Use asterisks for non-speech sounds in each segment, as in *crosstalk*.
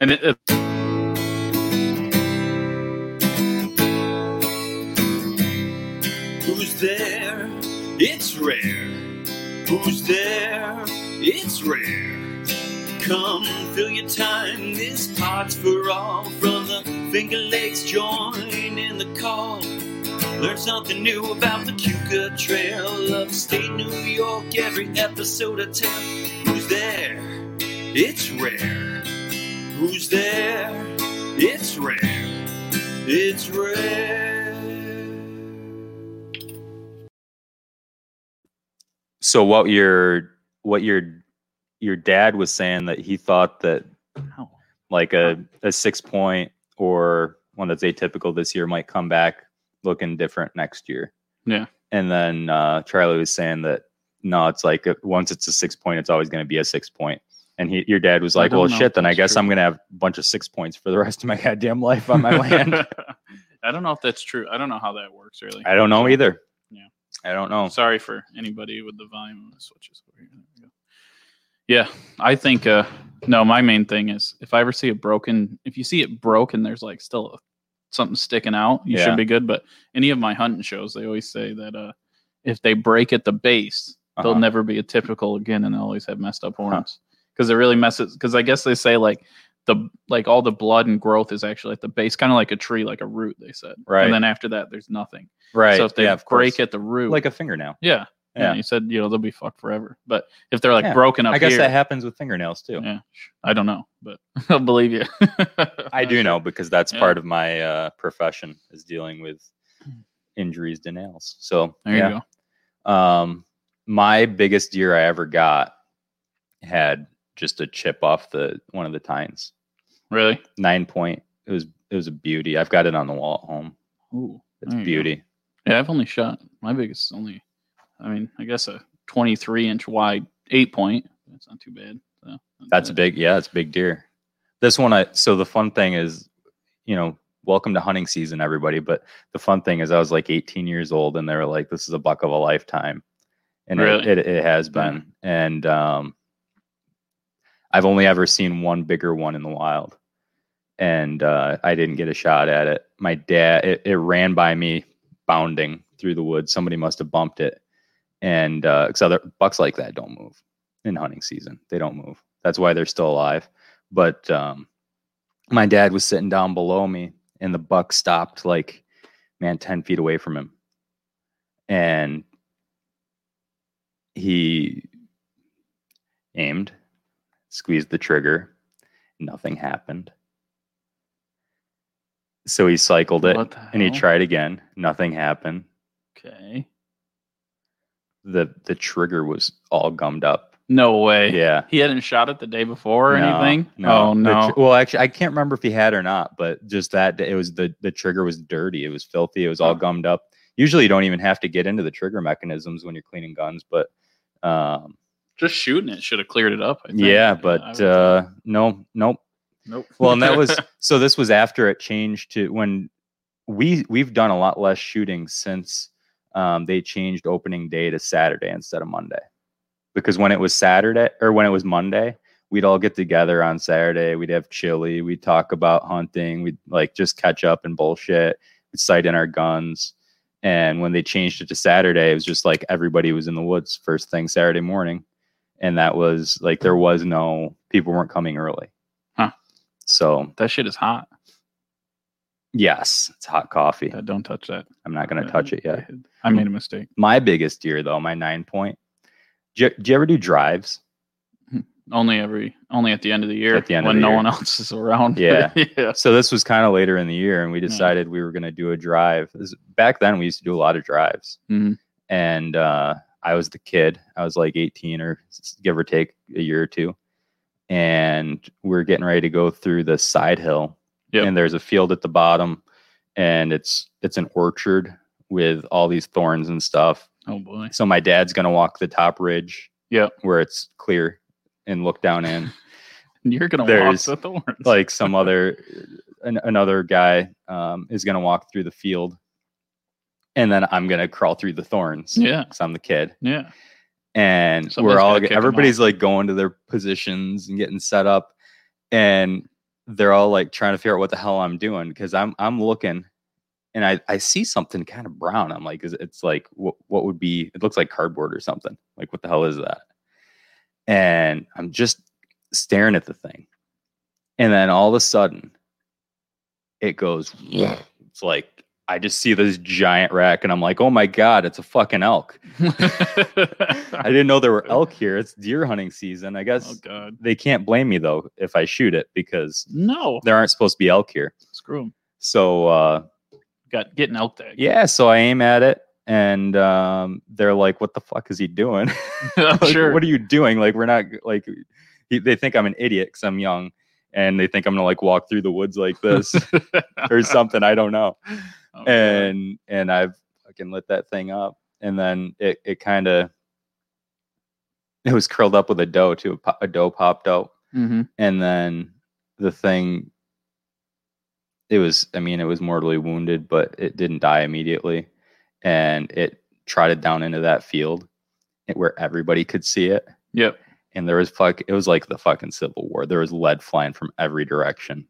And it, it, Who's there? It's rare. Who's there? It's rare. Come fill your time. This pot's for all. From the Finger Lakes, join in the call. Learn something new about the Cuca Trail, upstate New York. Every episode I tell. Who's there? It's rare. Who's there? It's rare. It's rare. so what your what your your dad was saying that he thought that like a, a six point or one that's atypical this year might come back looking different next year Yeah. and then uh charlie was saying that no it's like uh once it's a six point it's always going to be a six point and he, your dad was I like don't well know if shit then i that's guess true. i'm going to have a bunch of six points for the rest of my *laughs* goddamn life *laughs* on my land I don't know if that's true. I don't know how that works really. i don't know either Yeah. i don't know Sorry for anybody with the volume on the switches over here. There we go. Yeah, I think uh no, my main thing is if I ever see a broken if you see it broken there's like still something sticking out, you Yeah. should be good, but any of my hunting shows they always say that uh if they break at the base, they'll Uh-huh. never be a typical again and they'll always have messed up horns because it really messes because i guess they say like the like all the blood and growth is actually at the base kind of like a tree like a root they said Right. and then after that there's nothing right so if they yeah, of break course. at the root like a fingernail yeah yeah Yeah. you said you know they'll be fucked forever but if they're like Yeah. broken up i guess here, that happens with fingernails too yeah sh- i don't know but *laughs* i'll believe you I *laughs* do know because that's Yeah. part of my uh, profession is dealing with *clears throat* injuries to nails. So there yeah. you go Um, my biggest deer I ever got had just a chip off the one of the tines, really nine point. It was it was a beauty. I've got it on the wall at home. Ooh, It's there you go. beauty. Yeah, I've only shot my biggest is only, I mean, I guess a 23 inch wide eight point. That's not too bad. So, not That's a bad. big. Yeah, it's a big deer. This one, I so the fun thing is, you know, welcome to hunting season, everybody. But the fun thing is, I was like 18 years old, and they were like, "This is a buck of a lifetime," and Really? it, it it has Yeah. been. And um, I've only ever seen one bigger one in the wild, and uh, I didn't get a shot at it. My dad, it, it ran by me bounding through the woods. Somebody must have bumped it, and because other bucks like that don't move in hunting season. They don't move. That's why they're still alive. But um, my dad was sitting down below me, and the buck stopped like, man, 10 feet away from him. And he aimed, squeezed the trigger, nothing happened. So he cycled it What the and he hell? tried again, nothing happened. Okay. The the trigger was all gummed up. No way. Yeah. He hadn't shot it the day before or No, anything. No, Oh The no. tr- well, actually, I can't remember if he had or not, but just that day, it was the the trigger was dirty. It was filthy. It was all Huh. gummed up. Usually, you don't even have to get into the trigger mechanisms when you're cleaning guns, but um, Just shooting it should have cleared it up. I think. yeah, I but would- uh, no, nope. nope. Well, and that was so. This was after it changed to when we we've done a lot less shooting since um, they changed opening day to Saturday instead of Monday, because when it was Saturday or when it was Monday, we'd all get together on Saturday. We'd have chili. We'd talk about hunting. We'd like just catch up and bullshit. We'd sight in our guns. And when they changed it to Saturday, it was just like everybody was in the woods first thing Saturday morning. And that was like there was no people weren't coming early. Huh. So *laughs* that shit is hot. Yes, it's hot coffee. Yeah, don't touch that. I'm not going to touch it yet. I made a mistake. My biggest deer, though, my nine point. Do you, do you ever do drives? Only every, only at the end of the year At the end of when the no year. one else is around. *laughs* Yeah. yeah. So this was kind of later in the year, and we decided we were going to do a drive. This- Back then, we used to do a lot of drives, Mhm. and uh, I was the kid. I was like 18 or s- give or take a year or two, and we are getting ready to go through the side hill. Yep. And there's a field at the bottom, and it's it's an orchard with all these thorns and stuff. Oh boy. So my dad's gonna walk the top ridge. Yep. Where it's clear and look down *laughs* in. You're gonna There's, walk the thorns. like some other an, another guy um, is gonna walk through the field. And then I'm gonna crawl through the thorns. Yeah. 'cause I'm the kid. Yeah. And Somebody's we're gotta all kick 'em everybody's like going to their positions and getting set up. And they're all like trying to figure out what the hell I'm doing because I'm I'm looking and I, I see something kind of brown. I'm like, is it's like what what would be it looks like cardboard or something. Like what the hell is that? And I'm just staring at the thing. And then all of a sudden it goes it's like I just see this giant rack and I'm like, oh my god, it's a fucking elk. *laughs* *laughs* I didn't know there were elk here. It's deer hunting season. I guess Oh God. they can't blame me though if I shoot it because No. there aren't supposed to be elk here. Screw him. So uh Got getting elk tag. yeah, so I aim at it and um they're like, What the fuck is he doing? *laughs* I'm *laughs* Like, sure. What are you doing? Like we're not like he, they think I'm an idiot because I'm young and they think I'm gonna like walk through the woods like *laughs* this *laughs* or something. I don't know. Oh, God. and and I've fucking lit that thing up, and then it it kind of it was curled up with a doe too. A, po- a doe popped out, Mhm. and then the thing. It was, I mean, it was mortally wounded, but it didn't die immediately, and it trotted down into that field, it- where everybody could see it. Yep. And there was fuck. It was like the fucking Civil War. There was lead flying from every direction.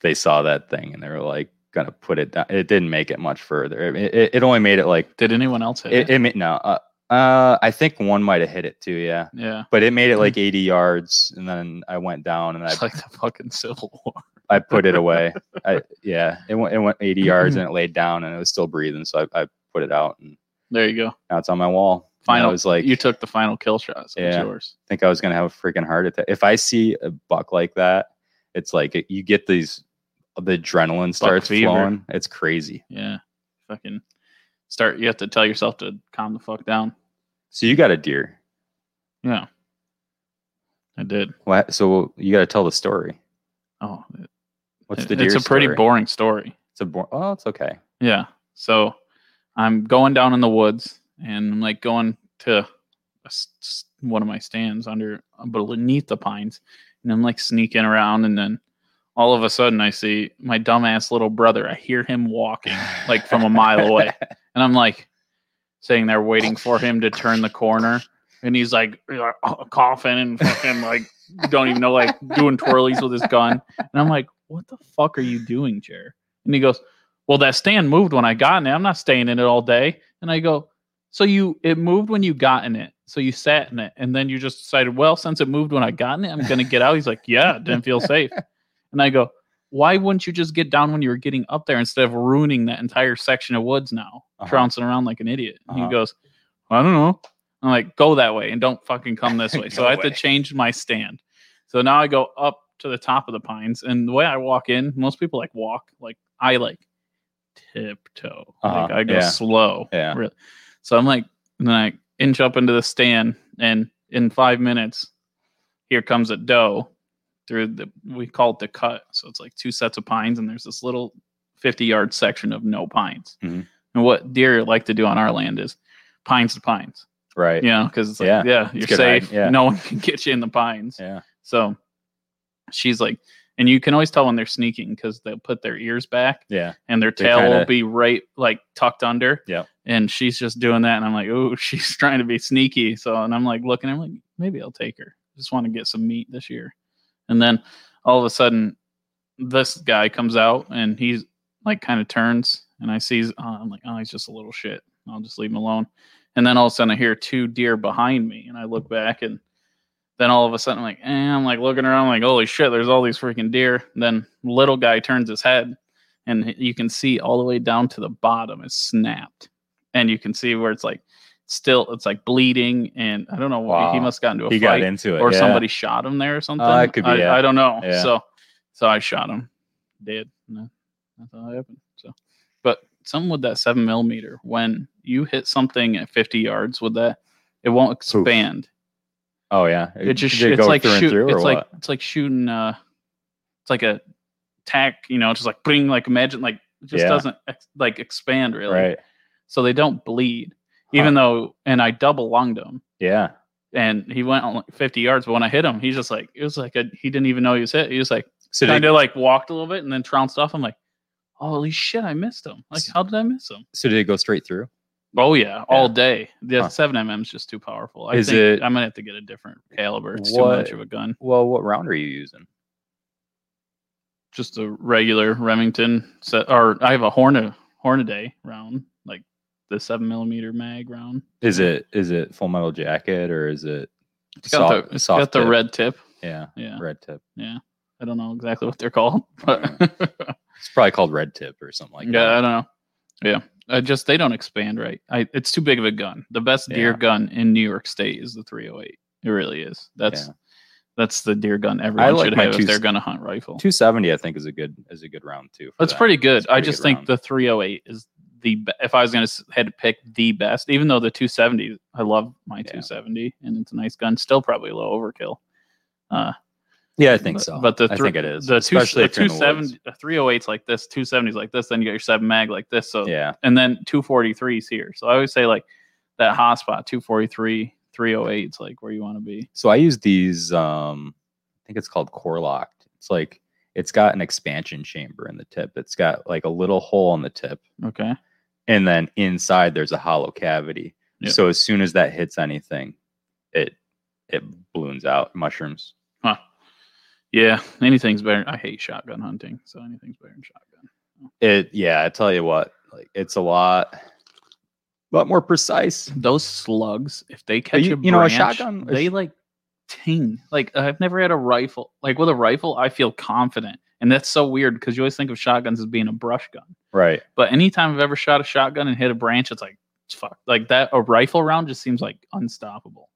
They saw that thing and they were like, gonna put it down. It didn't make it much further. It, it, it only made it like Did anyone else hit it. it? it made, no, uh, uh, I think one might have hit it too. Yeah, *laughs* yeah. but it made it like 80 yards, and then I went down and I It's like the fucking Civil War. I put it away. I yeah, it went it went 80 yards and it laid down and it was still breathing, so I, I put it out and There you go. now it's on my wall. And Final. I was like, you took the final kill shot. So it's Yeah. yours. think I was gonna have a freaking heart attack. If I see a buck like that, it's like it, you get these the adrenaline starts fever. flowing. It's crazy. Yeah. Fucking start. You have to tell yourself to calm the fuck down. So you got a deer. Yeah. I did. What? So you got to tell the story. Oh, it- What's it- the deer? It's a pretty story? boring story. It's a boring. Oh, it's okay. Yeah. So I'm going down in the woods and I'm like going to a s- s- one of my stands under beneath the pines and I'm like sneaking around and then all of a sudden I see my dumbass little brother. I hear him walking *laughs* *laughs* like from a mile away and I'm like sitting there waiting for him to turn the corner and he's like *laughs* coughing and fucking like don't even know like doing twirlies with his gun and I'm like what the fuck are you doing, Jer? And he goes, well, that stand moved when I got in it. I'm not staying in it all day. And I go, so you it moved when you got in it. So you sat in it, and then you just decided, well, since it moved when I got in it, I'm gonna get out. He's like, yeah, it didn't feel *laughs* safe. And I go, why wouldn't you just get down when you were getting up there instead of ruining that entire section of woods now, Uh-huh. trouncing around like an idiot? And Uh-huh. he goes, I don't know. I'm like, go that way and don't fucking *laughs* come this way. So No I have to way. change my stand. So now I go up to the top of the pines, and the way I walk in, most people like walk like I like tiptoe. Like Uh-huh, I go yeah. slow. Yeah. Really. So I'm like, and then I inch up into the stand, and in five minutes, here comes a doe through the we call it the cut. So it's like two sets of pines, and there's this little 50 yard section of no pines. Mhm. And what deer like to do on our land is pines to pines. Right. You know, because it's like, yeah, Yeah. you're good hiding, safe. yeah. No one can get you in the pines. Yeah. So she's like, and you can always tell when they're sneaking because they'll put their ears back Yeah. and their They're tail will kinda- be right like tucked under. Yeah. And she's just doing that. And I'm like, oh, *laughs* she's trying to be sneaky. So, and I'm like, looking, I'm like, maybe I'll take her. Just want to get some meat this year. And then all of a sudden, this guy comes out and he's like, kind of turns. And I see, uh, I'm like, oh, he's just a little shit. I'll just leave him alone. And then all of a sudden, I hear two deer behind me. And I look back and then all of a sudden, I'm like, eh, I'm like looking around, like, holy shit, there's all these freaking deer. And then little guy turns his head and you can see all the way down to the bottom is snapped and you can see where it's like still it's like bleeding and i don't know why he Wow. must got into a He got fight into it. or yeah. somebody shot him there or something that could be i, it. I don't know Yeah. so so i shot him dead no, that's how it happened so but something with that seven millimeter when you hit something at 50 yards with that it won't Poof. expand Oh yeah. it just did shoot- it's go like through and shoot, through or it's like what? it's like shooting uh it's like a tack you know just like putting like imagine like it just Yeah. doesn't ex- like expand really Right. so they don't bleed even though and I double lunged him Yeah. and he went on like 50 yards but when I hit him he's just like it was like a, he didn't even know he was hit he was like So kind did, of like walked a little bit and then trounced off I'm like holy shit I missed him like how did I miss him so did it go straight through? oh yeah all day the Huh. 7 mm is just too powerful I Is think it- I'm gonna have to get a different caliber it's too What- much of a gun Well, what round are you using? just a regular Remington set, or I have a Horna Hornaday round, like the seven millimeter mag round. Is it is it Full Metal Jacket or is it Mm. It's got the it's got the tip? red tip. Yeah, Yeah, red tip. I don't know exactly what they're called, *laughs* but It's probably called red tip or something like yeah, I that. don't know. Yeah, I just they don't expand right. I it's too big of a gun. The best deer Yeah. gun in New York State is the 308. It really is. That's Yeah. that's the deer gun everyone like should my have two- if they're gonna hunt rifle. Two seventy, I think, is a good is a good round too. for That's that. pretty good. It's a I pretty just good think round. the 308 is the be- if I was going to had to pick the best, even though the 270, I love my 270 and it's a nice gun, still probably a little overkill. Uh, Yeah, I think but, so. But the I three- think it is, The, two, especially the if you're in the woods. 270, the 308's like this, 270's like this, then you got your 7 mag like this. So, Yeah, and then 243's here. So I always say like that hot spot, 243, 308 is like where you want to be. so I use these. um I think it's called core locked. It's like it's got an expansion chamber in the tip. It's got like a little hole on the tip, Okay. and then inside there's a hollow cavity. Yeah. So as soon as that hits anything, it it balloons out mushrooms. Yeah. Anything's better. I hate shotgun hunting. So anything's better than shotgun. It yeah, I tell you what, like it's a lot, lot more precise. those slugs, if they catch you- a you know, a branch, shotgun- a they sh- like ting. Like I've never had a rifle. Like with a rifle, I feel confident, and that's so weird because you always think of shotguns as being a brush gun. Right. But anytime I've ever shot a shotgun and hit a branch, it's like it's fuck. Like that, a rifle round just seems like unstoppable.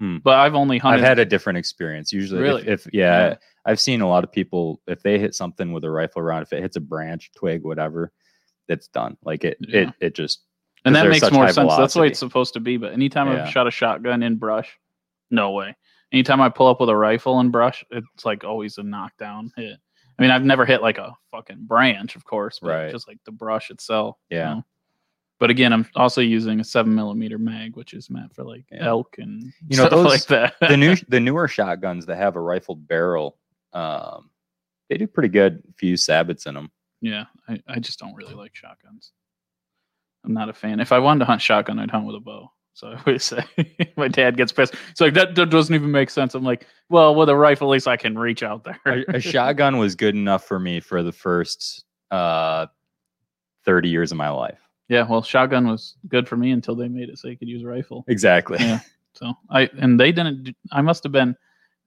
Hmm. But I've only I've hunted. had uh, a different experience. Usually, if- Really? if, yeah, I've seen a lot of people if they hit something with a rifle round, if it hits a branch, twig, whatever, it's done. Like it, Yeah. it, it just and that there's makes such more high sense. That's the velocity. way it's supposed to be. But anytime Yeah. I've shot a shotgun in brush, no way. Anytime I pull up with a rifle in brush, it's like always a knockdown hit. I mean, I've never hit like a fucking branch, of course, but Right. just like the brush itself. you Yeah. know? But again, I'm also using a seven millimeter mag, which is meant for like Yeah. elk and You know, *laughs* stuff those- like that. the *laughs* new the newer shotguns that have a rifled barrel, um, they do pretty good few sabots in them. yeah, I, I just don't really like shotguns. I'm not a fan. If I wanted to hunt shotgun, I'd hunt with a bow. So I always say, *laughs* my dad gets pissed. It's like that, that doesn't even make sense. I'm like, well, with a rifle, at least I can reach out there. a, a shotgun was good enough for me for the first uh, thirty years of my life. *laughs* yeah, well, shotgun was good for me until they made it so you could use a rifle. Exactly. Yeah. So I and they didn't. do- I must have been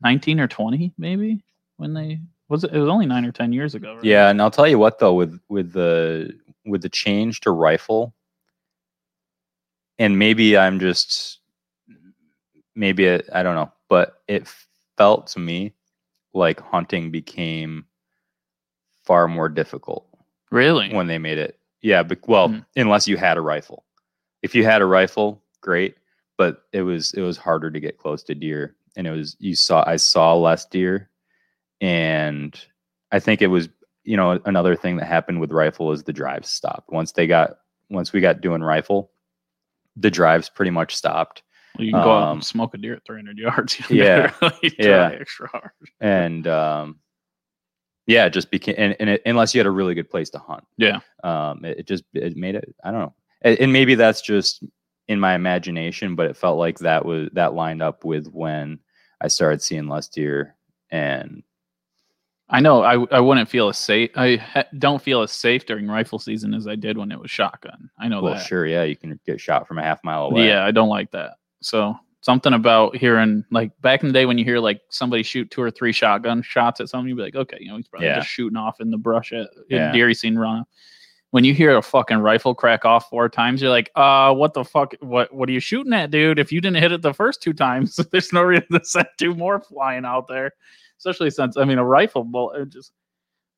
19 or 20 maybe when they was it, it was only nine or 10 years ago. *laughs* Right? Yeah, and I'll tell you what though, with with the with the change to rifle, and maybe I'm just maybe it, I don't know, but it felt to me like hunting became far more difficult really. when they made it. Yeah, but well, Hmm. unless you had a rifle. If you had a rifle, great, but it was it was harder to get close to deer and it was you saw I saw less deer and I think it was you know another thing that happened with rifle is the drives stopped. Once they got once we got doing rifle, the drives pretty much stopped Well, you can go out um, and smoke a deer at 300 yards. *laughs* You yeah, better, like, try yeah. Extra hard. and um yeah, it just became and, and it, unless you had a really good place to hunt. Yeah. um it, it just it made it i don't know and, and maybe that's just in my imagination but it felt like that was that lined up with when i started seeing less deer and I know I, I wouldn't feel as safe. I ha- don't feel as safe during rifle season as I did when it was shotgun. I know well that. sure yeah you can get shot from a half mile away Yeah, I don't like that. So something about hearing like back in the day when you hear like somebody shoot two or three shotgun shots at something, you'd be like, okay, you know, he's probably Yeah. just shooting off in the brush at Yeah. in deer he's seen run. When you hear a fucking rifle crack off four times, you're like, uh, what the fuck? What what are you shooting at, dude? If you didn't hit it the first two times, *laughs* there's no reason to send two more flying out there. Especially since I mean a rifle bullet it just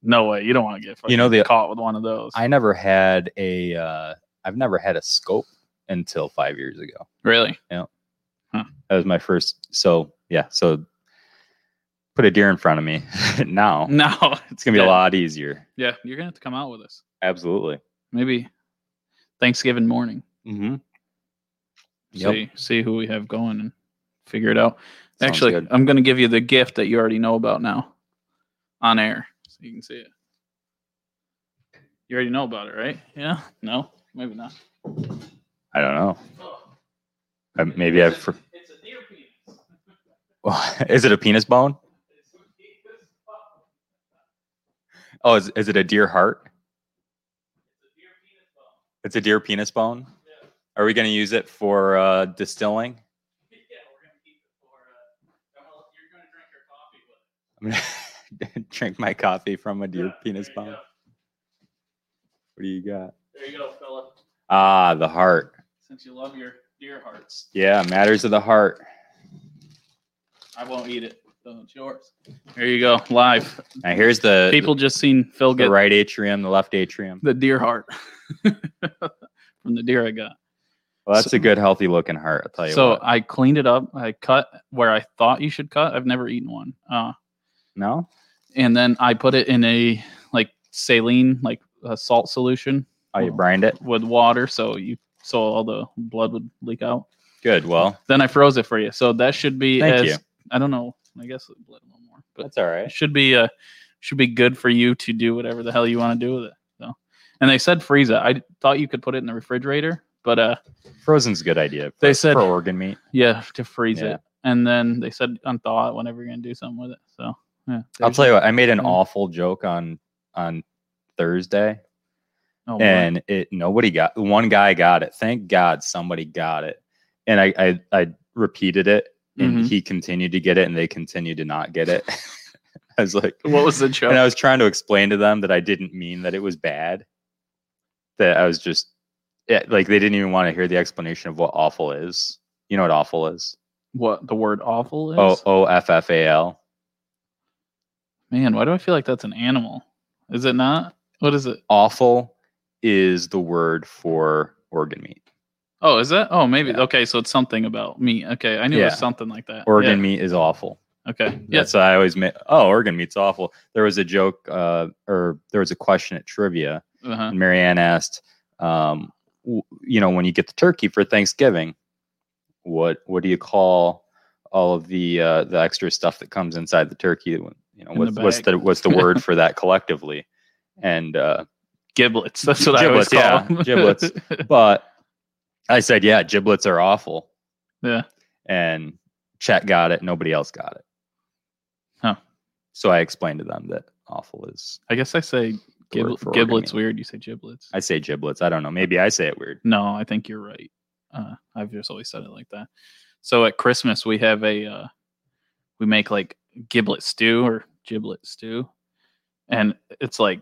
no way. You don't want to get fucking You know, the- caught with one of those. i never had a uh i've never had a scope until five years ago really? *laughs* that was my first so yeah so put a deer in front of me *laughs* now No. it's gonna be a lot easier Yeah, you're gonna have to come out with us. absolutely maybe Thanksgiving morning. mm-hmm. See see who we have going and figure it out. Actually, I'm going to give you the gift that you already know about now on air so you can see it. You already know about it, right? Yeah? No? Maybe not. I don't know. Uh, maybe I've. *laughs* For- It's a deer penis. is it a penis bone? Oh, is, is it a deer heart? *laughs* It's a deer penis bone. Are we going to use it for uh, distilling? uh, I'm gonna *laughs* drink my coffee from a deer penis bone. What do you got? There you go, fella. Ah, the heart. Since you love your deer hearts, Yeah, matters of the heart. I won't eat it. So it's yours. There you go, live. Now here's the People just seen Phil the get right atrium, the left atrium. the deer heart *laughs* from the deer I got. Well, that's So- a good, healthy looking heart. I'll tell you. So what. I cleaned it up. I cut where I thought you should cut. I've never eaten one. Uh, no, and then I put it in a like saline, like a salt solution oh, you Well- brined it. with water, so you so all the blood would leak out. Good. Well, Then I froze it for you. So that should be Thank as you. I don't know. I guess it bled a little more, but that's all it right. should be uh should be good for you to do whatever the hell you want to do with it. So, and they said freeze it. I thought you could put it in the refrigerator, but uh Frozen's a good idea. They for- said- for organ meat. yeah, to freeze Yeah. it. And then they said unthaw it whenever you're gonna do something with it. So yeah, I'll tell you what. I made an Mm. awful joke on on Thursday, Oh, boy. and it nobody got. One guy got it. Thank God somebody got it. And I I, I repeated it, and Mhm. he continued to get it, and they continued to not get it. *laughs* I was like, *laughs* what was the joke? and uh, I was trying to explain to them that I didn't mean that it was bad. That I was just yeah, like they didn't even want to hear the explanation of what awful is. You know what awful is? what the word awful is? O O F F A L. Man, why do I feel like that's an animal? Is it not? What is it? Awful is the word for organ meat. Oh, is that? Oh, maybe. Yeah. Okay, so it's something about meat. Okay, I knew it Yeah. was something like that. Organ meat is awful. Yeah. Okay. Yeah. Yes. So I always made oh organ meat's awful. There was a joke uh, or there was a question at trivia, Uh-huh. and Marianne asked, um, w- you know, when you get the turkey for Thanksgiving, what what do you call all of the uh, the extra stuff that comes inside the turkey? You know, In the what's, what's bag. the what's *laughs* the word for that collectively? And uh, Giblets. That's what Giblets, I yeah, always call them. *laughs* giblets. but I said, yeah, giblets are awful, yeah. and Chet got it. Nobody else got it. Huh. So I explained to them that awful is. I guess I say The word gib- for organ giblets meat. weird. You say giblets. I say giblets. I don't know. Maybe I say it weird. no, I think you're right. Uh, I've just always said it like that. So at Christmas we have a uh, we make like giblet stew or giblet stew, and it's like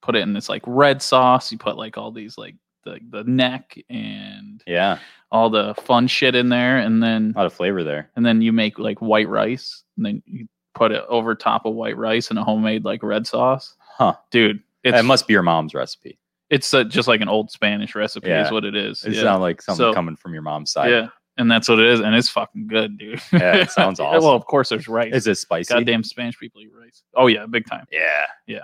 put it in this like red sauce. You put like all these like the the neck and Yeah, all the fun shit in there, and then a lot of flavor there. and then you make like white rice, and then you put it over top of white rice and a homemade like red sauce. Huh. Dude, it's It must be your mom's recipe. it's uh, just like an old Spanish recipe Yeah. is what it is. It yeah. sounds like something So- coming from your mom's side. Yeah. And that's what it is, and it's fucking good, dude. Yeah, *laughs* it sounds Yeah, Well, awesome. of course there's rice. Is it spicy? Goddamn Spanish people eat rice. Oh yeah, big time. Yeah.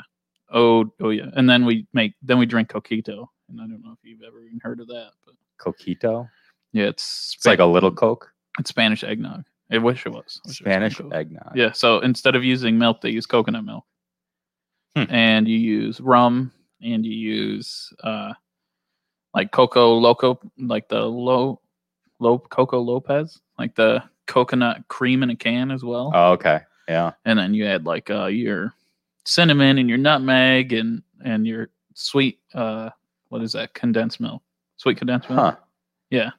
Oh oh yeah. And then we make then we drink coquito, and I don't know if you've ever even heard of that, but Coquito. yeah, it's It's like a little Coke. it's Spanish eggnog. I wish it was I wish it was Spanish Coke. eggnog. Yeah. So instead of using milk, they use coconut milk, Hmm. and you use rum, and you use uh, like coco loco, like the low, low coco Lopez, like the coconut cream in a can as well. Oh, okay. Yeah. and then you add like uh, your cinnamon and your nutmeg and and your sweet uh, what is that condensed milk, sweet condensed milk. Huh. Yeah.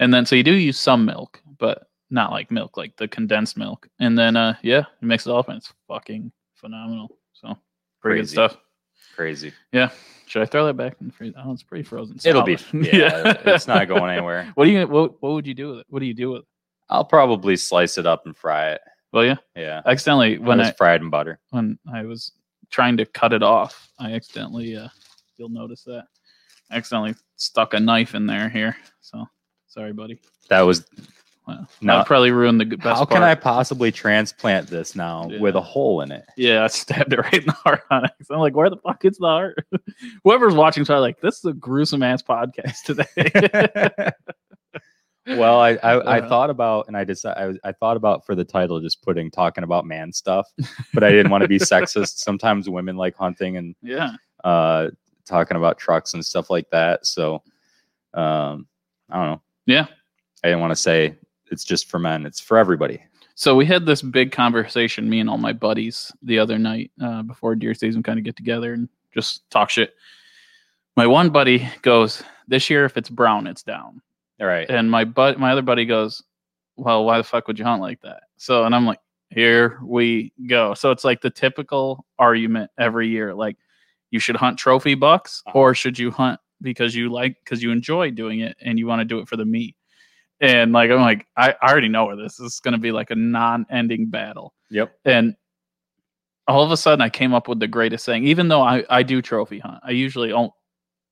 And then so you do use some milk, but not like milk, like the condensed milk. And then uh yeah, you mix it all up and it's fucking phenomenal. So Crazy. pretty good stuff. Crazy. Should I throw that back in the freezer? Oh, it's pretty frozen. It'll be. solid. *laughs* Yeah. it's not going anywhere. What do you what what would you do with it? What do you do with it? I'll probably slice it up and fry it. Well yeah. Yeah. Accidentally when When it's I fried in butter. when I was trying to cut it off, I accidentally uh you'll notice that. Accidentally stuck a knife in there here. So sorry, buddy. That was. Well, No. I probably ruined the g- best How part. can I possibly transplant this now with a Yeah. hole in it? *laughs* Yeah, I stabbed it right in the heart on it. I'm like, where the fuck is the heart? *laughs* Whoever's watching, probably like, this is a gruesome ass podcast *laughs* today. Well, I I, I Yeah. thought about and I decided I, was- I thought about for the title just putting talking about man stuff, but I didn't want to be *laughs* sexist. Sometimes women like hunting and yeah, uh talking about trucks and stuff like that. So um I don't know. yeah. I didn't want to say it's just for men. It's for everybody. So we had this big conversation, me and all my buddies, the other night uh, before deer season, kind of get together and just talk shit. My one buddy goes, "This year, if it's brown, it's down." All right. And my bud, my other buddy goes, "Well, why the fuck would you hunt like that?" So, and I'm like, "Here we go." So it's like the typical argument every year, like you should hunt trophy bucks or should you hunt because you like because you enjoy doing it and you want to do it for the meat. And like I'm like I, I already know where this, this is going to be like a non-ending battle. Yep. *laughs* *laughs* And all of a sudden, I came up with the greatest thing. Even though I, I do trophy hunt, I usually don't.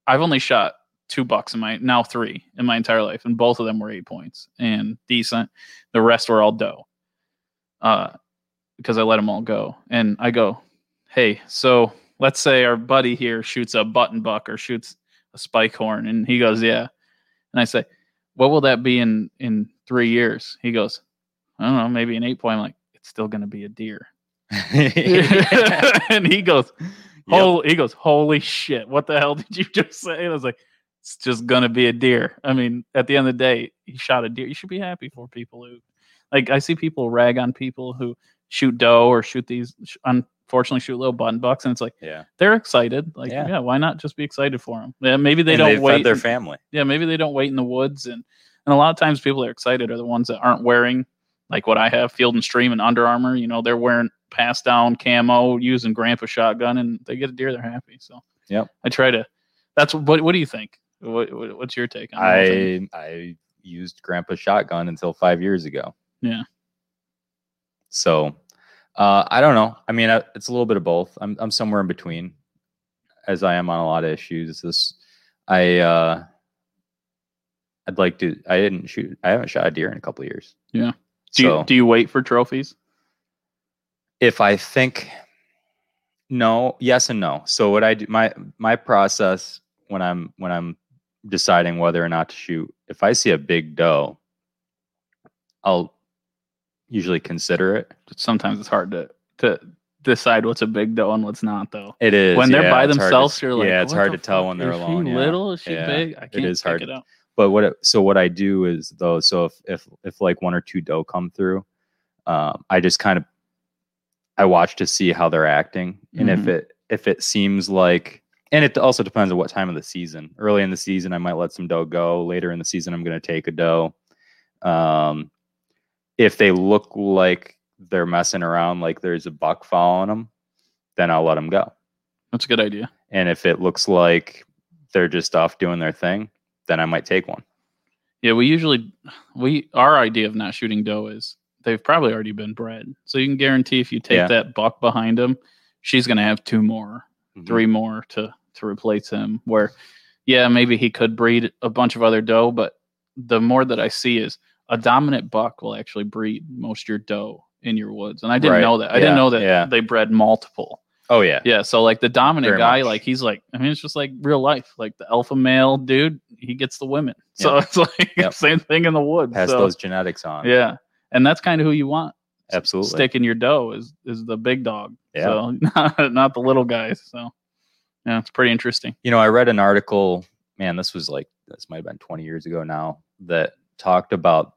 I've only shot two bucks in my now three in my entire life, and both of them were eight points and decent. The rest were all doe, uh, because I let them all go. And I go, hey, so let's say our buddy here shoots a button buck or shoots a spike horn, and he goes, yeah. And I say, what will that be in in three years? He goes, I don't know, maybe an eight point. I'm like, it's still going to be a deer. *laughs* and he goes, holy, he goes, holy shit! What the hell did you *laughs* just say? And I was like, it's just gonna be a deer. I mean, at the end of the day, he shot a deer. You should be happy for people who, like, I see people rag on people who shoot doe or shoot these, sh- unfortunately, shoot little button bucks, and it's like Yeah. they're excited. Like, Yeah. yeah, why not just be excited for them? Yeah, maybe they And don't fed wait. their family. yeah, maybe they don't wait in the woods, and and a lot of times people that are excited are the ones that aren't wearing like what I have, Field and Stream and Under Armour. You know, they're wearing pass down camo, using Grandpa shotgun, and they get a deer. They're happy. So Yep. I try to. That's what. What do you think? What, what What's your take on the whole thing? I I used grandpa's shotgun until five years ago. Yeah. So uh, I don't know. I mean, I, it's a little bit of both. I'm I'm somewhere in between, as I am on a lot of issues. This I uh, I'd like to. I didn't shoot. I haven't shot a deer in a couple of years. Yeah. Do So- you Do you wait for trophies? if I think no, yes and no. So what I do my my process when I'm when I'm deciding whether or not to shoot, if I see a big doe, I'll usually consider it. Sometimes it's hard to to decide what's a big doe and what's not, though. It is when they're yeah, by it's hard to- themselves, you're like, yeah, it's "What hard the to tell fuck? when they're Is alone. She yeah. little? Is she Yeah. big? I can't is pick hard it to- out. But what? it- So what I do is though. So if if if like one or two doe come through, um, I just kind of I watch to see how they're acting, and if Mhm. it if it seems like, and it also depends on what time of the season. Early in the season, I might let some doe go. Later in the season, I'm going to take a doe. Um, if they look like they're messing around, like there's a buck following them, then I'll let them go. That's a good idea. And if it looks like they're just off doing their thing, then I might take one. Yeah, we usually we our idea of not shooting doe is they've probably already been bred. So you can guarantee if you take Yeah. that buck behind him, she's gonna have two more, Three. three more to to replace him. Where yeah, maybe he could breed a bunch of other doe, but the more that I see is a dominant buck will actually breed most of your doe in your woods. And I didn't Right. know that. I Yeah, didn't know that yeah. they bred multiple. Oh yeah. Yeah, so like the dominant Very guy, much. like he's like, I mean, it's just like real life. Like the alpha male dude, he gets the women. So Yep. it's like Yep. same thing in the woods. Pass so, those genetics on. yeah, and that's kind of who you want Absolutely. sticking your dough is is the big dog. Yeah. So *laughs* not, not the little guys. So yeah, it's pretty interesting. You know, I read an article, man, this was like this might have been 20 years ago now, that talked about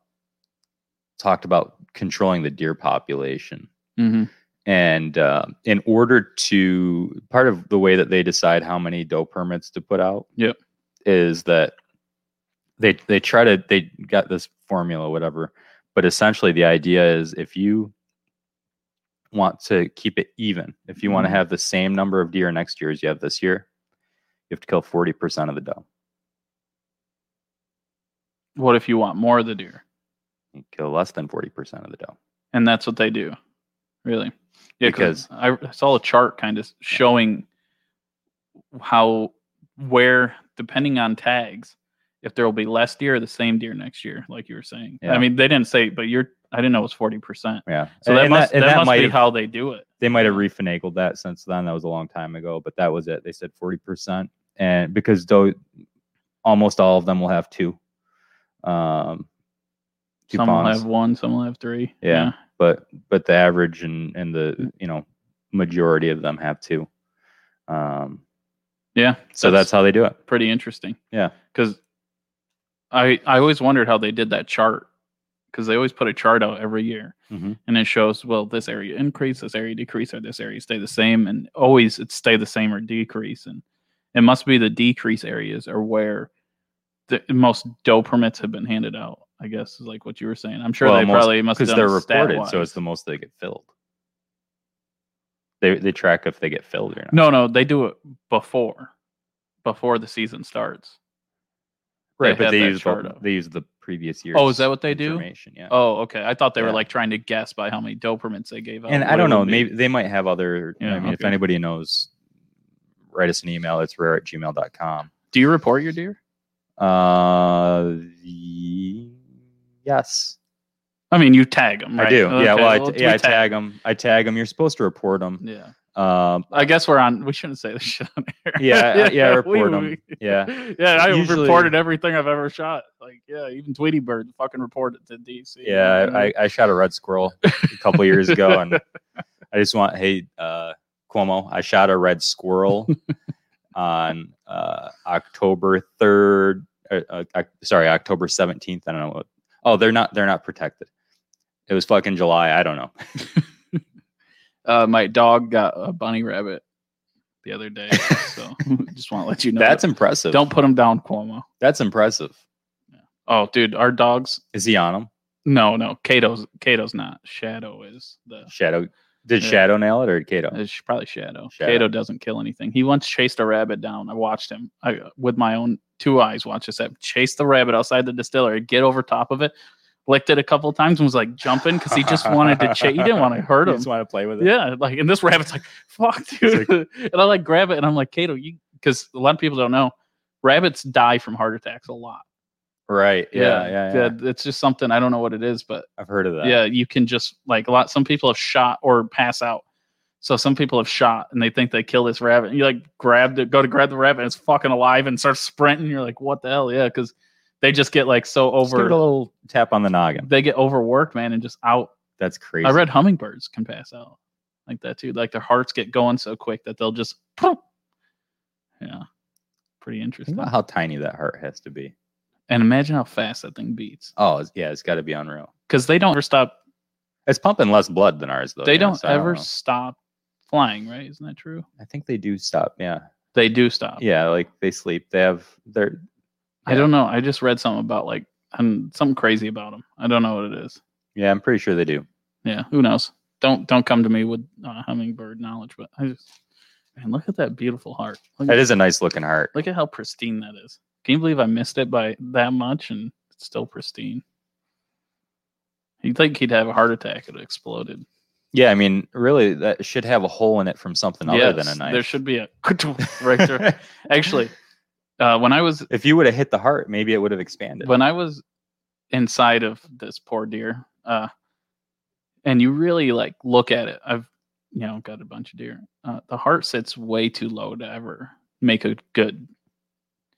talked about controlling the deer population. Mm-hmm. And uh, in order to part of the way that they decide how many doe permits to put out, Yep. is that they they try to they got this formula whatever, but essentially the idea is if you want to keep it even, if you want to Mhm. have the same number of deer next year as you have this year, you have to kill forty percent of the doe. What if you want more of the deer? You kill less than forty percent of the doe. And that's what they do, really. Yeah, Because- because I I saw a chart kind of showing how where depending on tags, if there will be less deer or the same deer next year, like you were saying. Yeah. I mean, they didn't say, but you're. I didn't know it was forty percent. Yeah. So And- that and must and that, must be have- how they do it. they might have refinagled that since then. That was a long time ago, but that was it. They said forty percent, and because though almost all of them will have two, um, two Some will fawns, have one, some will have three. Yeah. but but the average and and Mm. the you know majority of them have two. Um, Yeah. so that's, how they do it. pretty interesting. Yeah. Because I I always wondered how they did that chart because they always put a chart out every year Mhm. and it shows well this area increase this area decrease or this area stay the same and always it stay the same or decrease and it must be the decrease areas are where the most doe permits have been handed out i guess is like what you were saying i'm sure Well, they most- probably must have because done they're a stat reported, so wise. it's the most they get filled. They they track if they get filled or not. no no they do it before before the season starts right, they but have they that use chart the, up. Oh, they use the previous year. that what they do? Information, yeah. oh okay i thought they were Yeah. like trying to guess by how many doe permits they gave out and what I it don't know. would be. Maybe they might have other. I Yeah, mean, if okay. anybody knows, write us an email. It's rare at gmail.com. do you report your deer Uh, the- yes, i mean you tag them right? I do. yeah, Okay, well, I, well, yeah, we I tag them. I tag them. You're supposed to report them. *laughs* yeah *laughs* Um, I guess we're on. We shouldn't say this shit on air. *laughs* Yeah, yeah, report 'em. we- Yeah. *laughs* yeah. I Usually- reported everything I've ever shot. Like, yeah, even Tweety Bird fucking reported to DC. Yeah, I, I, I shot a red squirrel a couple years ago, and I just want, hey, uh, Cuomo, I shot a red squirrel on uh, October third. Uh, uh, Oc- sorry, October seventeenth. I don't know. What, oh, they're not. They're not protected. It was fucking July. I don't know. uh, my dog got a bunny rabbit the *laughs* other day, so *laughs* just want to let you know. That's that. impressive. don't put him down, Cuomo. That's impressive. Oh, dude, our dogs. Is he on him? No, no, Kato's Kato's not. Shadow is the. Shadow. Did Yeah. Shadow nail it or did Kato? It's Uh, probably Shadow. Shadow. Kato doesn't kill anything. He once chased a rabbit down. I watched him I, with my own two eyes. Watch this. I chased the rabbit outside the distillery, get over top of it, licked it a couple times, and was like jumping because he just wanted to chase. He *laughs* didn't want to hurt You him. Just want to play with it. Yeah, like and this rabbit's like, "Fuck, dude!" and I like grab it and I'm like, "Kato, you," because a lot of people don't know, rabbits die from heart attacks a lot. Right. Yeah. Yeah. yeah. yeah. It's just something I don't know what it is, but I've heard of that. yeah, you can just like a lot. Some people have shot or pass out. So some people have shot and they think they kill this rabbit. And you like grab the go to grab the rabbit and it's fucking alive and starts sprinting. You're like, what the hell? Yeah, because they just get like so Just give it a over. little tap on the noggin. They get overworked, man, and just out. That's crazy. I read hummingbirds can pass out like that too. Like their hearts get going so quick that they'll just. Yeah, pretty Think interesting. about how tiny that heart has to be. And imagine how fast that thing beats Oh, it's- yeah, it's got to be unreal. because they don't ever stop. It's pumping less blood than ours, though. They Oh, yeah, don't so I ever know. stop flying, right? Isn't that true? I think they do stop. Yeah, They do stop. yeah. Like they sleep. They have their. I don't know. I just read something about like and something crazy about them. I don't know what it is. Yeah, I'm pretty sure they do. Yeah, who knows? Don't don't come to me with uh, hummingbird knowledge. But I just man, look at that beautiful heart. Look, That at, is a nice looking heart. look at how pristine that is. Can you believe I missed it by that much and it's still pristine? You'd think he'd have a heart attack if it exploded. Yeah, I mean, really, that should have a hole in it from something other than a Yes, knife. *laughs* There should be a *laughs* right there. Actually, uh, when I was if you would have hit the heart, maybe it would have expanded. when I was inside of this poor deer, uh, and you really like look at it, I've you know got a bunch of deer. Uh, the heart sits way too low to ever make a good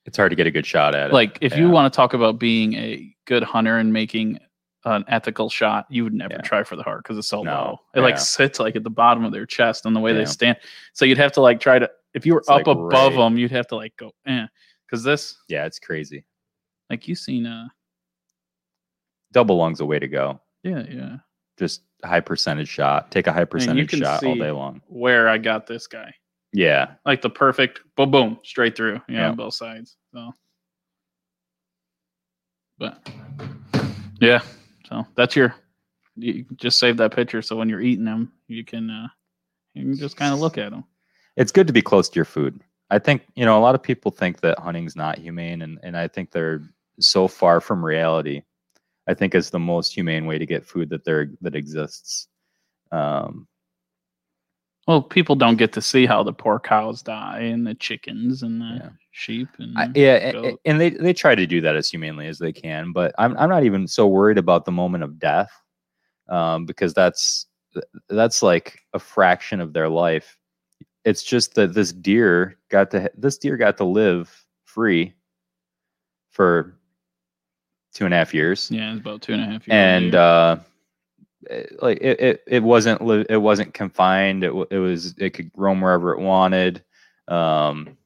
it's hard to get a good shot at it. like. If you Yeah. want to talk about being a good hunter and making an ethical shot, you would never Yeah. try for the heart because it's so No, low. It yeah. like sits like at the bottom of their chest and the way Yeah. they stand. So you'd have to like try to if you were It's, like, up above right- them, you'd have to like go eh. Because this, yeah, it's crazy. like you seen, uh, Double lungs a way to go. yeah, yeah. Just high percentage shot. Take a high percentage can shot all see- day long. where I got this guy. Yeah, Like the perfect boom boom straight through. Yeah, Yeah. on both sides. So but yeah. So that's your you just save that picture so when you're eating them you can uh you can just kind of look at them. it's good to be close to your food. I think you know a lot of people think that hunting's not humane, and and I think they're so far from reality. I think it's the most humane way to get food that there that exists. Um, Well, people don't get to see how the poor cows die and the chickens and the Yeah. sheep and I, yeah, a- a- goat. and they they try to do that as humanely as they can, but I'm I'm not even so worried about the moment of death, um, because that's th- that's like a fraction of their life. It's just that this deer got to h- this deer got to live free for two and a half years, yeah, it's about two and a half years. and uh, it- like it, it, it wasn't li- it wasn't confined. It w- it was it could roam wherever it wanted. Um,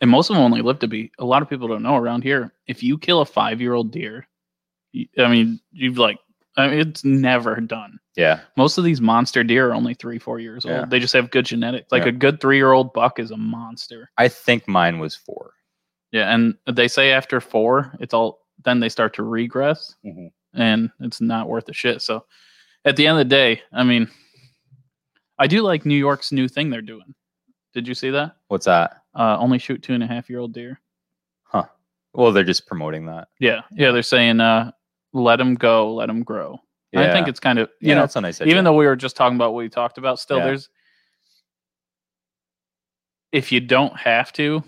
and most of them only live to be a lot of people don't know around here if you kill a five year old deer Y- I mean, you've like, I mean, it's never done. Yeah. Most of these monster deer are only three, four years old. Yeah. They just have good genetics. Like Yeah. a good three year old buck is a monster. I think mine was 4 Yeah. And they say after four, it's all, then they start to regress Mhm. and it's not worth a shit. So at the end of the day, I mean, I do like New York's new thing they're doing. Did you see that? What's that? Uh, only shoot two and a half year old deer. Well, they're just promoting that. Yeah. Yeah. They're saying, uh, let them go, let them grow. And I think it's kind of, you yeah, know, that's a nice idea. even though we were just talking about what we talked about, still Yeah. there's if you don't have to,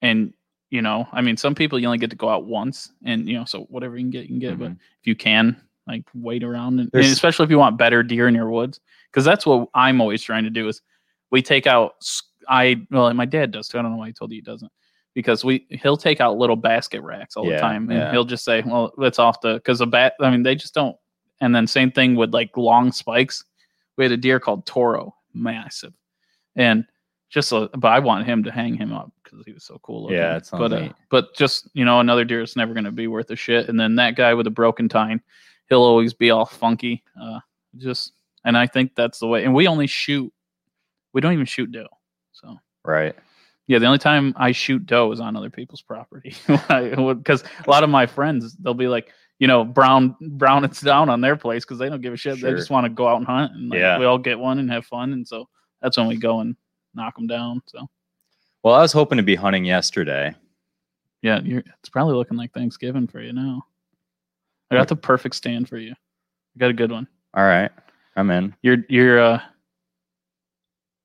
and you know, I mean, some people you only get to go out once, and you know, so whatever you can get, you can get. But Mhm. if you can, like, wait around, and, and There's- especially if you want better deer in your woods, because that's what I'm always trying to do is we take out. s- I well, my dad does too. I don't know why he told you he doesn't. Because we he'll take out little basket racks all the Yeah, time, and yeah. he'll just say, "Well, that's off the." Because a bat, I mean, they just don't. And then same thing with like long spikes we had a deer called Toro, massive, and just a, but I want him to hang him up because he was so cool. Looking. Yeah, it's not but uh, neat. but just you know another deer is never going to be worth a shit. And then that guy with a broken tine, he'll always be all funky. Uh, just and I think that's the way. And we only shoot, we don't even shoot doe. So right. yeah, the only time I shoot doe is on other people's property *laughs* because a lot of my friends they'll be like, you know, brown brown it's down on their place because they don't give a shit. They Sure. just want to go out and hunt, and like, Yeah. we all get one and have fun, and so that's when we go and knock them down. So Well, I was hoping to be hunting yesterday. yeah, you're, it's probably looking like Thanksgiving for you now. I got the perfect stand for you. I got a good one. All right. I'm in. You're you're uh,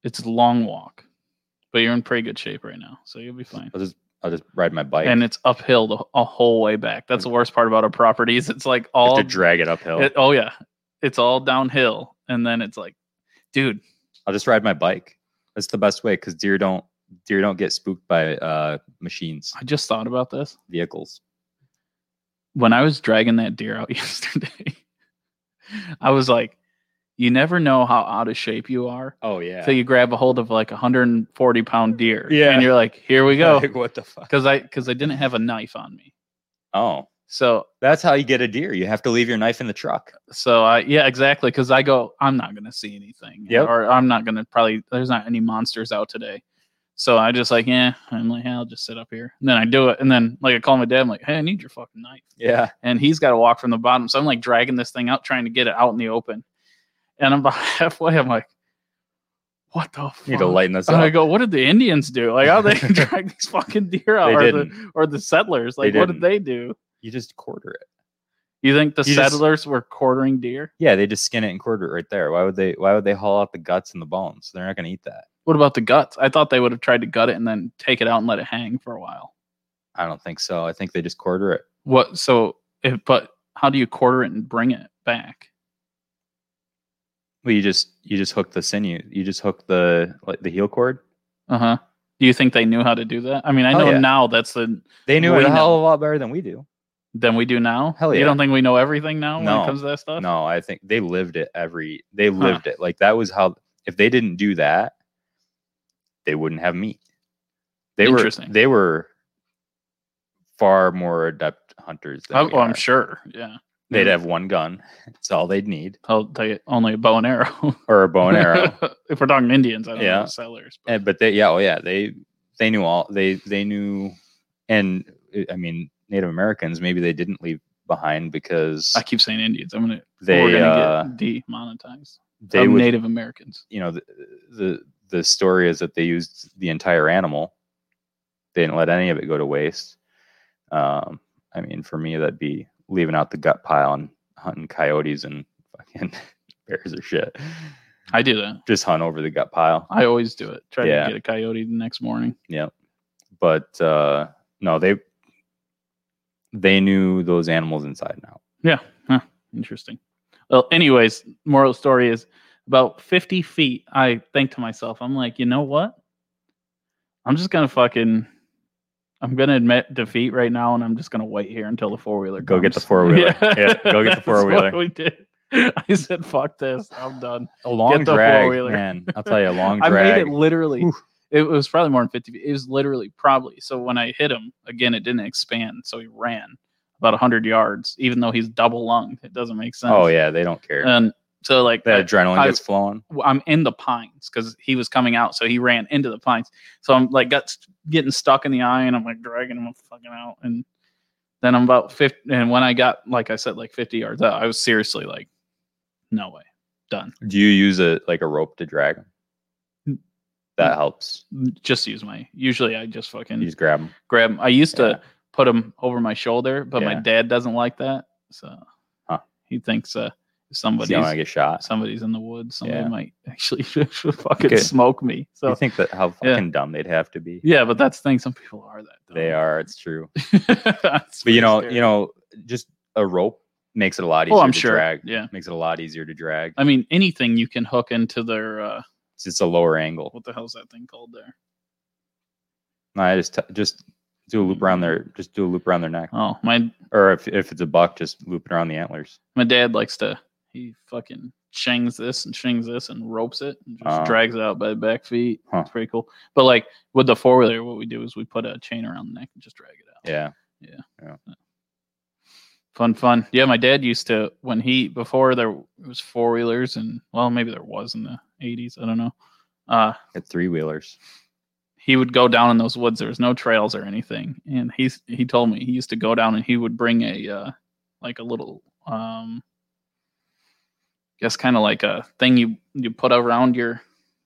it's a long walk, but you're in pretty good shape right now, so you'll be fine. I'll just I'll just ride my bike. and it's uphill the a whole way back. That's the Mm. worst part about our properties. It's like I have all to drag it uphill. it- oh yeah, it's all downhill, and then it's like, dude, I'll just ride my bike. That's the best way because deer don't deer don't get spooked by uh, machines, I just thought about this vehicles. when I was dragging that deer out *laughs* yesterday. I was like, you never know how out of shape you are Oh yeah. *laughs* till you grab a hold of like a 140 pound deer, Yeah. and you're like, here we go, *laughs* Like, what the fuck? because I because I didn't have a knife on me, Oh, so that's how you get a deer. You have to leave your knife in the truck. So I yeah, exactly. Because I go, I'm not gonna see anything. Yep. Or I'm not gonna probably there's not any monsters out today. So I just like, yeah, I'm like, "Yeah, I'll just sit up here. And then I do it. And then like I call my dad, I'm like, hey, I need your fucking knife. Yeah. And he's gotta walk from the bottom. So I'm like dragging this thing out, trying to get it out in the open. And I'm *laughs* about halfway, I'm like, what the fuck? You need to lighten this and I up. go, what did the Indians do? *laughs* Like, how they *laughs* drag these fucking deer out, They or the didn't. or the settlers? They Like, what didn't. did they do? You just quarter it. You think the You just- settlers were quartering deer? Yeah, they just skin it and quarter it right there. Why would they? Why would they haul out the guts and the bones? They're not going to eat that. What about the guts? I thought they would have tried to gut it and then take it out and let it hang for a while. I don't think so. I think they just quarter it. What? So, if, but how do you quarter it and bring it back? Well, you just you just hook the sinew. You just hook the like the heel cord. Uh huh. Do you think they knew how to do that? I mean, I Oh, know yeah. now that's the They knew We it a hell know. of a lot better than we do. than we do now. Hell You yeah. don't think we know everything now when No. it comes to that stuff? No, I think they lived it every. They lived it like that was how. If they didn't do that, they wouldn't have meat. They were Interesting. they were far more adept hunters than I, we well, oh, I'm are. sure. Yeah. They'd have one gun. *laughs* It's all they'd need, I'll tell you, only a bow and arrow. or a bow *laughs* and arrow. if we're talking Indians, I don't Yeah. know settlers. But, And- but they, yeah, oh yeah, they they knew all they they knew, and uh, I mean Native Americans maybe they didn't leave behind because I keep saying Indians. I'm gonna. we're they gonna uh, get demonetized. they I'm would, Native Americans. you know the, the the story is that they used the entire animal. They didn't let any of it go to waste. Um, I mean, for me, that'd be leaving out the gut pile and hunting coyotes and fucking *laughs* bears or shit. I do that. Just hunt over the gut pile. I always do it. Try Yeah. to get a coyote the next morning. but uh no they they knew those animals inside and out Interesting. Well, anyways, moral of the story is about 50 feet. I think to myself, I'm like, you know what? I'm just gonna fucking, I'm gonna admit defeat right now, and I'm just gonna wait here until the four wheeler. Go get the *laughs* four-wheeler. Yeah, go get the four-wheeler. We did. *laughs* I said, fuck this. I'm done. a long the drag four-wheeler. man i'll tell you a *laughs* long I drag made it literally. Oof. It was probably more than 50 feet. It was literally probably. So when I hit him again, it didn't expand, so he ran about 100 yards, even though he's double lunged. It doesn't make sense. Oh yeah, they don't care. And so, like, that I- adrenaline I- gets flowing. I'm in the pines because he was coming out, so he ran into the pines. So I'm like got getting stuck in the eye, and I'm like dragging him fucking out, and then I'm about fifty. And when I got like I said, like fifty yards out, I was seriously like, no way, done. Do you use a like a rope to drag Mm. them? That helps. Just use my. Usually I just fucking You just grab them. grab. 'em. I used to put him over my shoulder, but my Yeah. dad doesn't like that, so Huh. he thinks uh But you if don't want somebody's to get shot. somebody's in the woods, somebody Yeah. might actually *laughs* fucking Okay. smoke me. you So. think that how Yeah. fucking dumb they'd have to be? Yeah, but that's the thing. Some people are that. dumb. *laughs* They are. It's true. but But you know, you know, just a rope makes it a lot easier. oh, I'm to sure. Drag. Yeah, Makes it a lot easier to drag. I mean anything you can hook into their uh, It's just a lower angle. what the hell's that thing called there? No, I just t- just do a loop around their just do a loop around their neck, Oh, my or if if it's a buck, just loop it around the antlers. my dad likes to he fucking shings this and shings this and ropes it and just Oh. drags it out by the back feet. Huh. It's pretty cool. But like with the four wheeler, what we do is we put a chain around the neck and just drag it out. Yeah. Fun, fun. Yeah, my dad used to when he before there was four wheelers and well maybe there was in the eighties. I don't know. Uh, At three wheelers. he would go down in those woods. There was no trails or anything, and he's he told me he used to go down and he would bring a uh, like a little um, guess kind of like a thing you you put around your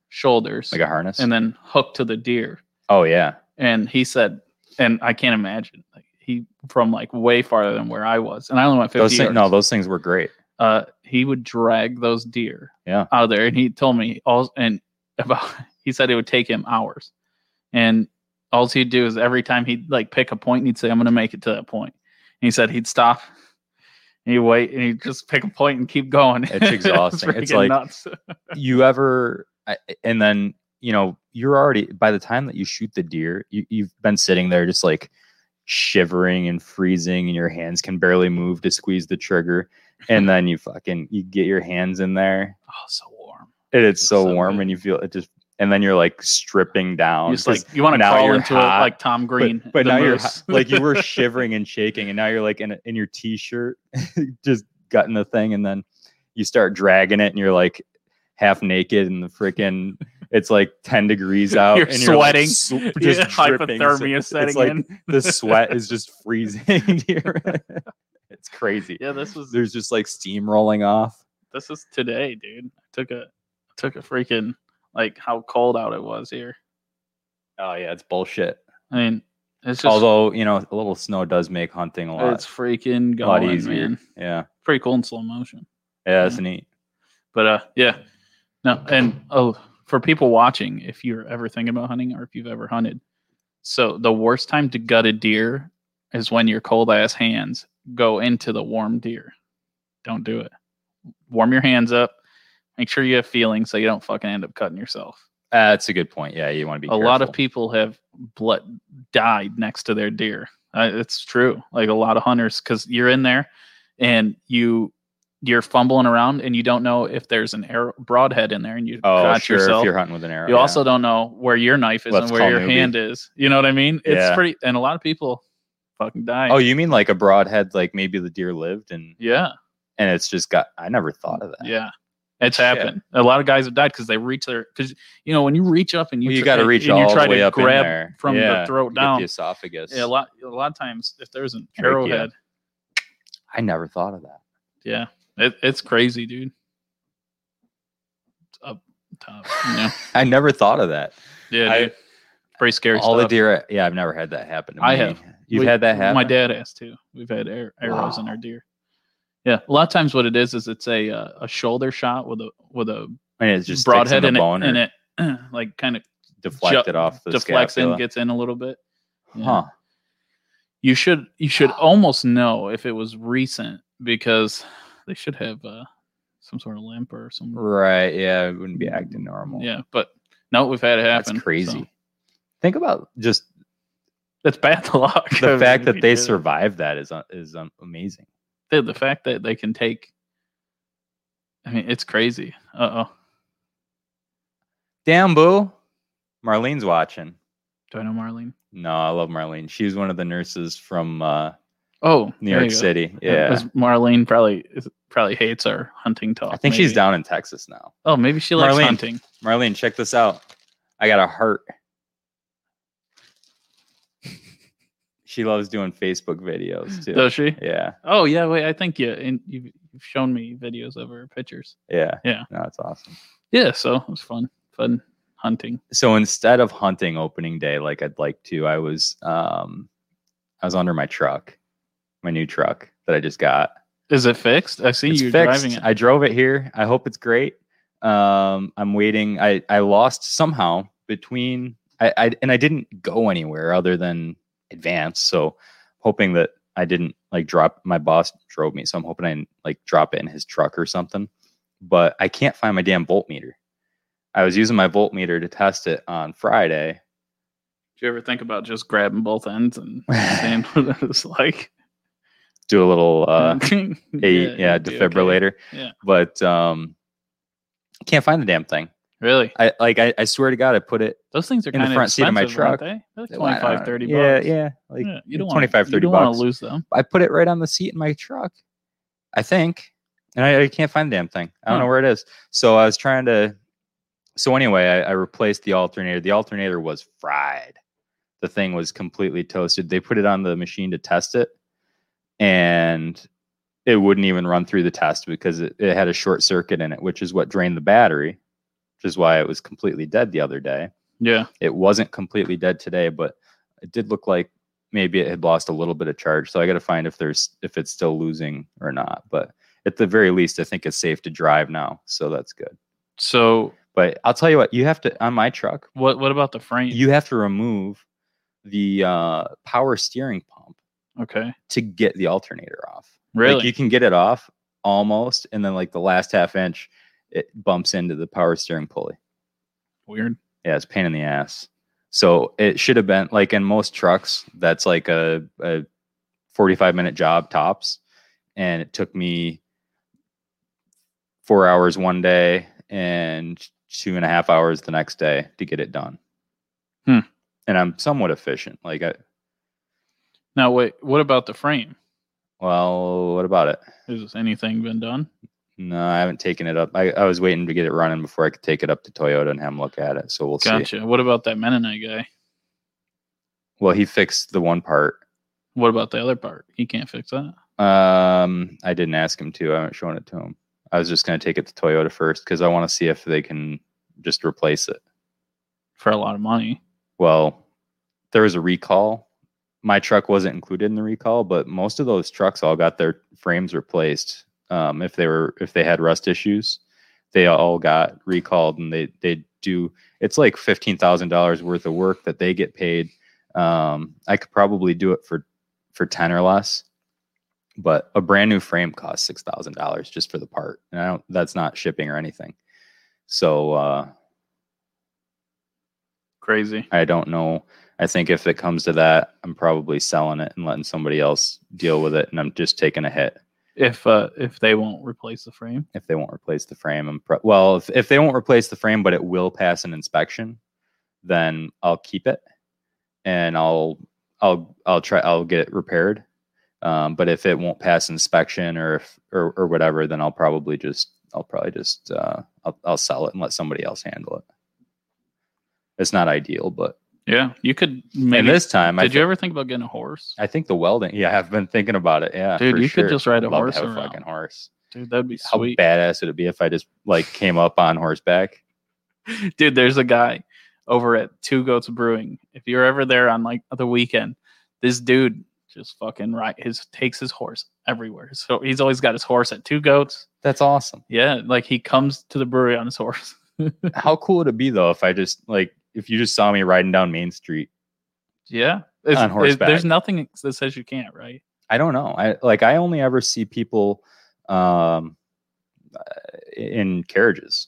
shoulders Like a harness. and then hook to the deer. oh yeah. And he said, and I can't imagine like he from like way farther than where I was, and I only went fifty. Those things, yards no, those things were great. uh, he would drag those deer Yeah. out of there. And he told me all and *laughs* about he said it would take him hours. And all he'd do is every time he'd like pick a point and he'd say, I'm gonna make it to that point. And he said he'd stop and he'd wait and he'd just pick a point and keep going. *laughs* It's exhausting. It's freaking like- oh, nuts. you ever I- and then you know you're already by the time that you shoot the deer you, you've been sitting there just like shivering and freezing and your hands can barely move to squeeze the trigger *laughs* and then you fucking you get your hands in there oh so warm. and it's, It's so, so warm good. and you feel it just and then you're like stripping down You just 'cause- like you want to now crawl you're into hot, it like Tom but- Green. but, the now you're moose. hot- *laughs* like you *laughs* were shivering and shaking and now you're like in, a, in your t-shirt *laughs* just gutting the thing and then you start dragging it and you're like half naked and the freaking it's like 10 *laughs* degrees out You're and sweating. *laughs* you're like, sw- Yeah, just dripping. So hypothermia setting it's like in. the sweat *laughs* is just freezing *laughs* here it's crazy Yeah, this was there's just like steam rolling off this is today, dude. I took a I took a freaking like how cold out it was here. oh yeah it's bullshit I mean, it's just although you know a little snow does make hunting a it's lot, freaking a lot going, easier man. yeah Pretty cool in slow motion. yeah that's neat But uh, yeah, no, and oh, for people watching, if you're ever thinking about hunting or if you've ever hunted, so the worst time to gut a deer is when your cold ass hands go into the warm deer. Don't do it. Warm your hands up. Make sure you have feeling so you don't fucking end up cutting yourself. Uh, that's a good point. Yeah, you want to be a lot of careful. people have blood died next to their deer. Uh, it's true. Like a lot of hunters, because you're in there and you you're fumbling around and you don't know if there's an arrow broadhead in there and you Oh, got sure. yourself. If you're hunting with an arrow, you yeah. also don't know where your knife is Let's and where call your newbie. hand is. You know what I mean? It's Yeah. pretty, and a lot of people fucking die. Oh, you mean like a broadhead? Like maybe the deer lived and yeah, and it's just got. I never thought of that. yeah. It's Shit. happened. A lot of guys have died because they reach their because you know when you reach up and you Well, you tr- got to and- reach and all you try the way to up in grab there. from Yeah, the throat you get down. the esophagus. Yeah, a lot a lot of times if there's an Trachea. arrowhead, I never thought of that. yeah, it, it's crazy, dude. It's up top, *laughs* you know? *laughs* I never thought of that. yeah, I- dude. pretty scary. all the stuff. deer. Yeah, I've never had that happen. To I me. have. You've We- had that happen. My dad has too. We've had ar- arrows in Wow. our deer. Yeah, a lot of times what it is is it's a uh, a shoulder shot with a with a And it just sticks broadhead in and the it, bone and or it *clears throat* like kind of deflected ju- off the deflects scapula. in, gets in a little bit. Yeah. Huh. You should you should almost know if it was recent because they should have uh, some sort of limp or some Right. Yeah. It wouldn't be acting normal. Yeah, but no, we've had it That's happen. crazy. so- Think about *laughs* just That's bad *laughs* luck. I the mean, fact if that you they do- survived that is uh, is um, amazing. the, the fact that they can take. I mean, it's crazy. Uh oh. Damn, boo. Marlene's watching. Do I know Marlene? No, I love Marlene. She's one of the nurses from uh, Oh, New there York you go. City. Yeah. 'cause Marlene probably is- probably hates our hunting talk. I think she's maybe. down in Texas now. Oh, maybe she likes Marlene. hunting. Marlene, check this out. I got a *laughs* heart. She loves doing Facebook videos too. Does she? yeah, Oh yeah, wait. I think you and you've you've shown me videos of her pictures. yeah, Yeah. No, that's awesome. Yeah, so it was fun, fun hunting. So instead of hunting opening day like I'd like to, I was um, I was under my truck, my new truck that I just got. Is it fixed? I see It's you fixed. driving it. I drove it here. I hope it's great. Um, I'm waiting. I I lost somehow between I, I and I didn't go anywhere other than advance. So hoping that I didn't like drop my boss drove me. So I'm hoping I didn't, like drop it in his truck or something. But I can't find my damn voltmeter. I was using my voltmeter to test it on Friday. Do you ever think about just grabbing both *laughs* ends and seeing what it's like? Do a little *laughs* uh, a, yeah, you'd be okay. defibrillator. Yeah. But um, can't find the damn thing. Really? I like I, I swear to God, I put it Those things are In the kind of front seat of my expensive, truck. aren't they? They're like Well, I don't 25, know. 30 yeah, bucks. Yeah, Like Yeah, you don't 25, want, 30 you don't want bucks. to lose them. I put it right on the seat in my truck. I think, and I, I can't find the damn thing. I don't know Hmm. where it is. So I was trying to. So anyway, I, I replaced the alternator. The alternator was fried. The thing was completely toasted. They put it on the machine to test it, and it wouldn't even run through the test because it, it had a short circuit in it, which is what drained the battery, which is why it was completely dead the other day Yeah. it wasn't completely dead today, but it did look like maybe it had lost a little bit of charge. So I got to find if there's if it's still losing or not. But at the very least, I think it's safe to drive now, so that's good. So But I'll tell you what, you have to on my truck, what what about the frame? you have to remove the uh, power steering pump okay. to get the alternator off. Really? Like you can get it off almost, and then like the last half inch, it bumps into the power steering pulley. Weird. Yeah, it's a pain in the ass. So it should have been like in most trucks, that's like a, a 45 minute job tops. And it took me four hours one day and two and a half hours the next day to get it done. Hmm. And I'm somewhat efficient. Like, I, Now wait, what about the frame? well, what about it? Has anything been done? No, I haven't taken it up. I, I was waiting to get it running before I could take it up to Toyota and have them look at it. So we'll see. Gotcha. What about that Mennonite guy? Well, he fixed the one part What about the other part? He can't fix that. Um, I didn't ask him to. I haven't shown it to him. I was just going to take it to Toyota first because I want to see if they can just replace it. for a lot of money. Well, there was a recall. My truck wasn't included in the recall, but most of those trucks all got their frames replaced. Um, if they were if they had rust issues, they all got recalled, and they they do. It's like fifteen thousand dollars worth of work that they get paid. Um, I could probably do it for for ten or less, but a brand new frame costs six thousand dollars just for the part, and I don't. That's not shipping or anything. So uh, Crazy. I don't know. I think if it comes to that, I'm probably selling it and letting somebody else deal with it, and I'm just taking a hit If uh if they won't replace the frame. if they won't replace the frame. I'm pro- well, if, if they won't replace the frame, but it will pass an inspection, then I'll keep it and I'll I'll I'll try I'll get it repaired. Um, but if it won't pass inspection or if or, or whatever, then I'll probably just I'll probably just uh, I'll, I'll sell it and let somebody else handle it. It's not ideal, but Yeah, you could maybe. and this time I did thi- you ever think about getting a horse? I think the welding. Yeah, I've been thinking about it. Yeah, Dude, for you could sure. just ride a I'd love to horse have a around. fucking horse. Dude, that'd be How sweet. badass would it be if I just like came up on horseback? Dude, there's a guy over at Two Goats Brewing. If you're ever there on like the weekend, this dude just fucking right his takes his horse everywhere. So he's always got his horse at Two Goats. That's awesome. *laughs* Yeah, like he comes to the brewery on his horse. *laughs* How cool would it be though if I just like if you just saw me riding down Main Street? Yeah, It's- On it- horseback. there's nothing that says you can't, right? I don't know. I like I only ever see people um uh, in carriages.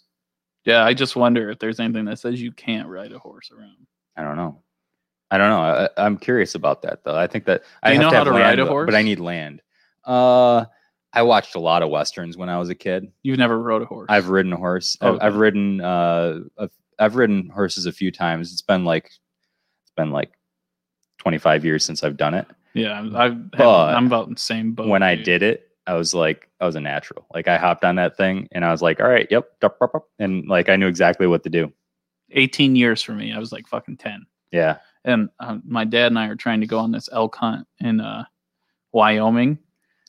Yeah, I just wonder if there's anything that says you can't ride a horse around. I don't know. I don't know. I, I- I'm curious about that though. I think that I you have know to how have to land, ride a though, but I horse? need land. Uh, I watched a lot of westerns when I was a kid. You've never rode a horse. I've ridden a horse. I've, Okay. I've ridden uh, I've, I've ridden horses a few times. It's been like it's been like 25 years since I've done it. Yeah, I'm- I've, But I'm about in the same boat. when I dude. did it, I was like, I was a natural. Like I hopped on that thing and I was like, all right, yep, dup, dup, dup," and like I knew exactly what to do. 18 years for me, I was like fucking 10. Yeah, And um, my dad and I are trying to go on this elk hunt in uh, Wyoming.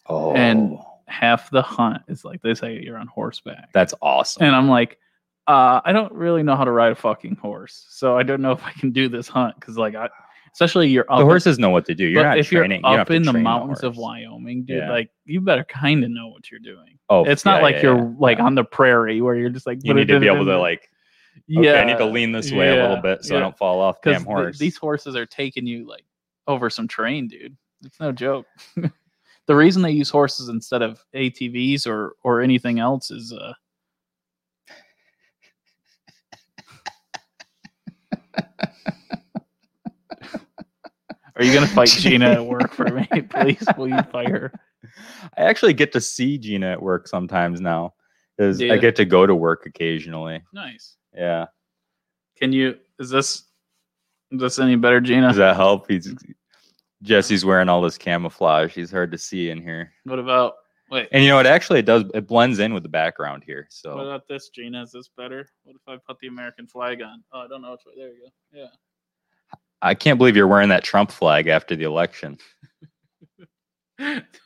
oh, Half the hunt is like they say you're on horseback. that's awesome. And I'm like, uh, I don't really know how to ride a fucking horse, so I don't know if I can do this hunt because like I, especially you're up the horses know what to do. You're but not if training. you're you don't up have to in the train mountains of horse. Wyoming, dude, Yeah. like you better kind of know what you're doing. Oh, It's not yeah, like yeah, you're yeah. like Yeah. on the prairie where you're just like You need to be able to like. yeah. Okay, I need to lean this way a yeah, little bit so yeah. I don't fall off. because Damn horse. these horses are taking you like over some terrain, dude. It's no joke. *laughs* the reason they use horses instead of ATVs or or anything else is uh Are you gonna *laughs* fight Gina at work for me? Please, will you fight her? I actually get to see Gina at work sometimes now. 'cause Yeah. I get to go to work occasionally. *laughs* Nice. Yeah. Can you is this is this any better, Gina? Does that help? He's Jesse's wearing all this camouflage. He's hard to see in here. what about wait, And you know what? Actually, it does. It blends in with the background here. What So about this, Gina? Is this better? What if I put the American flag on? Oh, I don't know which way. There you go. Yeah. I can't believe you're wearing that Trump flag after the election. *laughs*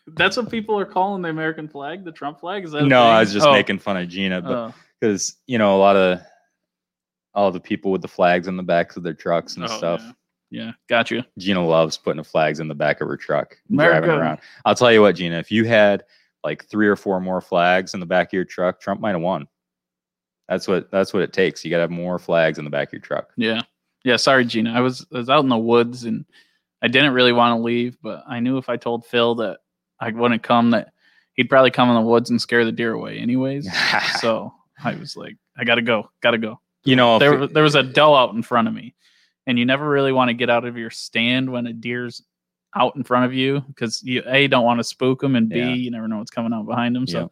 That's what people are calling the American flag, the Trump flag. Is that a No, I thing? was just Oh, making fun of Gina oh, because you know a lot of all the people with the flags on the backs of their trucks and oh, stuff. Yeah. yeah, gotcha. Gina loves putting the flags in the back of her truck, and driving America. around. I'll tell you what, Gina, if you had like three or four more flags in the back of your truck, Trump might have won. That's what that's what it takes. You got to have more flags in the back of your truck. *laughs* Yeah, yeah. Sorry, Gina. I was I was out in the woods and I didn't really want to leave, but I knew if I told Phil that I wouldn't come, that he'd probably come in the woods and scare the deer away, *laughs* anyways. so I was like, I gotta go, gotta go. you know, if there, it- wa- there was a doe out in front of me, and you never really want to get out of your stand when a deer's out in front of you because you a don't want to spook them, and b Yeah. you never know what's coming out behind them. So, Yeah.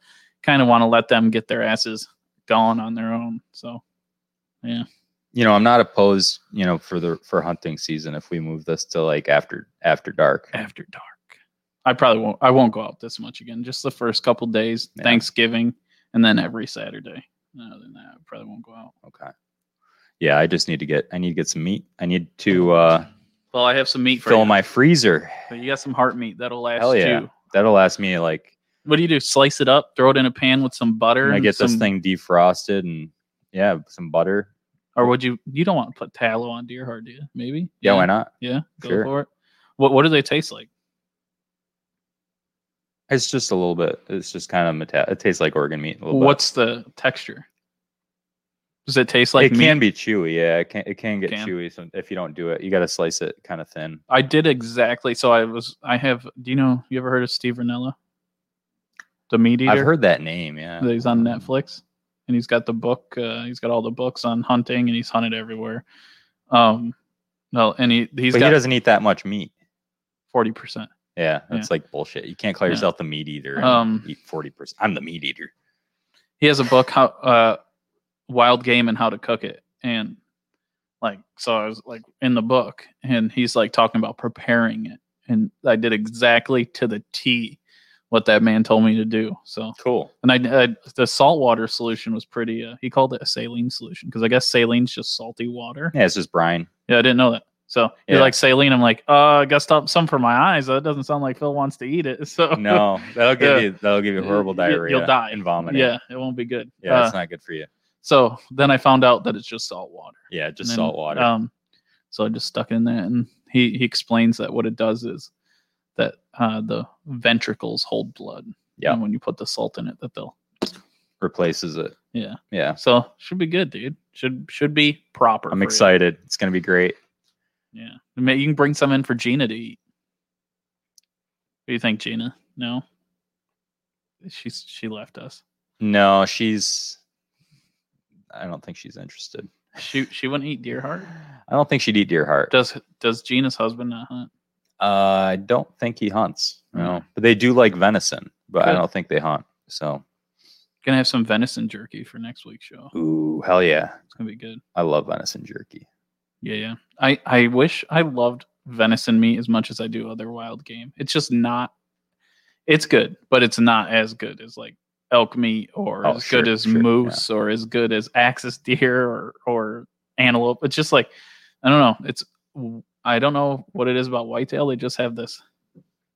kind of want to let them get their asses going on their own. So, you know, I'm not opposed. You know, for the for hunting season, if we move this to like after after dark, after dark, I probably won't. I won't go out this much again. Just the first couple days, Yeah. Thanksgiving, and then every Saturday. Other than that, I probably won't go out. okay. Yeah, I just need to get I need to get some meat. I need to uh, Well, I have some meat for fill you. my freezer. But you got some heart meat that'll last Hell yeah. too. That'll last me like What do you do? Slice it up, throw it in a pan with some butter. when I and get this some- thing defrosted and yeah, some butter. Or would you? You don't want to put tallow on deer heart, do you? Maybe. Yeah, why not? Yeah, go Sure. for it. What What do they taste like? It's just a little bit. It's just kind of meta- it tastes like organ meat. A little What's the texture? Does it taste bit. like it meat? can be chewy. Yeah, it can. It can get Can. chewy. So if you don't do it, you got to slice it kind of thin. I did exactly. So I was. I have. Do you know? You ever heard of Steve Renella? The meat eater. I've heard that name. Yeah. that he's on Netflix, and he's got the book. Uh, he's got all the books on hunting, and he's hunted everywhere. Um, no, and he he's but got he doesn't eat that much meat. forty percent. Yeah, that's like bullshit. You can't call Yeah. yourself the meat eater. and Um, eat forty percent. I'm the meat eater. he has a book how uh wild game and how to cook it and like so i was like in the book and he's like talking about preparing it and i did exactly to the t what that man told me to do so Cool. and i, I the saltwater solution was pretty uh, he called it a saline solution because i guess saline's just salty water Yeah, it's just *laughs* brine. yeah i didn't know that so you're Yeah. like saline i'm like uh i got stop some for my eyes that doesn't sound like phil wants to eat it *laughs* so No, that'll give Yeah. you that'll give you horrible Y- diarrhea. you'll die and *laughs* vomiting. yeah it won't be good yeah, Uh, it's not good for you. so then i found out that it's just salt water Yeah, just and then, salt water. Um, so I just stuck it in there, and he he explains that what it does is that uh, the ventricles hold blood. Yeah. and when you put the salt in it, that they'll replaces it. yeah. Yeah, So should be good, dude. Should should be proper. for I'm you. excited. It's gonna be great. Yeah, I mean, you can bring some in for Gina to eat. What do you think, Gina? No, she's she left us. No, she's. I don't think she's interested. She she wouldn't eat deer heart. I don't think she'd eat deer heart. Does does Gina's husband not hunt? Uh, I don't think he hunts. No, Okay. but they do like venison, but I Mm. Good. don't think they hunt. So, Gonna have some venison jerky for next week's show. ooh, hell yeah, It's gonna be good. I love venison jerky. Yeah, yeah. I I wish I loved venison meat as much as I do other wild game. It's just not. It's good, but it's not as good as like elk meat or Oh, as sure, good as sure, yeah. moose or as good as axis deer or or antelope. It's just like I don't know. It's I don't know what it is about whitetail. They just have this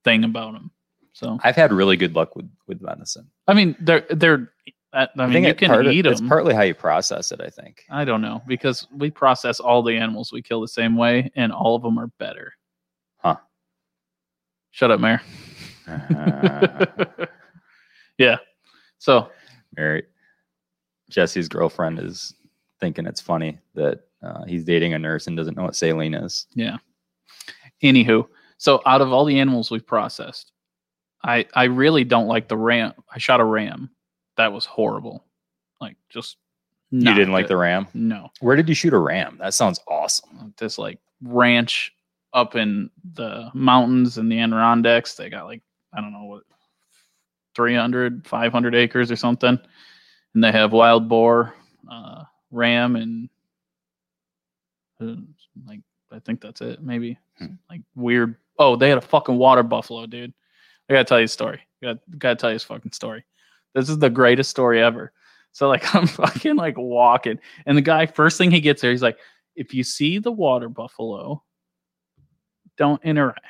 thing about them. So I've had really good luck with with venison. I mean, they're they're. I, I mean, you it's can part of- eat It's them. partly how you process it. I think. I don't know because we process all the animals we kill the same way, and all of them are better. Huh. Shut *laughs* up, Mayor. *laughs* Uh, yeah. So *laughs* Mary, Jesse's girlfriend is thinking it's funny that uh, he's dating a nurse and doesn't know what saline is. anywho, so out of all the animals we've processed, I I really don't like the ram. I shot a ram. That was horrible. Like just you didn't like the ram. no. Where did you shoot a ram? That sounds awesome. this like ranch up in the mountains in the Adirondacks. They got like I don't know what 300, 500 acres or something, and they have wild boar, uh, ram, and uh, like I think that's it. Maybe Hmm. like weird. Oh, they had a fucking water buffalo, dude. I gotta tell you a story. Got gotta tell you this fucking story. This is the greatest story ever. So like *laughs* I'm fucking like walking, and the guy first thing he gets there, he's like, if you see the water buffalo, don't interact.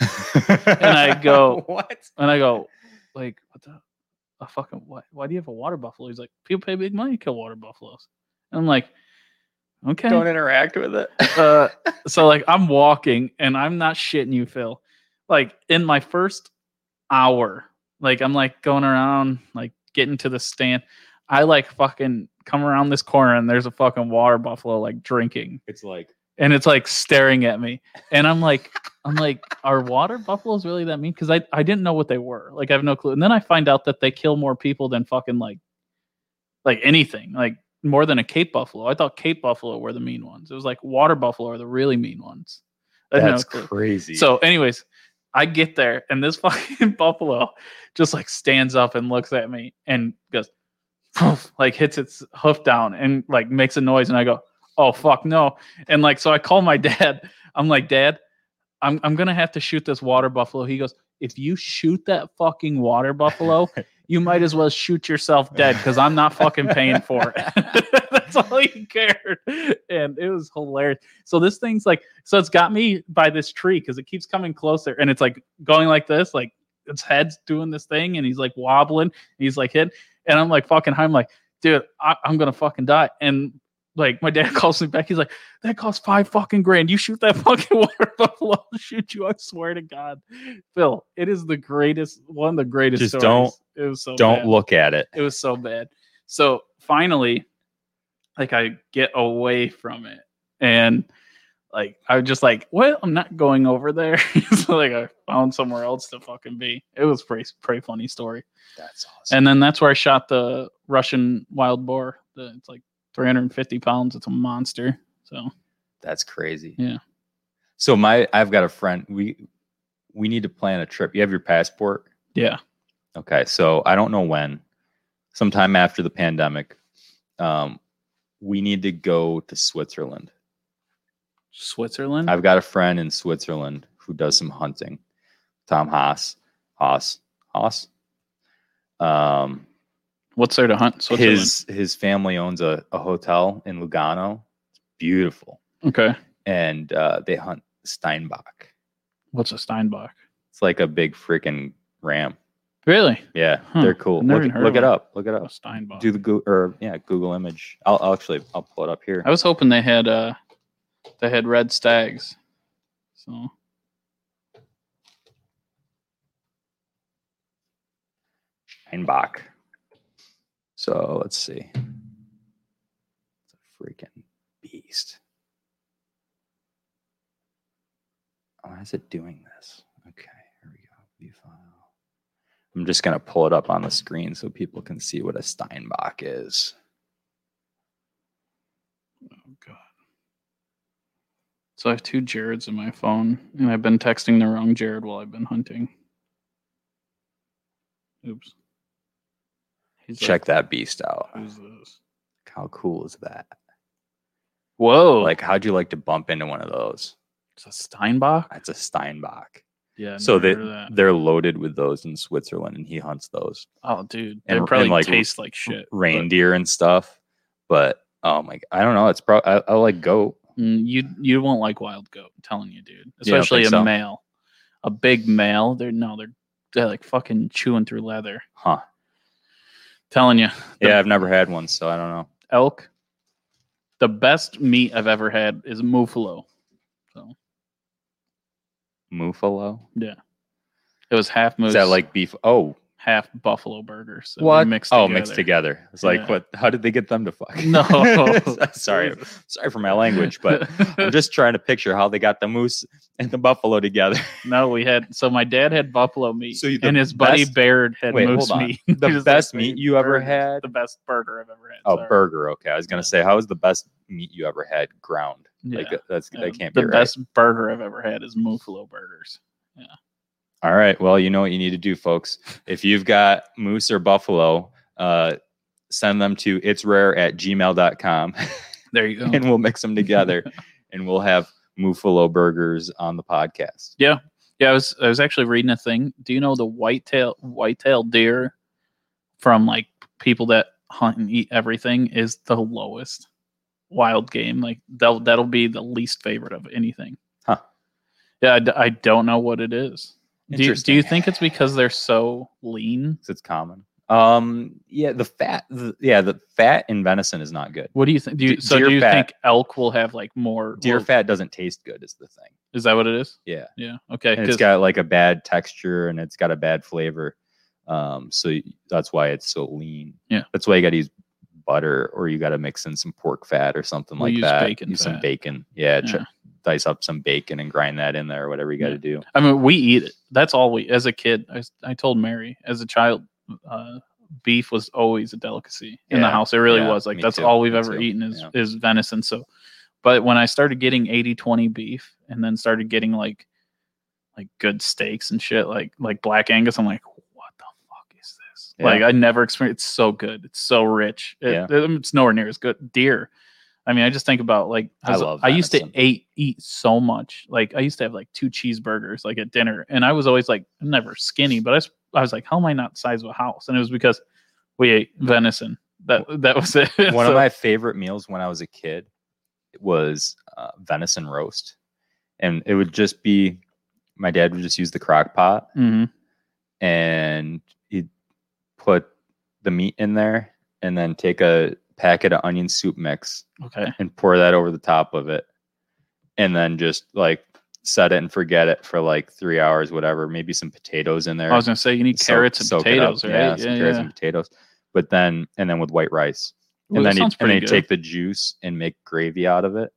and I go- *laughs* what? And I go, like, what the a fucking what? Why do you have a water buffalo? He's like, people pay big money to kill water buffaloes. And I'm like, okay. Don't interact with it. "Eh." *laughs* uh, so like I'm walking and I'm not shitting you, Phil. Like in my first hour, like I'm like going around, like getting to the stand. I like fucking come around this corner and there's a fucking water buffalo like drinking it's like and it's like staring at me and i'm like i'm like are water buffaloes really that mean because I, I didn't know what they were like i have no clue and then i find out that they kill more people than fucking like like anything like more than a cape buffalo i thought cape buffalo were the mean ones it was like water buffalo are the really mean ones I had no that's clue. crazy. So, anyways, I get there and this *laughs* fucking buffalo just like stands up and looks at me and goes, *laughs* "Poof," like hits its hoof down and like makes a noise. And I go, oh, fuck no. And like, so I call my *laughs* dad. I'm like, Dad, I'm, I'm going to have to shoot this water buffalo. He goes, if you shoot that fucking water buffalo, you might as well shoot yourself dead because I'm not fucking paying for it. *laughs* That's all he cared. And it was hilarious. So this thing's like, so it's got me by this tree because it keeps coming closer and it's like going like this, like its head's doing this thing and he's like wobbling. And he's like hit. And I'm like fucking high. I'm like, dude, I, I'm going to fucking die. And like my dad *laughs* calls me back. He's like, that costs five fucking grand. You shoot that *laughs* fucking water buffalo, I'll shoot you. I swear to God, Phil, it is the greatest, one of the greatest. Just stories. don't- It was so don't bad. look at it. It was so bad. So finally, like I get away from it, and like I was just like, well, I'm not going over there. *laughs* so like I found somewhere else to fucking be. It was pretty pretty funny story. That's awesome. And then that's where I shot the Russian wild boar. The, it's like 350 pounds. It's a monster. So That's crazy. Yeah. So my I've got a friend. We we need to plan a trip. You have your passport? yeah, Okay, so I don't know when, sometime after the pandemic, um, we need to go to Switzerland. Mm-hmm. Switzerland. I've got a friend in Switzerland who does some hunting, Tom Haas, Haas, Haas. Um, What's there to hunt? in Switzerland. his his family owns a, a hotel in Lugano. It's beautiful, okay. and uh, they hunt Steinbach. What's a Steinbach? It's like a big freaking ram. Really? Yeah, Huh, they're cool. I've never Look, even heard look of it them. up. Look it A up. Steinbach. Oh, Do the Google or yeah Google image. I'll, I'll actually I'll pull it up here. I was hoping they had uh they had red stags. So Steinbach. So let's see. It's a freaking beast. Why is Oh, it doing this? Okay, here we go. View file. I'm just gonna pull it up on the screen so people can see what a Steinbach is. oh god. So I have two Jareds in my phone and I've been texting the wrong Jared while I've been hunting. Oops. He's Check that beast out. like, Who's this? How cool is that? Whoa. Like, how'd you like to bump into one of those? It's a Steinbach. It's a Steinbach. Yeah. so never they heard of that. they're loaded with those in Switzerland, and he hunts those oh, dude, and- they and, probably like, taste like shit. but- reindeer and stuff. But oh my, I don't know. It's probably I, I like goat. Mm, you you won't like wild goat. I'm telling you, dude. Mm-hmm. Yeah, I don't Especially think a so. male, a big male. They're no, they're they're like fucking chewing through leather. Huh. Telling you, The- Yeah, I've never had one, so I don't know. elk. The best meat I've ever had is mufalo. Mufalo. It was half moose. Is that like beef? Oh, half buffalo burgers? that were what? Mixed oh, together. mixed together. It's like Yeah. what? How did they get them to fuck? *laughs* No. *laughs* sorry, *laughs* sorry for my language, but I'm just trying to picture how they got the moose and the buffalo together. *laughs* no, we had so my dad had buffalo meat, So you- the and his buddy best- Baird had Wait, moose hold on. meat. *laughs* The He was like, best meat "Dude, you ever burgers, had? The best burger I've ever had. Oh, sorry." burger. Okay, I was gonna Yeah. say, how is the best meat you ever had ground? Yeah. Like that's Yeah, that can't the be right. best burger I've ever had is Mufalo burgers. All right. Well, you know what you need to do, folks. If you've got moose or buffalo, uh, send them to it's rare at *laughs* gmail.com There you go. and we'll mix them *laughs* together and we'll have Mufalo burgers on the podcast. yeah, I was I was actually reading a thing. Do you know the whitetail whitetail deer from like people that hunt and eat everything is the lowest wild game. Like that'll that'll be the least favorite of anything. Huh. Yeah, I, d- I don't know what it is. Do you, do Interesting. you think it's because they're so lean? 'Cause it's common? Um, yeah, the fat, the, yeah, the fat in venison is not good. What do you think? Do you, D- so deer do you fat. think elk will have like more Deer will- fat doesn't taste good, is the thing. Is that what it is? Yeah. Yeah. Okay. And it's 'cause- got like a bad texture and it's got a bad flavor. Um, so y- that's why it's so lean. Yeah. That's why you got to use butter or you got to mix in some pork fat or something We like use that. bacon use some fat. bacon. Yeah. ch- Yeah. dice up some bacon and grind that in there or whatever you got to Yeah. do. I mean, we eat it. That's all we. As a kid, I, s- I told Mary as a child, uh, beef was always a delicacy in the Yeah, house. It really yeah, was. Like me that's too, all we've me ever too, eaten is yeah. is venison. So, but when I started getting 80-20 beef, and then started getting like like good steaks and shit, like like black Angus, I'm like, what the fuck is this? Yeah. Like I never experienced. It's so good. It's so rich. It- Yeah. it- it's nowhere near as good. Deer. I mean, I just think about like I I, was- love I used to venison. eat eat so much. Like I used to have like two cheeseburgers like at dinner, and I was always like I'm never skinny, but I was, I was like, how am I not the size of a house? And it was because we ate venison. That that was it. *laughs* One So- of my favorite meals when I was a kid was uh, venison roast. And it would just be my dad would just use the crock pot Mhm. and he'd put the meat in there and then take a packet of onion soup mix okay. and pour that over the top of it and then just like set it and forget it for like three hours whatever maybe some potatoes in there I was gonna say you need Soak- Oh, carrots and soak it potatoes, up. right? yeah, some yeah, carrots yeah. and potatoes but then and then with white rice Ooh, and that then, he'd, sounds and pretty he'd good. take the juice and make gravy out of it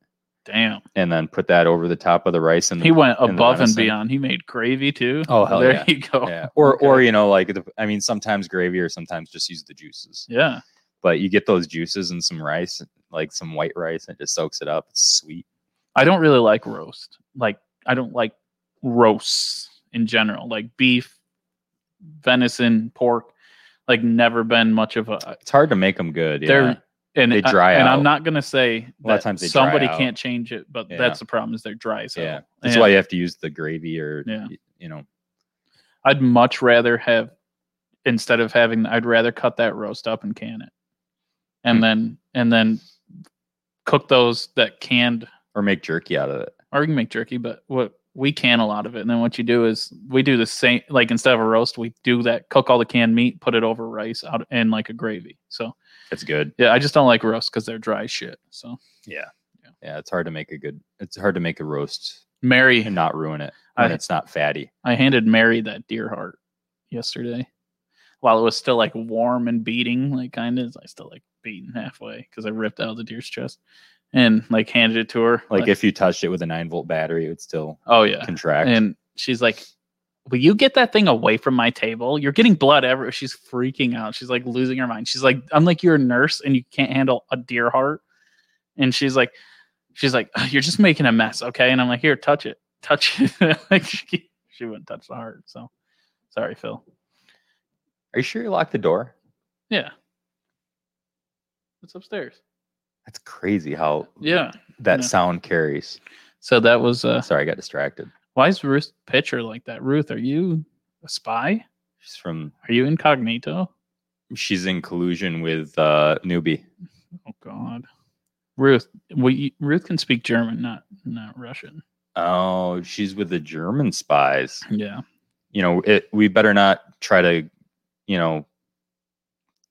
Damn, and then put that over the top of the rice and the he went and the above and venison. beyond. He made gravy too. Oh, hell there yeah. you go. yeah or Okay. or you know like the, i mean sometimes gravy or sometimes just use the juices *laughs* Yeah. but you get those juices and some rice, like some white rice, and it just soaks it up. It's sweet. I don't really like roast. Like I don't like roasts in general. Like beef, venison, pork. Like never been much of a It's hard to make them good. They're- Yeah. and They I- dry and out. I'm not gonna say A lot that of times they dry somebody out. can't change it, but Yeah. that's the problem is they're dry. So yeah. yeah. That's why you have to use the gravy or Yeah. y- you know. I'd much rather have instead of having I'd rather cut that roast up and can it. And Hmm. then and then cook those that canned Or make jerky out of it. or you can make jerky, but what we can a lot of it. And then what you do is we do the same, like instead of a roast, we do that, cook all the canned meat, put it over rice out and like a gravy. So It's good. yeah, I just don't like roast because they're dry shit. So Yeah, it's hard to make a good. It's hard to make a roast Mary, and not ruin it when I- it's not fatty. I handed Mary that deer heart yesterday while it was still like warm and beating, like kind of, I still like beaten halfway because I ripped out the deer's chest and like handed it to her. Like if you touched it with a nine volt battery, it would still oh yeah. contract. And she's like, Will you get that thing away from my table? You're getting blood everywhere. She's freaking out. She's like losing her mind. She's like, I'm like, you're a nurse and you can't handle a deer heart. And she's like, She's like, "Ugh, You're just making a mess. Okay. And I'm like, Here, touch it. Touch *laughs* it. like she, she wouldn't touch the heart. So sorry, Phil. Are you sure you locked the door? Yeah. It's upstairs. That's crazy how Yeah. that Yeah. sound carries. So that was uh Sorry, I got distracted. why is Ruth's picture like that? Ruth, are you a spy? She's from Are you incognito? she's in collusion with uh newbie. Oh god. Ruth, we Ruth can speak German, not not Russian. Oh, she's with the German spies. Yeah. You know, it, we better not try to, you know,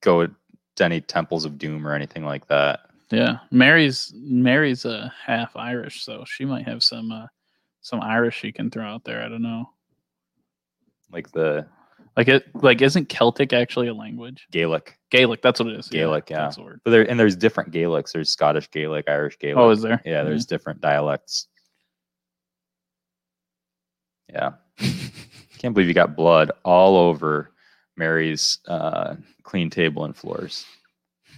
go to any temples of doom or anything like that. Yeah. Mary's Mary's a uh, half Irish, so she might have some uh some Irish she can throw out there. I don't know. Like the Like it like isn't Celtic actually a language? Gaelic. Gaelic, that's what it is. Gaelic, yeah. That's the word. But there and there's different Gaelics. There's Scottish Gaelic, Irish Gaelic. Oh, is there? yeah, there's different dialects. *laughs* Yeah. Can't believe you got blood all over Mary's uh, clean table and floors. Mm-hmm.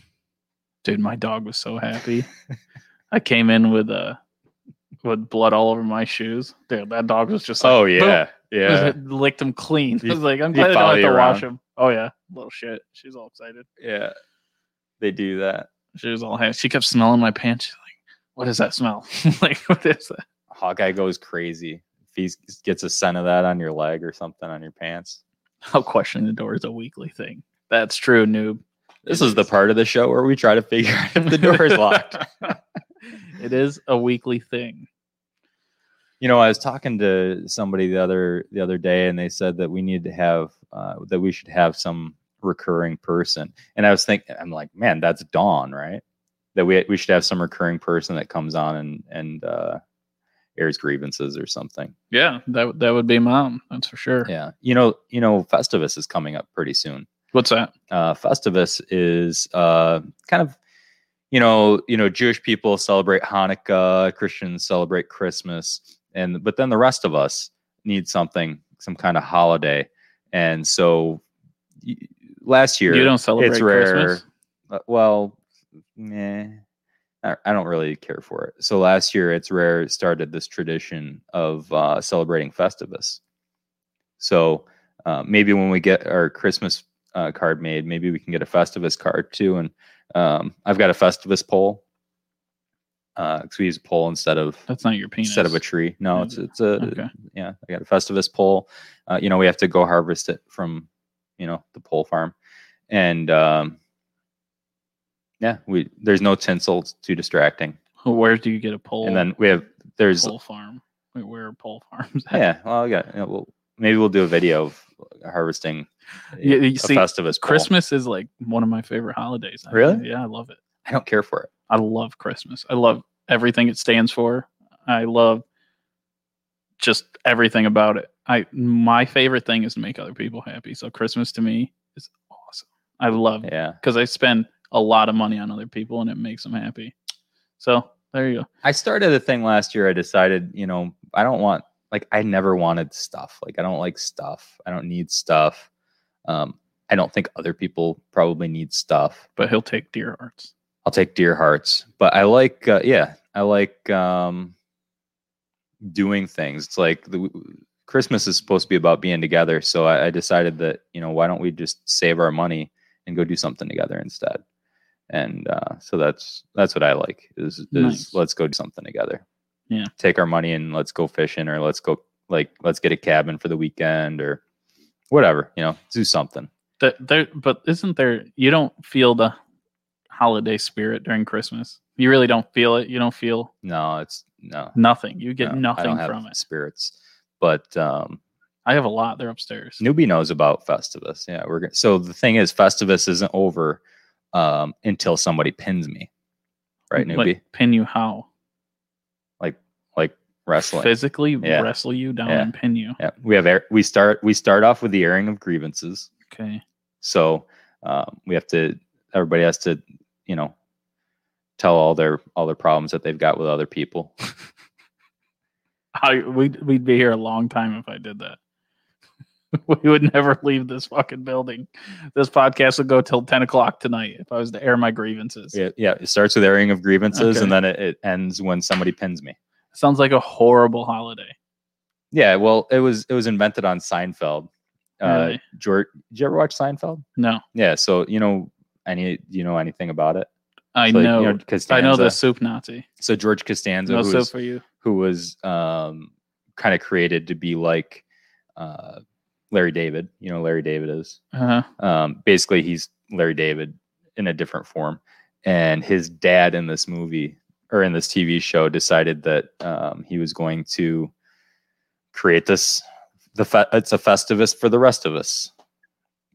dude my dog was *laughs* so happy i came in with uh with blood all over my shoes dude that dog was just like, Oh "Boom." yeah, yeah, *laughs* Just licked them clean He- i was like i'm he glad i followed don't have you to wash around. them oh yeah little shit she's all excited yeah. They do that. she was all happy she kept smelling my pants she's like what is that smell *laughs* like what is that Hawkeye goes crazy. If he gets a scent of that on your leg or something on your pants. how questioning the door is a weekly thing that's true noob This It is the part of the show where we try to figure out if the door is *laughs* locked. it is a weekly thing you know i was talking to somebody the other the other day and they said that we need to have uh, that we should have some recurring person and i was thinking i'm like man that's dawn right that we we should have some recurring person that comes on and and uh airs grievances or something yeah that that would be mom that's for sure yeah you know you know festivus is coming up pretty soon what's that uh, Festivus is uh, kind of, you know, you know, Jewish people celebrate Hanukkah, Christians celebrate Christmas, and but then the rest of us need something, some kind of holiday, and so y- last year you don't celebrate it's rare. christmas uh, well, meh, I I don't really care for it. So last year, It's Rare started this tradition of uh, celebrating Festivus. So uh, maybe when we get our Christmas uh, card made, maybe we can get a Festivus card too. And um, I've got a Festivus pole. Uh, 'cause we use a pole instead of that's not your penis instead of a tree. No, it's it's a Okay. yeah. I got a Festivus pole. Uh, you know, we have to go harvest it from you know the pole farm, and um, yeah, we there's no tinsel. It's too distracting. Where do you get a pole? And then we have there's pole farm. Wait, where are pole farms? At? yeah. Well, yeah. yeah, well, maybe we'll do a video of uh, harvesting. Yeah, you a see, Festivus pole. Christmas is like one of my favorite holidays. I- Really? Yeah, I love it. I don't care for it. I love Christmas. I love everything it stands for. I love just everything about it. I my favorite thing is to make other people happy. So Christmas to me is awesome. I love it Yeah. because I spend a lot of money on other people and it makes them happy. So there you go. I started a thing last year. I decided, you know, I don't want like I never wanted stuff. Like I don't like stuff. I don't need stuff. Um, I don't think other people probably need stuff. But he'll take deer hearts. I'll take deer hearts, but I like uh, yeah, I like um, doing things. It's like the, Christmas is supposed to be about being together. So I, I decided that you know why don't we just save our money and go do something together instead. And uh, so that's that's what I like is is Nice. let's go do something together. Yeah. take our money and let's go fishing or let's go like let's get a cabin for the weekend or whatever you know do something. That there, but isn't there? You don't feel the holiday spirit during Christmas. You really don't feel it. You don't feel No, it's no nothing. You get No, I nothing don't have from it. Spirits, but um, I have a lot. They're upstairs. newbie knows about Festivus. Yeah, we're gonna, so the thing is, Festivus isn't over um, until somebody pins me, right? Newbie, Like, pin you how? like wrestling. Physically Yeah. wrestle you down Yeah. and pin you. yeah, we have air, we start we start off with the airing of grievances. Okay. So um, we have to everybody has to you know tell all their all their problems that they've got with other people. I, we'd, we'd be here a long time if I did that. *laughs* we would never leave this fucking building. This podcast would go till 10 o'clock tonight if I was to air my grievances. yeah, yeah, it starts with airing of grievances, and Okay. then it, it ends when somebody pins me. Sounds like a horrible holiday. Yeah, well, it was it was invented on Seinfeld. Uh, Really? George, did you ever watch Seinfeld? No. Yeah. So you know any you know anything about it? I So, like, you know. I Costanza. know the soup Nazi. So George Costanza, no who soup was, for you. who was um, kind of created to be like uh, Larry David. You know, who Larry David is. Uh-huh. um, basically he's larry david in a different form and his dad in this movie or in this tv show decided that um, he was going to create this the fe- it's a festivus for the rest of us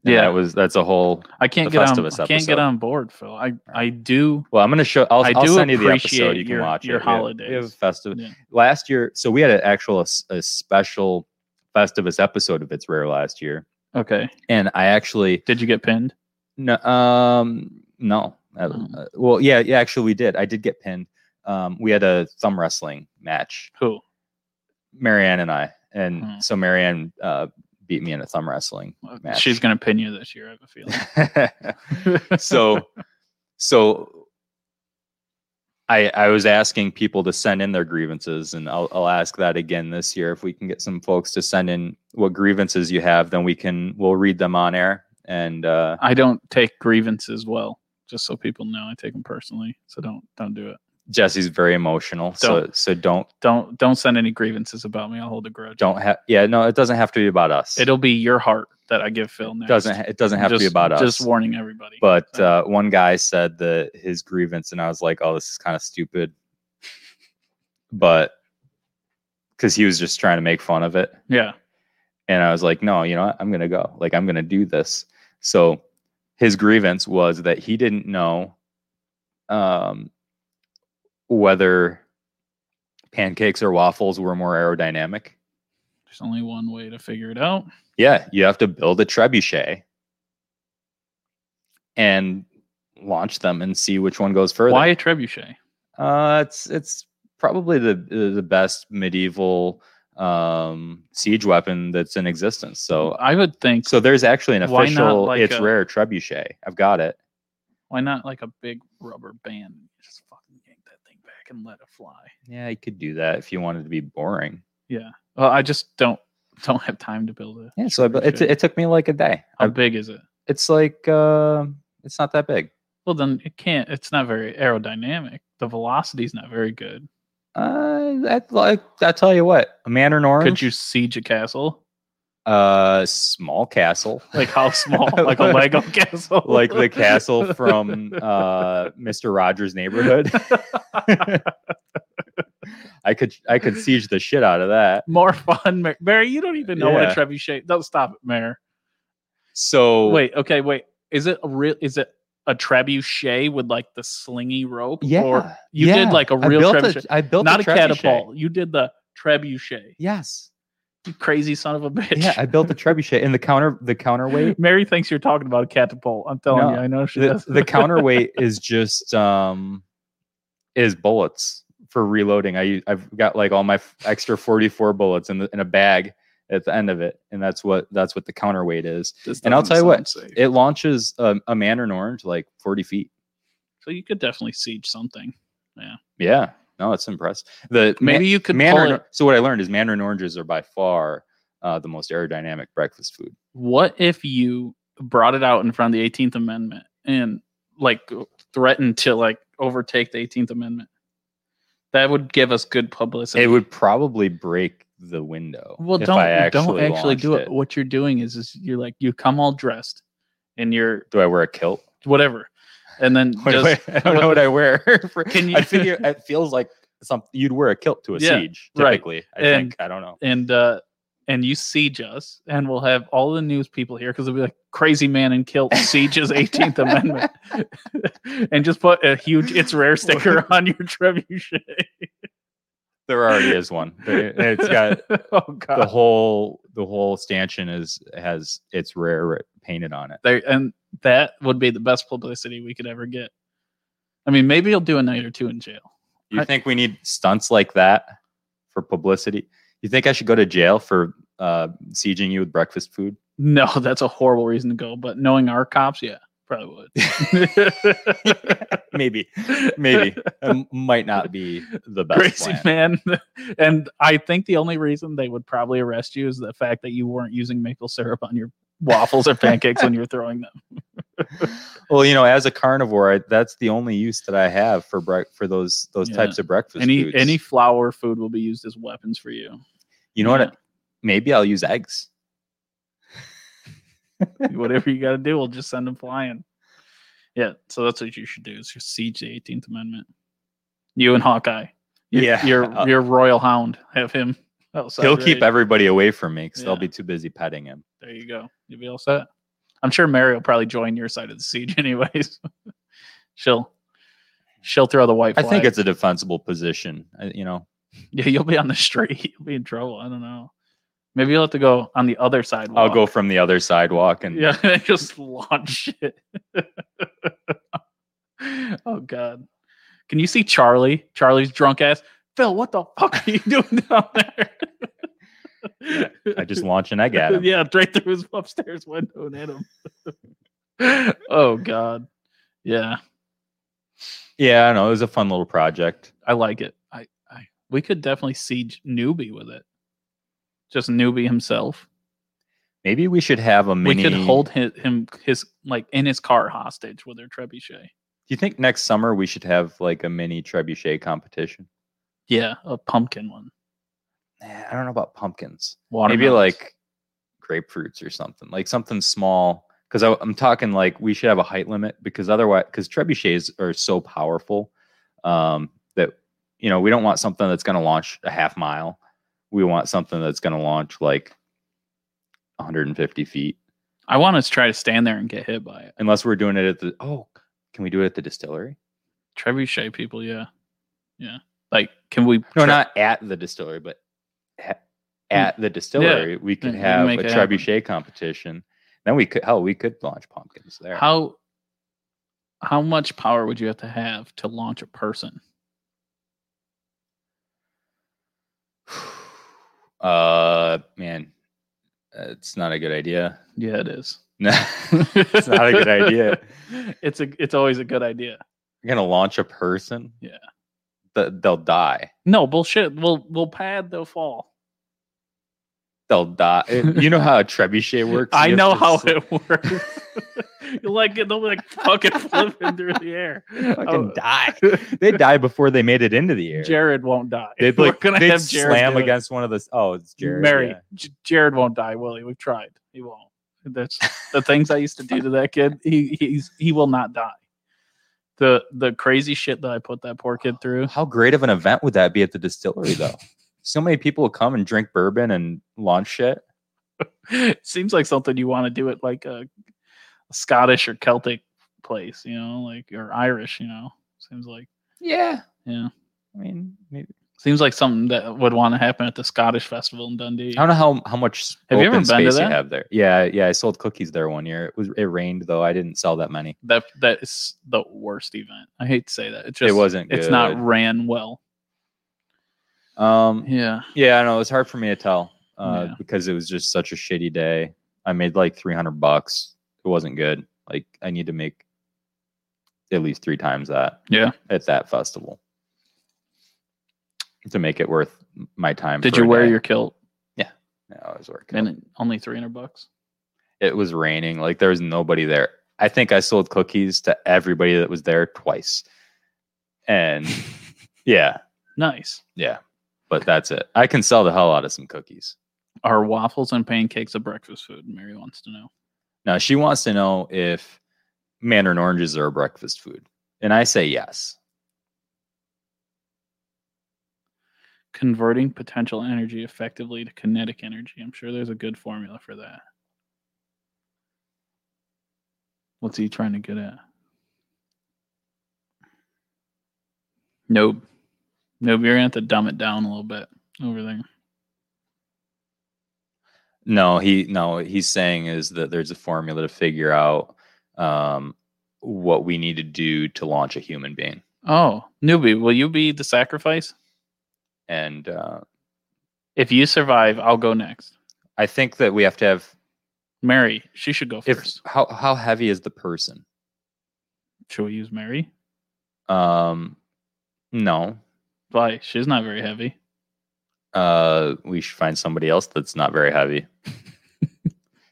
And Yeah. that was that's a whole I can't The get on. I Festivus can't episode. get on board, Phil. I I do. well i'm gonna show i'll, I I'll do send you the episode appreciate you can your- watch your it. We have- we have holidays. festivus Yeah. last year so we had an actual a special festivus episode of it's rare last year Okay. and i actually Did you get pinned? No, um, no. Uh, Oh. uh, well, yeah, yeah. Actually, we did. I did get pinned. Um, we had a thumb wrestling match, Who? Marianne and I, and Hmm. so Marianne uh, beat me in a thumb wrestling *laughs* match. She's gonna pin you this year. I have a feeling. *laughs* so, so I I was asking people to send in their grievances, and I'll I'll ask that again this year if we can get some folks to send in what grievances you have, then we can we'll read them on air and. uh I don't take grievances well. Just so people know, I take them personally. So don't don't do it. Jesse's very emotional, so so don't Don't don't send any grievances about me. I'll hold a grudge. don't have. Yeah, no, it doesn't have to be about us. It'll be your heart that I give Phil. Next. doesn't. ha- It doesn't have to be Just- about us. Just warning everybody. but uh, one guy said the his grievance, and I was like, "Oh, this is kind of stupid," but because he was just trying to make fun of it, yeah, and I was like, "No, you know, what? I'm gonna go. Like, I'm gonna do this." So his grievance was that he didn't know um, whether pancakes or waffles were more aerodynamic. there's only one way to figure it out. Yeah, you have to build a trebuchet and launch them and see which one goes further. Why a trebuchet? Uh, it's it's probably the the best medieval um, siege weapon that's in existence. So I would think. so there's actually an Mm-hmm. Why not official. like uh, it's a- rare trebuchet. I've got it. Why not like a big rubber band? Just fucking yank that thing back and let it fly. Yeah, you could do that if you wanted to be boring. Well, I just don't don't have time to build a. Yeah, so I, bu- it, trebuchet. Um, it took me like a day. How I- big is it? it's like uh, it's not that big. Well, then it can't. It's not very aerodynamic. The velocity's not very good. Uh, that like I tell you what, a man or an orange. Could you siege a castle? Uh, small castle, Like how *laughs* small? like a Lego castle? like *laughs* the castle from uh, Mister Rogers' Neighborhood. *laughs* I could I could siege the shit out of that. More fun, Mar- Mary. You don't even know Yeah. Oh. what a trebuchet. Don't stop it, Mayor. So Wait. Okay. Wait. Is it a real? Is it a trebuchet with like the slingy rope? yeah, Or you yeah. did like a I real built trebuchet, A, I built not a, trebuchet. catapult. You did the trebuchet. *laughs* Yes, You crazy son of a bitch. yeah, I built a trebuchet and the counter the *laughs* counterweight. Mary thinks you're talking about a catapult. I'm telling No, you, I know she The, does. the counterweight is just um, is bullets for reloading. I u- I've got like all my f- extra forty four bullets in the, in a bag at the end of it, and that's what that's what the counterweight is. *laughs* This and I'll doesn't tell you sound safe. It launches um, a man or an orange like 40 feet. so you could definitely siege something. Yeah. No, it's impressive. The ma- Maybe you could pull mandarin. it- So what I learned is mandarin oranges are by far uh, the most aerodynamic breakfast food. What if you brought it out in front of the 18th Amendment and like threatened to like overtake the 18th Amendment? That would give us good publicity. It would probably break the window. Well, if don't I actually don't actually do launched it. What you're doing is is you're like you come all dressed and you're Do I wear a kilt? whatever, and then What do just I, *laughs* I don't know what I wear. *laughs* for- Can I you- figure it feels like something you'd wear a kilt to a Yeah, siege right. typically. I And- think I don't know. and uh and you siege us and we'll have all the news people here because it'll be like crazy man *laughs* in kilt sieges 18th amendment *laughs* and just put a huge it's rare sticker *laughs* on your trebuchet There already is one. There- *laughs* It's got oh the god whole the whole stanchion is has it's rare painted on it. They- and that would be the best publicity we could ever get i mean maybe you'll do a night or two in jail You I- think we need stunts like that for publicity? You think I should go to jail for uh, sieging you with breakfast food? *laughs* *laughs* no that's a horrible reason to go but knowing our cops yeah probably would Maybe, maybe it might not be the best crazy plan. man. *laughs* And I think the only reason they would probably arrest you is the fact that you weren't using maple syrup on your waffles or pancakes when you were throwing them. well, you know, as a carnivore, I, that's the only use that I have for bre- for those *laughs* those Yeah. types of breakfast any foods. any flour food will be used as weapons for you. you know Yeah. what? Maybe I'll use eggs. *laughs* Whatever you got to do, we'll just send them flying. Yeah, so that's what you should do: is just siege the Eighteenth Amendment. You and Hawkeye, your, Yeah. uh, your your royal hound, have him. Outside, He'll keep ready. everybody away from me because they'll Yeah. be too busy petting him. There you go. You'll be all set. I'm sure Mary will probably join your side of the siege, *laughs* anyways. she'll she'll throw the white. I Flag. think it's a defensible position. I, you know, *laughs* yeah. You'll be on the street. *laughs* You'll be in trouble. I don't know. Maybe you'll have to go on the other side. I'll go from the other sidewalk and Yeah, *laughs* and just launch it. *laughs* oh God! Can you see Charlie? Charlie's drunk ass. Phil, what the fuck are you *laughs* doing down there? I just launch an egg at him. *laughs* yeah, right through his upstairs window and hit him. *laughs* oh God! Yeah, Yeah, I know. It was a fun little project. I like it. I, I we could definitely siege newbie with it. Just newbie himself. Maybe we should have a mini. We could hold his, him his like in his car hostage with their trebuchet. Do you think next summer we should have like a mini trebuchet competition? Yeah, a pumpkin one. Eh, I don't know about pumpkins. Watermelons. Maybe like grapefruits or something, like something small. Because I'm talking like we should have a height limit because otherwise, because trebuchets are so powerful um, that you know we don't want something that's going to launch a half mile. We want something that's going to launch like 150 feet, I want to try to stand there and get hit by it. unless we're doing it at the. Oh, can we do it at the distillery? Trebuchet people, yeah, yeah. Like, can we? No, tre- not at the distillery, but ha- at the distillery, we could Yeah, you have a make it happen. trebuchet competition. Then we could, hell, we could launch pumpkins there. *laughs* How how much power would you have to have to launch a person? *sighs* Uh, man, it's not a good idea. *laughs* Yeah, it is. No, it's not a good idea. *laughs* It's a. It's always a good idea. You're gonna launch a person. Yeah. Th- they'll die. No bullshit. We'll we'll pad. They'll fall. They'll *laughs* die. It- you know how a trebuchet works. I You have know to *laughs* how sl- it works. *laughs* you like it? They'll be like fucking flipping through the air. Fucking Oh, die. They die before they made it into the air. Jared won't die. They'd We're like gonna they'd have Jared slam do it. against one of the. Oh, it's Jared. Mary, yeah. J- Jared won't die, will he? We've tried. He won't. That's the things I used to do to that kid. He he's he will not die. The the crazy shit that I put that poor kid through. How great of an event would that be at the distillery, though? so many people will come and drink bourbon and launch shit. *laughs* seems like something you want to do at like a Scottish or Celtic place, you know, like or Irish, you know. Seems like Yeah. Yeah. I mean, maybe. seems like something that would want to happen at the Scottish festival in I Dundee. don't know how, how much Have you ever open been to space that? you have there. Yeah, yeah. I sold cookies there one year. It was it rained though. I didn't sell that many. That that is the worst event. I hate to say that. It just wasn't It's not good. ran well. Um, Yeah. yeah, I know it was hard for me to tell uh, Yeah. because it was just such a shitty day. I made like three hundred bucks. It wasn't good. Like I need to make at least three times that. Yeah. at that festival to make it worth my time. Did for you a wear day. your kilt? No, I was working. and it- only 300 bucks it was raining. Like there was nobody there. I think I sold cookies to everybody that was there twice. And yeah, nice yeah. But that's it. I can sell the hell out of some cookies. are waffles and pancakes a breakfast food mary wants to know Now she wants to know if mandarin oranges are a breakfast food. And I say yes. converting potential energy effectively to kinetic energy i'm sure there's a good formula for that what's he trying to get at nope nope you're gonna have to dumb it down a little bit over there No, he no, what he's saying is that there's a formula to figure out um, what we need to do to launch a human being. oh newbie will you be the sacrifice And uh, if you survive i'll go next I think that we have to have mary she should go if first how how heavy is the person? should we use mary Um, no, Why? She's not very heavy. uh, we should find somebody else that's not very heavy.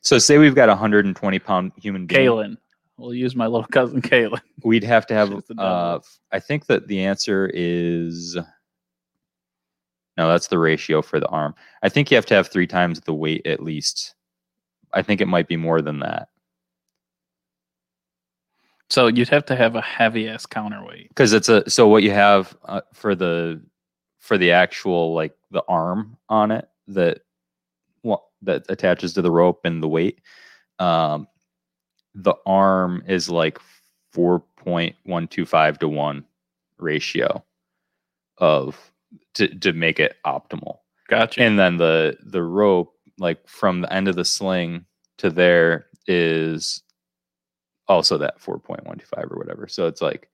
so say we've got a 120 pound human being. Galen, We'll use my little cousin Caitlin. We'd have to have. Shit's a dumb Uh, one. I think that the answer is no. That's the ratio for the arm. I think you have to have three times the weight at least. I think it might be more than that So you'd have to have a heavy ass counterweight. because it's a. So what you have uh, for the for the actual like the arm on it that wa- that attaches to the rope and the weight. Um, the arm is like four point one two five to one ratio of to to make it optimal. Gotcha. and then the the rope like from the end of the sling to there is also that 4.125 or whatever so it's like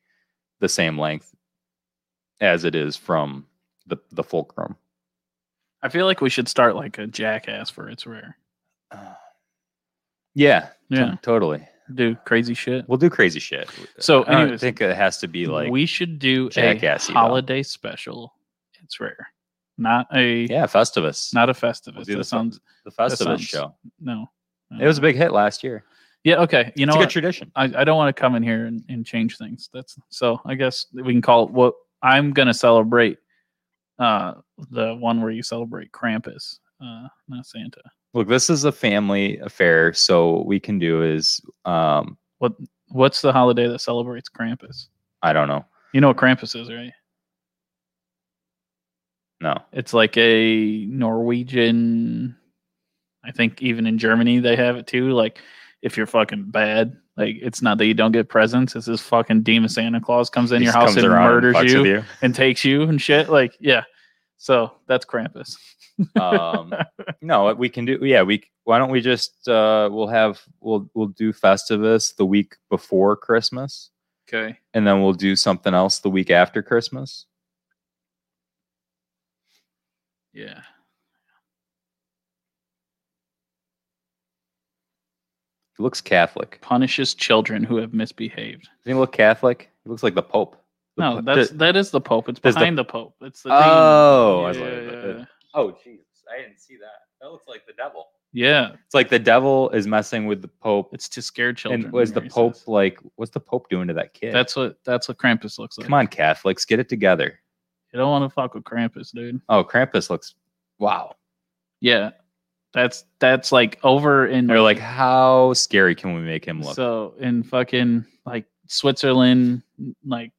the same length as it is from the the fulcrum I feel like we should start like a jackass for it's rare. Uh, yeah to- Yeah. totally Do crazy shit. we'll do crazy shit So, i don't anyways, think it has to be like we should do a jackassy, though. holiday special. It's rare, not a yeah festivus not a festivus. We'll do that the fe- sounds the festivus sounds- show no. it was a big hit last year yeah. Okay, you know it's a what? good tradition I, I don't want to come in here and, and change things. That's so I guess we can call it what I'm gonna celebrate uh the one where you celebrate Krampus, uh not Santa. look this is a family affair so what we can do is um What's the holiday that celebrates Krampus? i don't know You know what Krampus is, right? no It's like a Norwegian I think even in Germany they have it too. Like if you're fucking bad, like it's not that you don't get presents, it's this fucking demon Santa Claus comes in He your just house comes and around murders fucks you, with and takes you and shit. Like, yeah. So that's Krampus. *laughs* um, no, we can do. Yeah, we. Why don't we just? Uh, we'll have. We'll we'll do Festivus the week before Christmas, Okay. and then we'll do something else the week after Christmas. Yeah. He looks Catholic. Punishes children who have misbehaved. Does he look Catholic? He looks like the Pope. The No, po- that's d- that is the Pope. It's There's the- behind the, Pope. It's the demon. oh. I was yeah, like, yeah, yeah. uh, oh, Jesus! I didn't see that. That looks like the devil. Yeah, It's like the devil is messing with the Pope. it's to scare children. and was the Mary says. Pope like? What's the Pope doing to that kid? That's what that's what Krampus looks like. come on, Catholics, get it together. you don't want to fuck with Krampus, dude. Oh, Krampus looks. Wow. Yeah, that's that's like over in. They're like, how scary can we make him look? Mm-hmm. so in fucking like Switzerland, like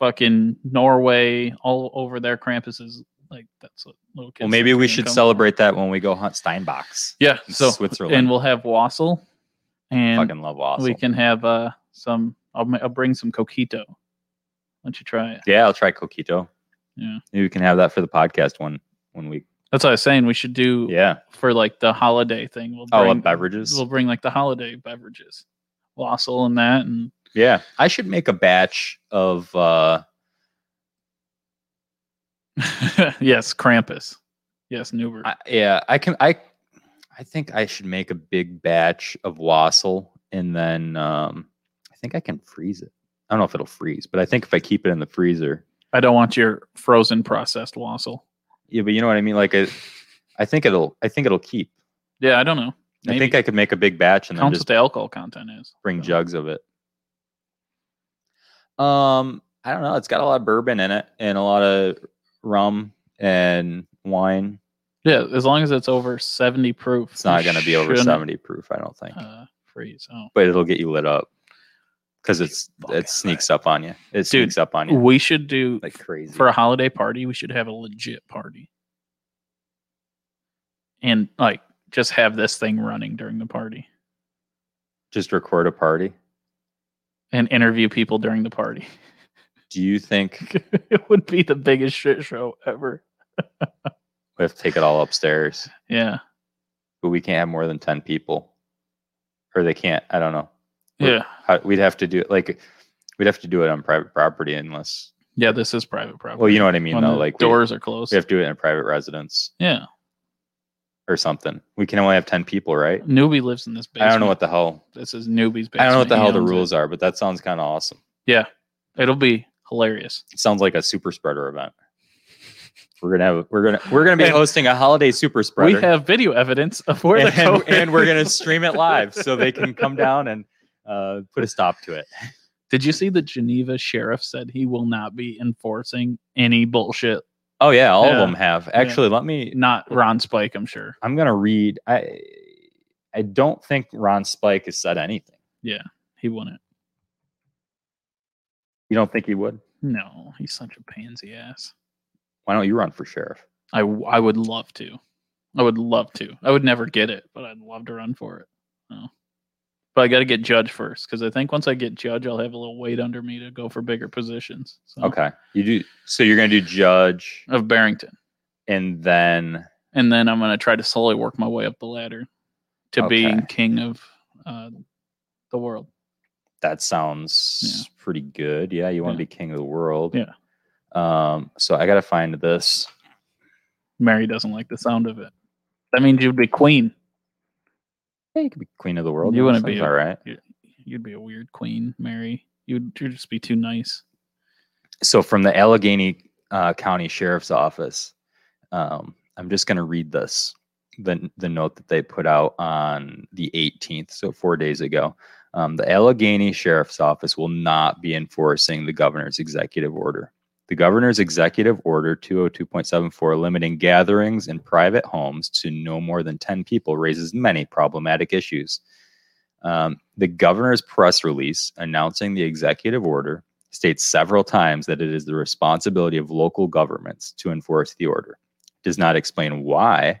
fucking Norway, all over there. Krampus is like that's what little kids. well, maybe think we it's gonna should come from. celebrate that when we go hunt Steinbachs Yeah, in so Switzerland. and we'll have Wassel, and fucking love Wassel. we can have uh some. I'll, ma- I'll bring some coquito. Why don't you try it? yeah, I'll try coquito. Yeah. Maybe we can have that for the podcast one one week. That's what I was saying. We should do Yeah. for like the holiday thing. We'll Oh, bring, and beverages? We'll bring like the holiday beverages, Wassel and that, and *laughs* Yeah. I should make a batch of uh yes, Krampus, yes, Newber. I, yeah, I can I I think I should make a big batch of Wassel and then um I think I can freeze it. I don't know if it'll freeze, but I think if I keep it in the freezer, I don't want your frozen processed Wassel. Yeah, but you know what I mean. Like, I, I think it'll. I think it'll keep. Yeah, I don't know. I think I could make a big batch and then counts just what the alcohol content is. bring so. jugs of it. Um, I don't know. It's got a lot of bourbon in it and a lot of rum and wine. Yeah, as long as it's over seventy proof, It's not you going to be over shouldn't, seventy proof, I don't think, Uh, freeze. Oh. but it'll get you lit up because it's fucking it sneaks up on you. It sneaks up on you We should do like crazy. for a holiday party. We should have a legit party, and like just have this thing running during the party, Just record a party. and interview people during the party. Do you *laughs* think it would be the biggest shit show ever. we have to take it all upstairs? Yeah, But we can't have more than ten people, or they can't. I don't know. Or- yeah, how, we'd have to do it like we'd have to do it on private property unless yeah. This is private property. well you know what i mean When though the like we- doors are we, closed. have to do it in a private residence yeah, or something we can only have 10 people right newbie lives in this basement. i don't know what the hell this is. Newbie's basement. i don't know what the He hell the owns it. rules are but that sounds kind of awesome Yeah, it'll be hilarious. it sounds like a super spreader event we're gonna have we're gonna we're gonna be *laughs* And- hosting a holiday super spreader We have video evidence of where and, the COVID *laughs* and we're gonna stream it live so they can come down and uh, put a stop to it. Did you see the Geneva sheriff said he will not be enforcing any bullshit? Oh yeah, all Yeah. of them have actually. Let me. Not Ron Spike, I'm sure. I'm gonna read. I I don't think Ron Spike has said anything. He wouldn't. You don't think he would? No, he's such a pansy ass. Why don't you run for sheriff? I, w- I would love to. I would love to. I would never get it, but I'd love to run for it. No. But I got to get judge first because I think once I get judge, I'll have a little weight under me to go for bigger positions. So, Okay, you do. So you're gonna do judge, Of Barrington. and then And then I'm going to try to slowly work my way up the ladder to being Okay. king of uh, the world. that sounds pretty good. Yeah, you want Yeah. to be king of the world. Yeah. Um. So I gotta find this. Mary doesn't like the sound of it. That means you'd be queen. Yeah, you could be queen of the world. You that wouldn't be sounds a- all right. You'd be a weird queen, Mary. You'd, you'd just be too nice. so from the Allegheny uh, County Sheriff's Office, um, I'm just going to read this the the note that they put out on the 18th, so four days ago. Um, the Allegheny Sheriff's Office will not be enforcing the governor's executive order. The governor's executive order 202.74 limiting gatherings in private homes to no more than 10 people raises many problematic issues. Um, the governor's press release announcing the executive order states several times that it is the responsibility of local governments to enforce the order. It does not explain why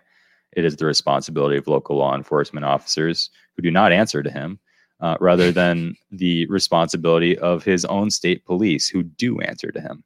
it is the responsibility of local law enforcement officers who do not answer to him, uh, rather than the responsibility of his own state police who do answer to him.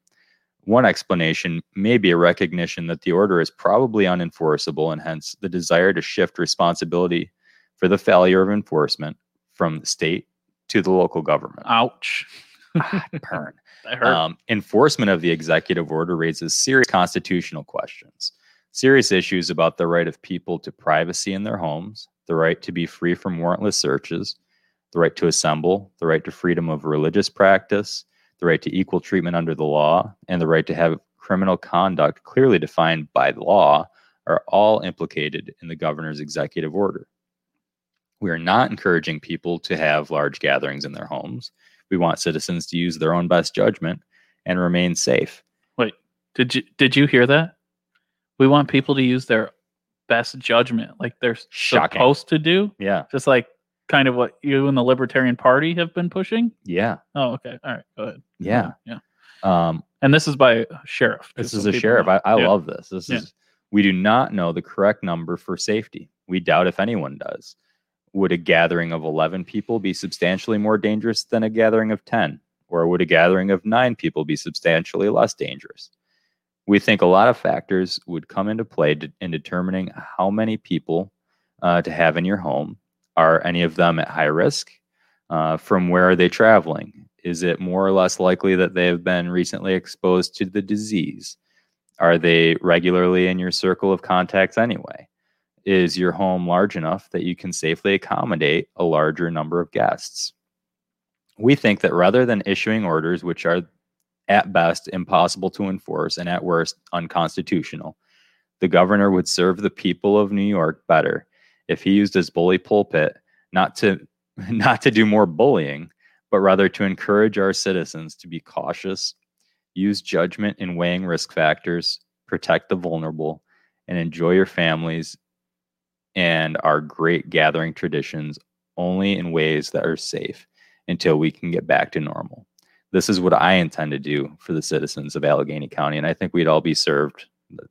One explanation may be a recognition that the order is probably unenforceable and hence the desire to shift responsibility for the failure of enforcement from the state to the local government. Ouch. Burn. That hurt. Um, enforcement of the executive order raises serious constitutional questions, serious issues about the right of people to privacy in their homes, the right to be free from warrantless searches, the right to assemble, the right to freedom of religious practice, the right to equal treatment under the law, and the right to have criminal conduct clearly defined by law are all implicated in the governor's executive order. We are not encouraging people to have large gatherings in their homes. We want citizens to use their own best judgment and remain safe. Did you did you hear that? We want people to use their best judgment, like they're Shocking. supposed to do, Yeah. just like kind of what you and the Libertarian Party have been pushing. Yeah. Oh, okay, all right, go ahead. Yeah. yeah. Um, And this is by a sheriff. this just is so a people sheriff. know. I, I Yeah. love this. This Yeah. is we do not know the correct number for safety. We doubt if anyone does. Would a gathering of 11 people be substantially more dangerous than a gathering of 10? Or would a gathering of nine people be substantially less dangerous? We think a lot of factors would come into play de- in determining how many people uh, to have in your home. Are any of them at high risk? Uh, from where are they traveling? Is it more or less likely that they have been recently exposed to the disease? Are they regularly in your circle of contacts anyway? Is your home large enough that you can safely accommodate a larger number of guests? We think that rather than issuing orders which are at best impossible to enforce and at worst unconstitutional, the governor would serve the people of New York better if he used his bully pulpit not to *laughs* not to do more bullying, but rather to encourage our citizens to be cautious, use judgment in weighing risk factors, protect the vulnerable, and enjoy your families and our great gathering traditions only in ways that are safe until we can get back to normal. This is what I intend to do for the citizens of Allegheny County, and I think we'd all be served.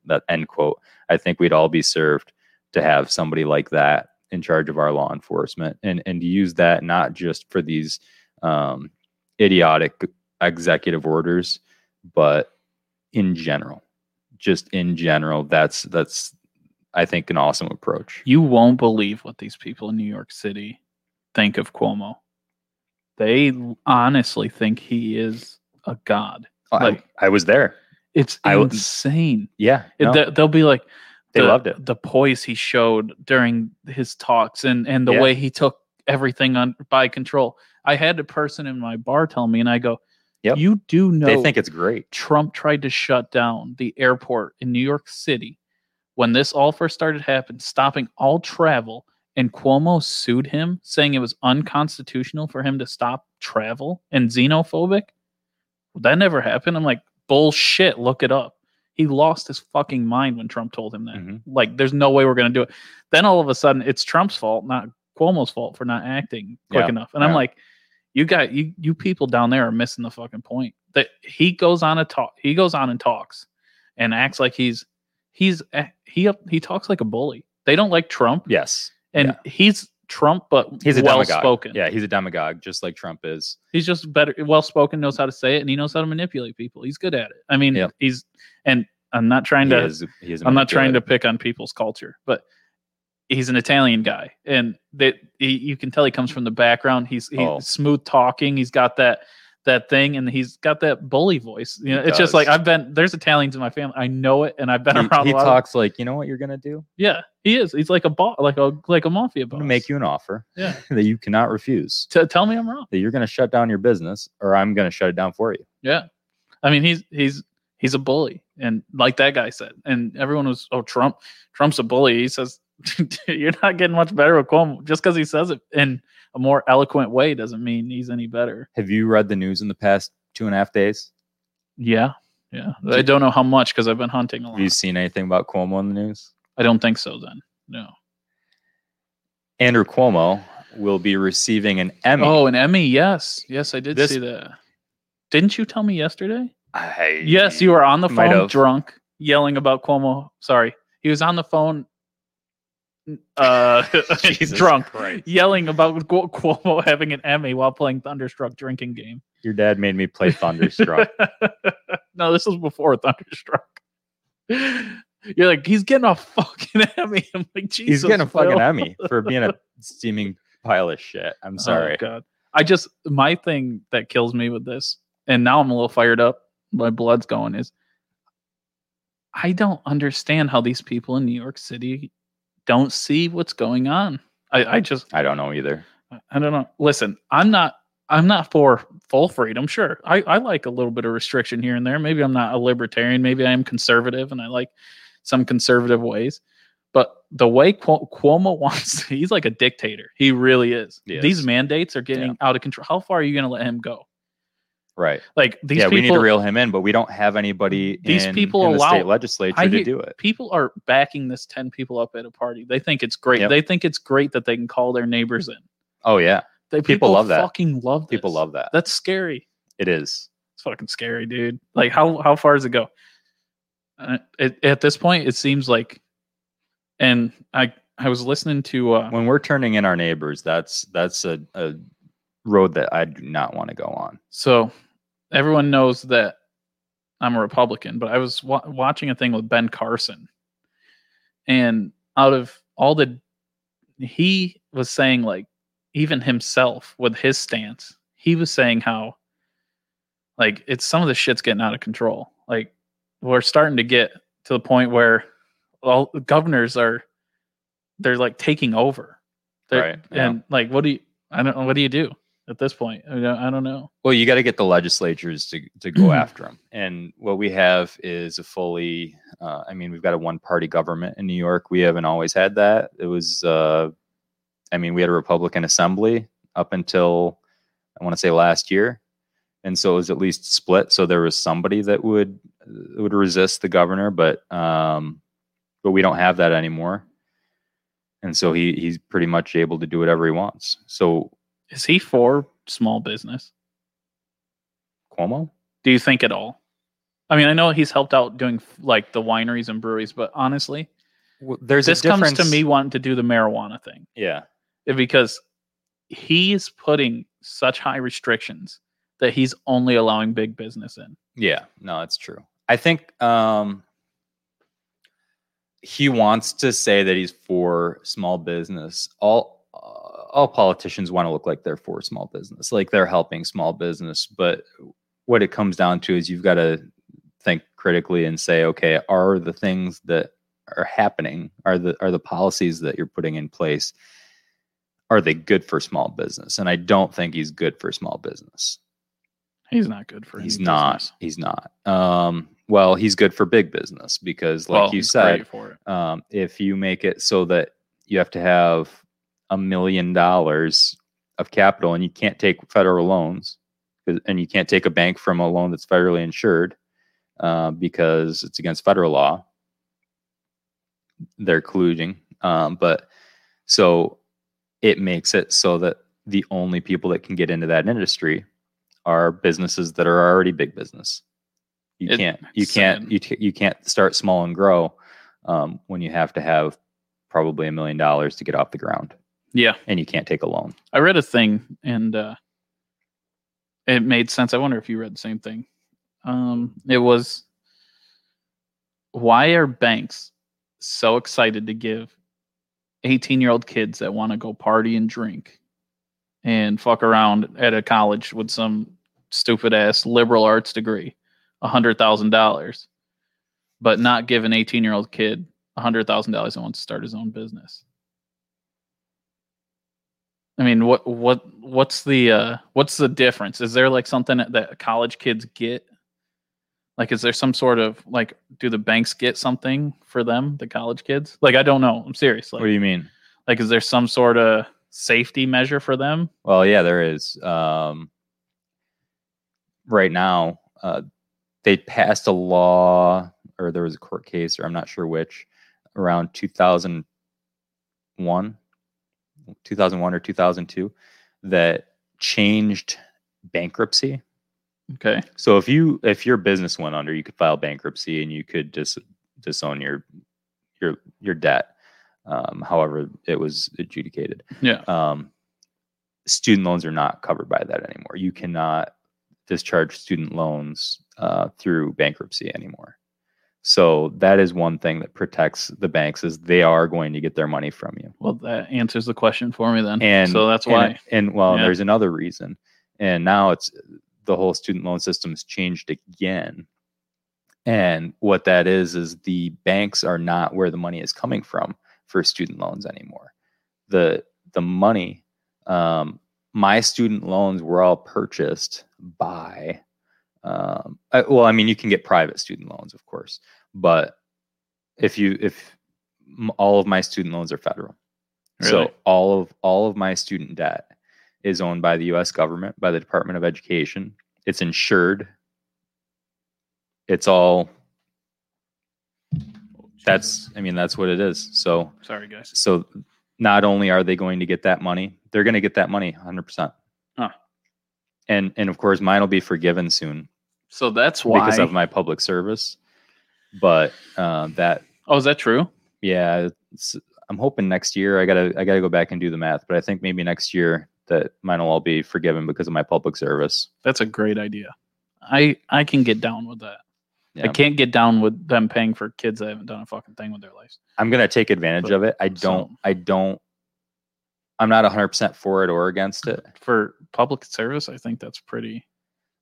That end quote. I think we'd all be served to have somebody like that in charge of our law enforcement and and to use that not just for these um, idiotic executive orders but in general just in general that's that's i think an awesome approach You won't believe what these people in New York City think of Cuomo. They honestly think he is a god. I- like- I, was there It's I w- insane. yeah It- no, they- they'll be like, they the- loved it The poise he showed during his talks and and the Yeah. way he took everything on by control. I had a person in my bar tell me, and I go, Yep. you do know they think it's great Trump tried to shut down the airport in New York City when this all first started happening, stopping all travel and Cuomo sued him, saying it was unconstitutional for him to stop travel and xenophobic. That never happened. I'm like, bullshit. Look it up. He lost his fucking mind when Trump told him that. Mhm. Like, there's no way we're going to do it. Then all of a sudden, it's Trump's fault, not Cuomo's fault for not acting quick Yeah, enough. And I'm yeah. like, you got you you people down there are missing the fucking point. That he goes on a talk, he goes on and talks, and acts like he's he's eh, he he talks like a bully. They don't like Trump Yes. and he's Trump, but He's a well demagogue. spoken. Yeah, he's a demagogue, just like Trump is. he's just better, well spoken, knows how to say it, and he knows how to manipulate people. He's good at it. I mean, Yep. he's and I'm not trying He to is, he is a I'm not trying to manipulator. pick on people's culture, but he's an Italian guy, and that he, you can tell he comes from the background. He's he's Oh. smooth talking. He's got that that thing, and he's got that bully voice. You know, He it's just does. like I've been. There's Italians in my family. I know it, and I've been around. He, he a lot of- talks like, you know what you're gonna do? yeah, he is. He's like a boss, like a like a mafia I'm boss. gonna make you an offer Yeah. *laughs* that you cannot refuse. T- tell me I'm wrong. That you're gonna shut down your business, or I'm gonna shut it down for you. Yeah. I mean, he's he's he's a bully, and like that guy said, and everyone was, oh, Trump, Trump's a bully. He says *laughs* you're not getting much better with Cuomo just because he says it in a more eloquent way doesn't mean he's any better. Have you read the news in the past two and a half days? Yeah, yeah. I don't know how much because I've been hunting a Have you lot. seen anything about Cuomo in the news? I don't think so. Then no. Andrew Cuomo will be receiving an Emmy. oh, an Emmy. Yes, yes, I did This- see that. Didn't you tell me yesterday? I- Yes, you were on the Might phone have. drunk, yelling about Cuomo. Sorry. He was on the phone uh *laughs* Jesus drunk, Christ. yelling about Cu- Cuomo *laughs* having an Emmy while playing Thunderstruck drinking game. Your dad made me play Thunderstruck. *laughs* no, this was before *laughs* Thunderstruck. You're like, he's getting a fucking *laughs* Emmy. I'm like, Jesus. He's getting a fucking Will." Emmy for being *laughs* a steaming pile of shit. I'm sorry. Oh, God. I just my thing that kills me with this, and now I'm a little fired up. My blood's going. Is I don't understand how these people in New York City don't see what's going on. I, I just I don't know either. I don't know. Listen, I'm not I'm not for full freedom. Sure, I I like a little bit of restriction here and there. Maybe I'm not a libertarian. Maybe I am conservative, and I like some conservative ways. But the way Cuo- Cuomo *laughs* wants, he's like a dictator. He really is. He These is. mandates are getting out of control. How far are you going to let him go? Right. Like these yeah, people, we need to reel him in, but we don't have anybody These in, people in the allow- state legislature I to hear- do it. people are backing this ten people up at a party. They think it's great. Yep. They think it's great that they can call their neighbors in. Oh yeah. They, People love that. Fucking love. People this. love that. That's scary. It is. it's fucking scary, dude. Like how how far does it go? Uh, it, at this point, it seems like, and I I was listening to uh, When we're turning in our neighbors, that's that's a, a road that I do not want to go on. so everyone knows that I'm a Republican, but I was wa- watching a thing with Ben Carson, and out of all the he was saying like even himself with his stance, he was saying how like it's some of the shit's getting out of control. Like we're starting to get to the point where all the governors are they're like taking over. They're- Right, yeah. And like what do you I don't know what do you do at this point? I don't, I don't know. Well, you got to get the legislatures to, to go after them. And what we have is a fully, uh, I mean, we've got a one party government in New York. We haven't always had that. It was, uh, I mean, we had a Republican assembly up until, I want to say last year. And so it was at least split. So there was somebody that would would resist the governor, but um, but we don't have that anymore. And so he he's pretty much able to do whatever he wants. So Is he for small business? Cuomo, Do you think at all? I mean, I know he's helped out doing like the wineries and breweries, but honestly, well, there's this comes to me wanting to do the marijuana thing Yeah. eh, because he is putting such high restrictions that he's only allowing big business in. Yeah, no, it's true. I think um he wants to say that he's for small business. All uh, all politicians want to look like they're for small business, like they're helping small business, but what it comes down to is you've got to think critically and say, okay, are the things that are happening, are the are the policies that you're putting in place are they good for small business? And I don't think he's good for small business He's not good for. he's any not business. he's not um well he's good for big business because like well, you he's said great for it. um if you make it so that you have to have a million dollars of capital and you can't take federal loans 'cause- and you can't take a bank from a loan that's federally insured uh, because it's against federal law. They're colluding. Um, but so it makes it so that the only people that can get into that industry are businesses that are already big business. You It- can't you it's can't sad. you, t- you can't start small and grow um, when you have to have probably a million dollars to get off the ground Yeah. and you can't take a loan. I read a thing and uh, it made sense. I wonder if you read the same thing. Um, it was why are banks so excited to give 18 year old kids that want to go party and drink and fuck around at a college with some stupid ass liberal arts degree $100,000, but not give an 18 year old kid $100,000 and wants to start his own business? I mean, what what what's the uh, what's the difference? Is there like something that- that college kids get? Like, is there some sort of like, do the banks get something for them, the college kids? Like, I don't know. I'm serious. Like, what do you mean? like, is there some sort of safety measure for them? Well, yeah, there is. Um, right now, uh, they passed a law, or there was a court case, or I'm not sure which, around 2001, 2001 or 2002, that changed bankruptcy. Okay. So if you if your business went under, you could file bankruptcy and you could dis, disown your your your debt, um, however it was adjudicated Yeah. um, student loans are not covered by that anymore. You cannot discharge student loans uh, through bankruptcy anymore. So that is one thing that protects the banks is they are going to get their money from you. Well, that answers the question for me then. And Mm-hmm. so that's and- why. And, well, Yeah. there's another reason. And now it's the whole student loan system's changed again. And what that is is the banks are not where the money is coming from for student loans anymore. The the money, um, my student loans were all purchased by. Um, I, well, I mean, you can get private student loans, of course, but if you if m- all of my student loans are federal, so Really? all of all of my student debt is owned by the US government, by the Department of Education. It's insured. It's all that's I mean that's what it is. So sorry, guys. so not only are they going to get that money, they're going to get that money 100%. Huh. And and of course mine will be forgiven soon So that's why. because of my public service. But uh, that oh, is that true? yeah it's, i'm hoping next year i gotta i gotta go back and do the math but i think maybe next year that mine will all be forgiven because of my public service That's a great idea. I I can get down with that. I Yeah. can't get down with them paying for kids that haven't done a fucking thing with their lives. i'm gonna take advantage So- of it i don't i don't i'm not 100% for it or against it For public service, I think that's pretty.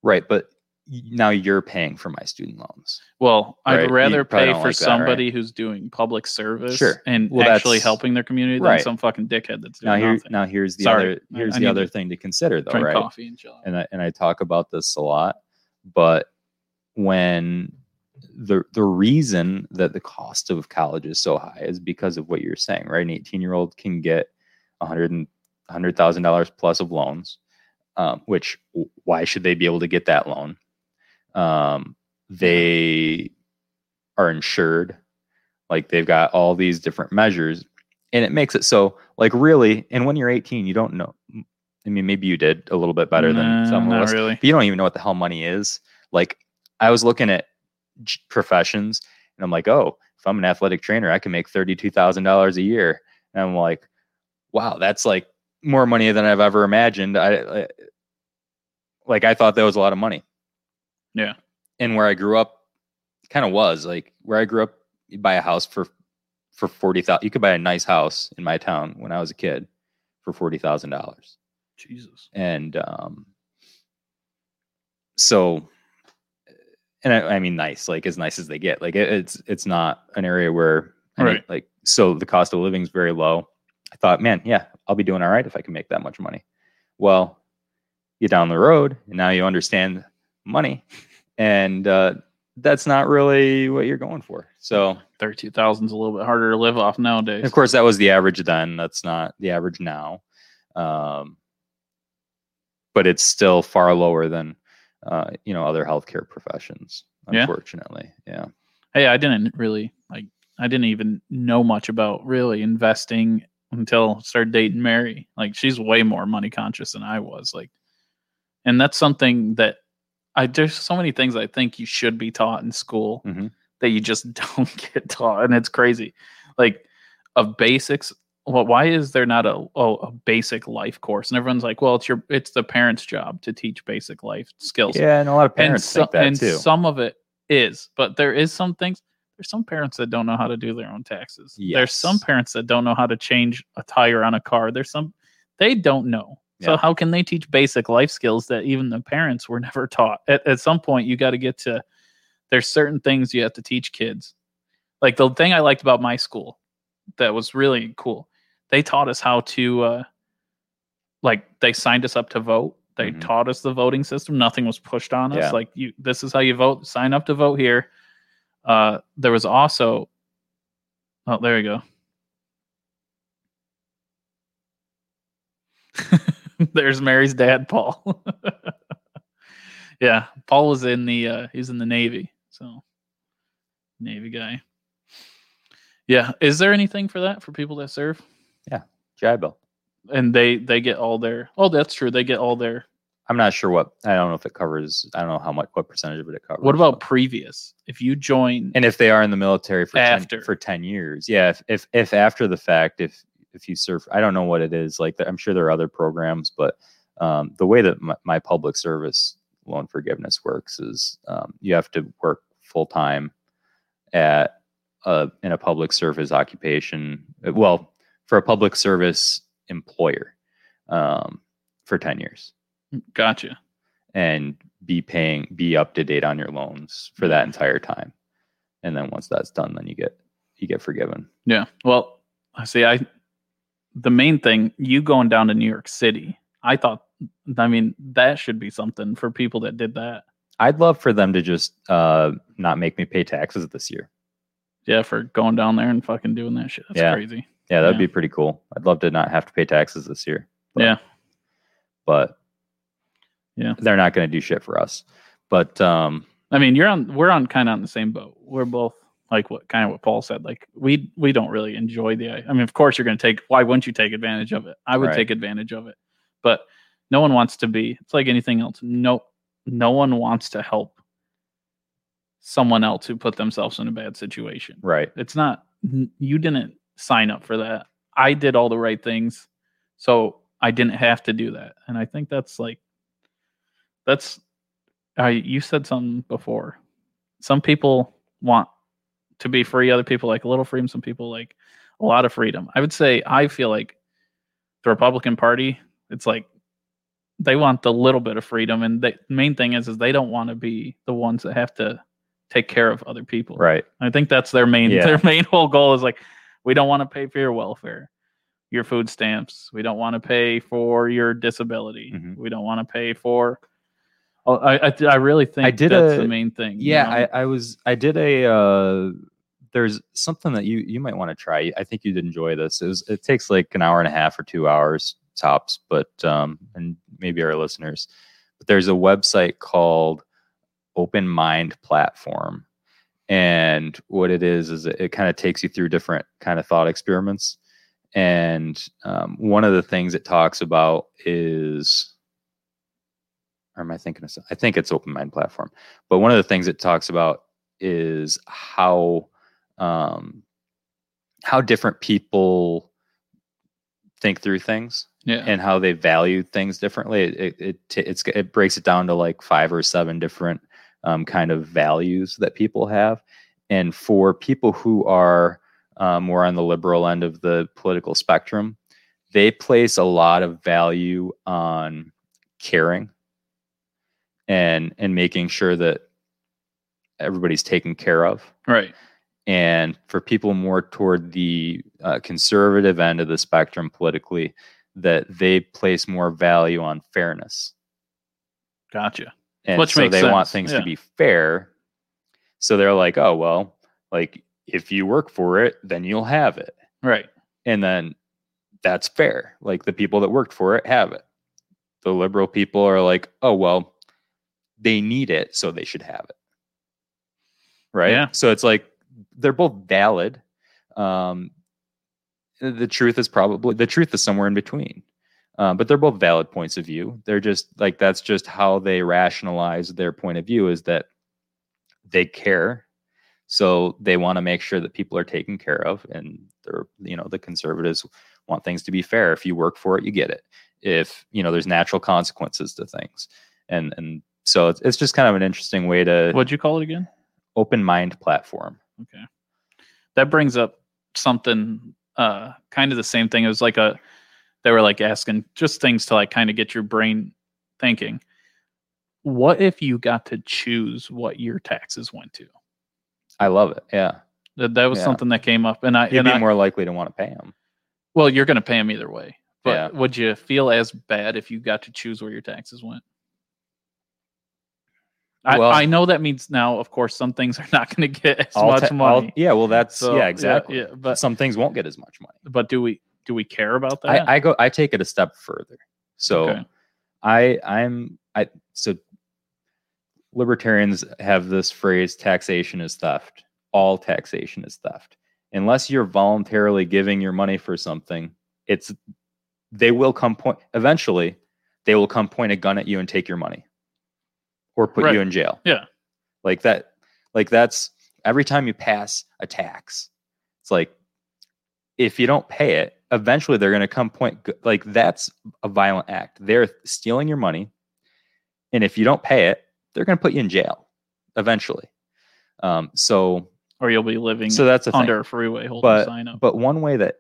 right but y- now you're paying for my student loans Well, Right, I'd you rather probably pay don't for like that, right? somebody who's doing public service Sure. and Well, actually that's- helping their community than right. some fucking dickhead that's doing now here nothing. now here's the Sorry, other I- here's the I need other to thing to consider though Drink right coffee and chill. out. and I, and I talk about this a lot, but when the the reason that the cost of college is so high is because of what you're saying, right? An 18 year old can get a hundred and hundred thousand dollars plus of loans, um, which w- why should they be able to get that loan? Um, they are insured, like they've got all these different measures, and it makes it so like really. And when you're 18, you don't know. I mean, maybe you did a little bit better than Nah, some of not us really. you don't even know what the hell money is. Like I was looking at j- professions and I'm like, oh, if I'm an athletic trainer, I can make $32,000 a year. And I'm like, wow, that's like more money than I've ever imagined. I, I like, I thought that was a lot of money. Yeah. And where I grew up kind of was like where I grew up, you buy a house for, for 40,000, you could buy a nice house in my town when I was a kid for $40,000 Jesus. and um so and I, I mean nice like as nice as they get like it, it's it's not an area where I need- Right. like so the cost of living is very low i thought man yeah i'll be doing all right if i can make that much money well you down the road and now you understand money and uh that's not really what you're going for. So, Thirty-two thousand's a little bit harder to live off nowadays. of course, that was the average then. That's not the average now. Um, but it's still far lower than, uh, you know, other healthcare professions, Yeah. unfortunately. Yeah. hey, I didn't really like. I didn't even know much about really investing until I started dating Mary. Like she's way more money conscious than I was. Like, and that's something that I there's so many things I think you should be taught in school Mhm. that you just *laughs* don't get taught, and it's crazy. Like of basics. Well, why is there not a oh, a basic life course? And everyone's like, well, it's your it's the parents' job to teach basic life skills Yeah. And a lot of parents so- think that and too. some of it is, but there is some things. There's some parents that don't know how to do their own taxes. There's some Yes. parents that don't know how to change a tire on a car. There's some they don't know. So Yeah. how can they teach basic life skills that even the parents were *laughs* never taught? At, at some point, you got to get to. There's certain things you have to teach kids. Like the thing I liked about my school, that was really cool. They taught us how to, uh, like, they signed us up to vote. They Mhm. taught us the voting system. Nothing was pushed on us. Yeah. Like, you, this is how you vote. Sign up to vote here. Uh, there was also, oh, there you go. *laughs* There's Mary's dad, Paul. *laughs* yeah, Paul was in the uh, he's in the Navy, so Navy guy. Yeah, is there anything for that for people that serve? GI Bill. And they they get all their oh that's true they get all their I'm not sure what, I don't know if it covers, I don't know how much, what percentage of it it covers. what but- about previous if you join and if they are in the military for After. ten, for 10 years yeah if, if if after the fact if if you serve i don't know what it is like i'm sure there are other programs but um, the way that my, my public service loan forgiveness works is um, you have to work full time at uh, in a public service occupation uh, well for a public service employer um, for 10 years gotcha and be paying be up to date on your loans for that entire time and then once that's done then you get you get forgiven yeah well I see I the main thing you going down to New York City I thought I mean that should be something for people that did that i'd love for them to just uh not make me pay taxes this year yeah for going down there and fucking doing that shit that's Yeah. crazy yeah that would Yeah. be pretty cool i'd love to not have to pay taxes this year Yeah. but Yeah. they're not going to do shit for us but um I mean, you're on. We're on kind of on the same boat. We're both like what kind of what Paul said. Like we we don't really enjoy the. I mean, of course you're going to take. Why wouldn't you take advantage of it? I would Right. take advantage of it, but no one wants to be. It's like anything else. No, no one wants to help someone else who put themselves in a bad situation. right It's not n- you didn't sign up for that. I did all the right things, so I didn't have to do that. And I think that's like that's I you said something before. Some people want to be free, other people like a little freedom, some people like a lot of freedom. I would say I feel like the Republican Party, it's like they want the little bit of freedom and the main thing is is they don't want to be the ones that have to take care of other people. right I think that's their main Yeah. their *laughs* main whole goal is like we don't want to pay for your welfare, your food stamps. We don't want to pay for your disability. Mhm. We don't want to pay for. Oh, I, I I really think did that's a- the main thing. you yeah know? I, I was i did a uh there's something that you you might want to try i think you'd enjoy this it, was, it takes like an hour and a half or two hours tops but um and maybe our listeners but there's a website called open mind platform and what it is is it, it kind of takes you through different kind of thought experiments and um, one of the things it talks about is or am i thinking of some- i think it's open mind platform but one of the things it talks about is how um, how different people think through things yeah. and how they value things differently. It it, it t- it's, it breaks it down to like five or seven different um, kind of values that people have, and for people who are um, more on the liberal end of the political spectrum, they place a lot of value on caring and and making sure that everybody's taken care of right. and for people more toward the uh, conservative end of the spectrum politically that they place more value on fairness Gotcha. and Which so makes they want sense, things yeah. to be fair So they're like, oh well, like if you work for it, then you'll have it. Right. And then that's fair. Like the people that worked for it have it. The liberal people are like, oh well, they need it, so they should have it. Right? Yeah. So it's like they're both valid. Um, the truth is probably the truth is somewhere in between. Uh, but they're both valid points of view. They're just like that's just how they rationalize their point of view is that they care, so they want to make sure that people are taken care of, and they're you know the conservatives want things to be fair. If you work for it, you get it. If you know there's natural consequences to things, and and so it's, it's just kind of an interesting way to What'd you call it again? open mind platform. Okay. That brings up something uh kind of the same thing. It was like a they were like asking just things to like kind of get your brain thinking. What if you got to choose what your taxes went to? I love it. Yeah, That that was Yeah. something that came up and I you'd and be I, more likely to want to pay them. well, you're gonna pay them either way. But Yeah. would you feel as bad if you got to choose where your taxes went? I, Well- I know that means now, of course, some things are not going to get as much money. yeah, well, that's So, yeah, exactly. Yeah, but some things won't get as much money. but do we do we care about that? I, I go I take it a step further. So Okay. I I'm I so libertarians have this phrase taxation is theft. All taxation is theft. Unless you're voluntarily giving your money for something, it's they will come point eventually they will come point a gun at you and take your money or put Right. you in jail. Yeah. Like that like that's every time you pass a tax. It's like if you don't pay it, eventually they're going to come point gu- like that's a violent act. They're stealing your money, and if you don't pay it, they're going to put you in jail eventually. Um, so, or you'll be living so that's a thing. under a freeway holding a But- sign up. But one way that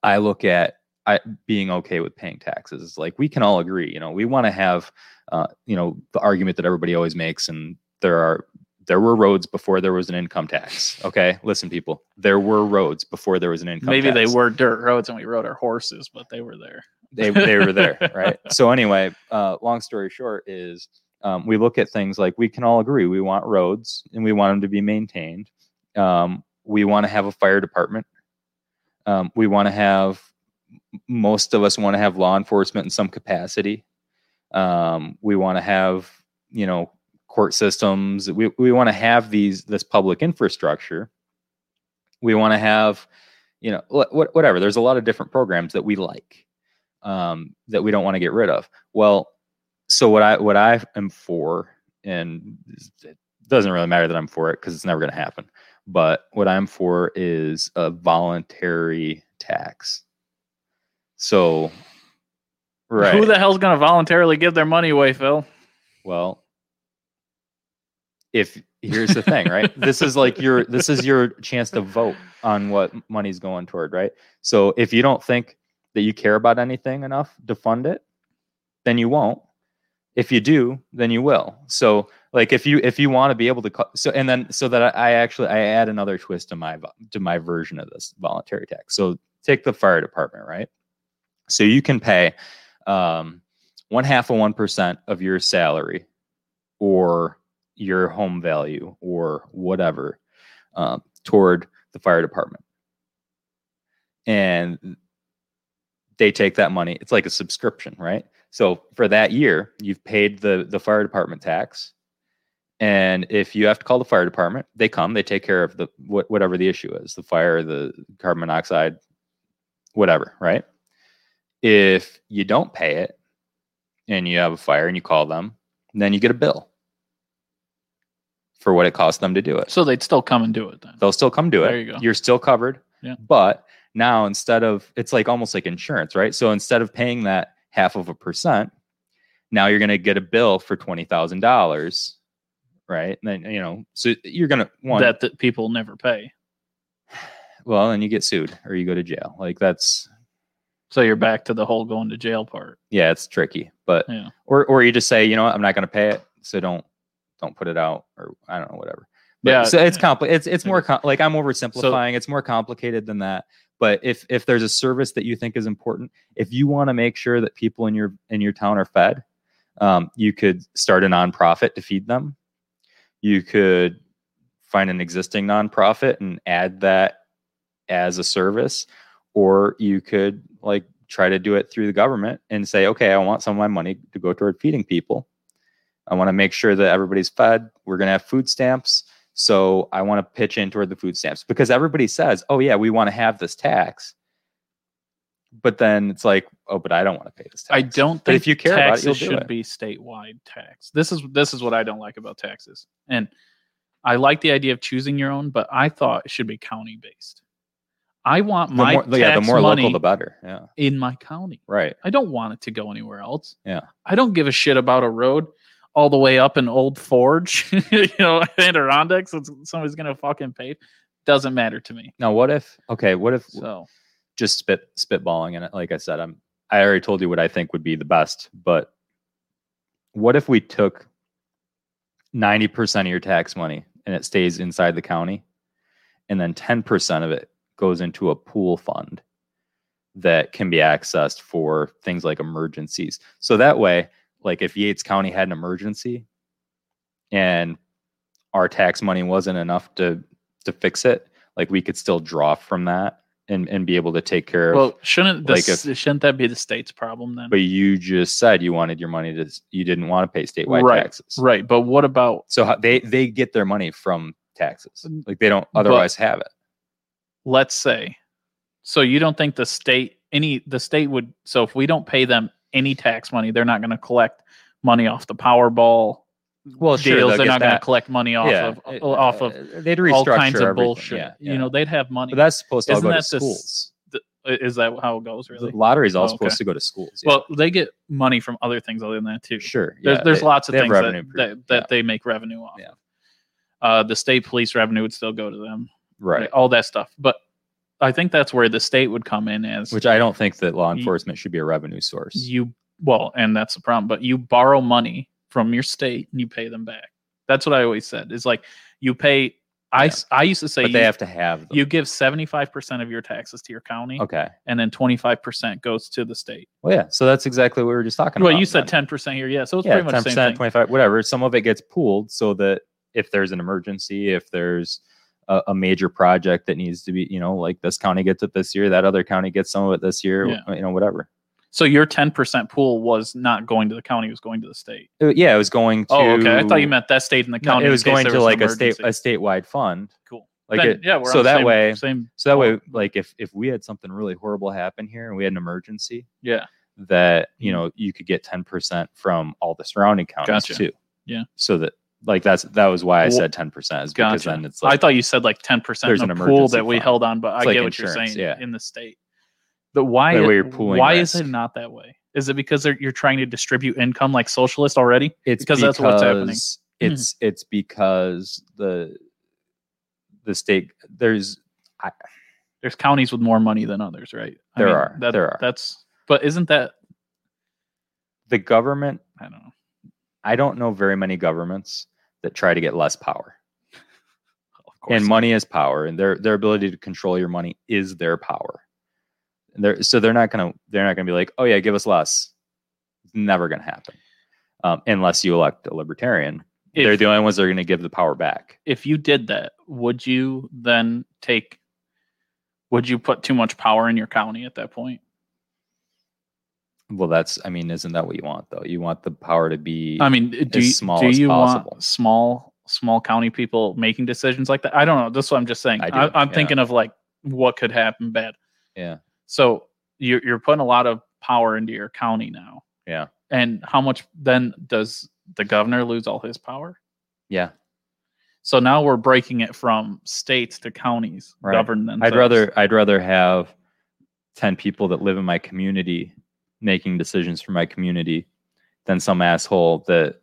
I look at I, being okay with paying taxes is like we can all agree, you know, we want to have, uh, you know, the argument that everybody always makes, and there are there were roads before there was an income tax. Okay, listen, people, there were roads before there was an income. Maybe tax. they were dirt roads and we rode our horses, but they were there. they, they were there, right? So anyway, uh, long story short is um, we look at things like we can all agree we want roads and we want them to be maintained. Um, we want to have a fire department. Um, we want to have m- most of us want to have law enforcement in some capacity. Um, we want to have you know court systems. We we want to have these this public infrastructure. We want to have you know wh- wh- whatever. There's a lot of different programs that we like um, that we don't want to get rid of. Well, so what I what I am for, and it doesn't really matter that I'm for it because it's never going to happen. But what I'm for is a voluntary tax. So, right? Who the hell's going to voluntarily give their money away, Phil? well, if here's the thing, right? this is like your this is your chance to vote on what money's going toward, right? So if you don't think that you care about anything enough to fund it, then you won't. If you do, then you will. So like if you if you want to be able to co- so and then so that I, I actually I add another twist to my vo- to my version of this voluntary tax. So take the fire department, right? So you can pay um one half of one percent of your salary or your home value or whatever um, toward the fire department. And they take that money. It's like a subscription, right? So for that year, you've paid the the fire department tax. And if you have to call the fire department, they come, they take care of the what, whatever the issue is, the fire, the carbon monoxide, whatever, right? If you don't pay it and you have a fire and you call them, then you get a bill for what it cost them to do it So they'd still come and do it then. they'll still come do it. There you go. are still covered. Yeah. But now instead of it's like almost like insurance, right? So instead of paying that half of a percent, now you're gonna get a bill for twenty thousand dollars, right? And then you know, so you're gonna one That, that people never pay. well, then you get sued or you go to jail. Like that's So you're back to the whole going to jail part. yeah, it's tricky. But Yeah. or or you just say, you know what, I'm not gonna pay it, so don't don't put it out or I don't know, whatever. But, Yeah. So it's compli It's it's It more is. com- like I'm oversimplifying. it's more complicated than that. But if if there's a service that you think is important, if you want to make sure that people in your in your town are fed, um, you could start a nonprofit to feed them. You could find an existing nonprofit and add that as a service, or you could like try to do it through the government and say, okay, I want some of my money to go toward feeding people. I want to make sure that everybody's fed. We're going to have food stamps. So I want to pitch in toward the food stamps because everybody says, oh, yeah, we want to have this tax. But then it's like, oh, but I don't want to pay this tax. I don't think But if you care about it, taxes you'll do should it. be statewide tax. This is this is what I don't like about taxes. And I like the idea of choosing your own, but I thought it should be county based. I want The my more, tax yeah, the more money local, the better. Yeah. in my county. Right. I don't want it to go anywhere else. Yeah. I don't give a shit about a road all the way up in Old Forge, *laughs* you know, Adirondacks. It's, somebody's gonna fucking pay. Doesn't matter to me. Now, what if, okay, what if So just spit spitballing and like i said i'm i already told you what i think would be the best but what if we took 90% of your tax money and it stays inside the county and then 10% of it goes into a pool fund that can be accessed for things like emergencies so that way like if yates county had an emergency and our tax money wasn't enough to to fix it like we could still draw from that and and be able to take care of well, shouldn't like this shouldn't that be the state's problem then? but you just said you wanted your money to you didn't want to pay statewide Right, taxes right. But what about so how, they they get their money from taxes Mm, like they don't but- otherwise have it let's say so you don't think the state any the state would so if we don't pay them any tax money they're not going to collect money off the powerball well deals they're not going to collect money off of off of Uh, they'd restructure all kinds of everything. bullshit yeah, you yeah. know they'd have money but that's supposed to all Isn't go to that the schools s- I- is that how it goes really the lottery's all Oh, supposed okay. to go to schools yeah. well they get money from other things other than that too sure there's, yeah, there's they- lots of they have things that, revenue proof, that, that yeah. they make revenue off Yeah. uh, the state police revenue would still go to them right all that stuff but i think that's where the state would come in as which i don't think that law Ye- enforcement should be a revenue source you well and that's the problem but you borrow money from your state and you pay them back that's what i always said it's like you pay I, s- I used to say but they you, have to have them. you give 75% of your taxes to your county okay and then 25% goes to the state well yeah so that's exactly what we were just talking well about you said then. 10% here yeah so it's yeah, pretty much the same 10%, thing 25, whatever. Some of it gets pooled so that if there's an emergency, if there's a, a major project that needs to be, you know, like this county gets it this year, that other county gets some of it this year, Yeah. you know, whatever. so your 10% pool was not going to the county it was going to the state Uh, yeah, it was going to. oh okay i thought you meant that state and the No, county it in was case going there to was like a an state a emergency. statewide fund. cool Like Then, it, yeah we're on so the that same- way, same so that way, point. like if if we had something really horrible happen here and we had an emergency, yeah that you Mhm. know you could get ten percent from all the surrounding counties Gotcha. too. Yeah. So that like that's that was why I Well, said ten percent is because gotcha. then it's like I thought you said like ten percent There's in a an pool emergency that we fund. held on, but I It's like get what you're insurance, saying yeah. in the state. The why That way it- you're pooling why is risk. it not that way? Is it because they're, you're trying to distribute income like socialist already? it's because that's what's happening. Mm-hmm. because It's it's because the the state there's There's counties with more money than others, right? There are. That, There are. That's but isn't that the government. I don't know. I don't know very many governments that try to get less power. Of course. And money is power, and their their ability to control your money is their power. And They're, so they're not gonna they're not gonna be like, oh yeah, give us less. It's never gonna happen, um, unless you elect a libertarian. they're if, the only ones that are gonna give the power back. if you did that, would you then take? Would you put too much power in your county at that point? Well, that's I mean, isn't that what you want though? You want the power to be I mean, do as you, small do as you possible. want small small county people making decisions like that? I don't know. That's what I'm just saying. I I do, am yeah. thinking of like what could happen bad. Yeah. So you're you're putting a lot of power into your county now. Yeah. And how much then does the governor lose all his power? yeah. So now we're breaking it from states to counties Right. governed. I'd themselves. rather I'd rather have ten people that live in my community making decisions for my community than some asshole that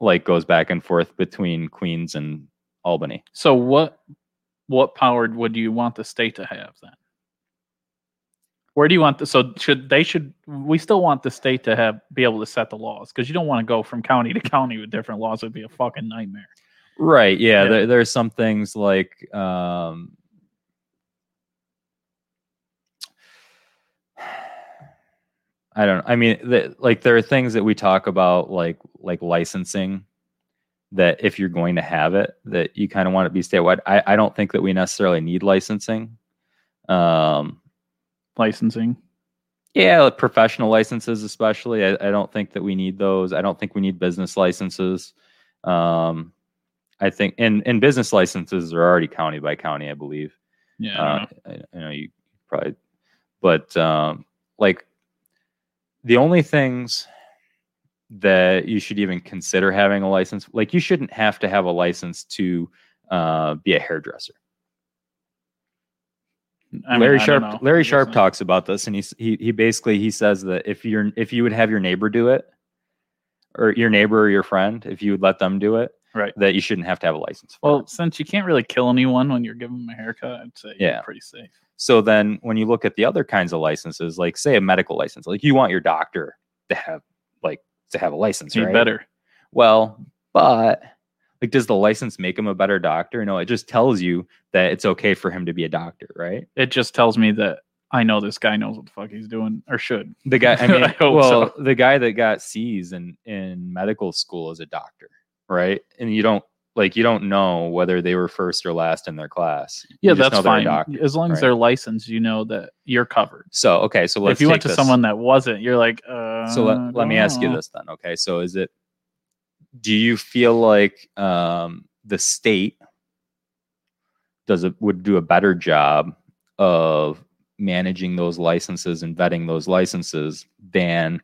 like goes back and forth between Queens and Albany. So what what power would you want the state to have then? Where do you want the so should they should we still want the state to have be able to set the laws because you don't want to go from county to *laughs* county with different laws would be a fucking nightmare. Right. Yeah. Yeah. There, there are some things like um, I don't. I mean, the, like there are things that we talk about, like like licensing, that if you're going to have it, that you kind of want it to be statewide. I, I don't think that we necessarily need licensing. Um, licensing. yeah, like professional licenses, especially. I, I don't think that we need those. I don't think we need business licenses. Um, I think, and, and business licenses are already county by county, I believe. Yeah. I don't Uh, I, I know you probably, but um, like the only things that you should even consider having a license, like you shouldn't have to have a license to uh, be a hairdresser. know. I mean, Larry I don't Sharp, know. I Larry guess Sharp not. talks about this, and he's, he he basically he says that if you're if you would have your neighbor do it, or your neighbor or your friend, if you would let them do it, Right. that you shouldn't have to have a license. for it. Well, since you can't really kill anyone when you're giving them a haircut, I'd say Yeah. you're pretty safe. So then when you look at the other kinds of licenses, like say a medical license, like you want your doctor to have like to have a license, Be right? better. Well, but like does the license make him a better doctor? No, it just tells you that it's okay for him to be a doctor, right? It just tells me that I know this guy knows what the fuck he's doing or should. The guy *laughs* I mean I hope well, the guy that got C's in in medical school is a doctor, right? And you don't like you don't know whether they were first or last in their class. You Yeah, just that's know they're a fine. doctor. as long as right? they're licensed, you know that you're covered. So okay, so let's if you went take to this- someone that wasn't, you're like, uh, so let, let me ask you dunno. this then okay so is it do you feel like um, the state does it would do a better job of managing those licenses and vetting those licenses than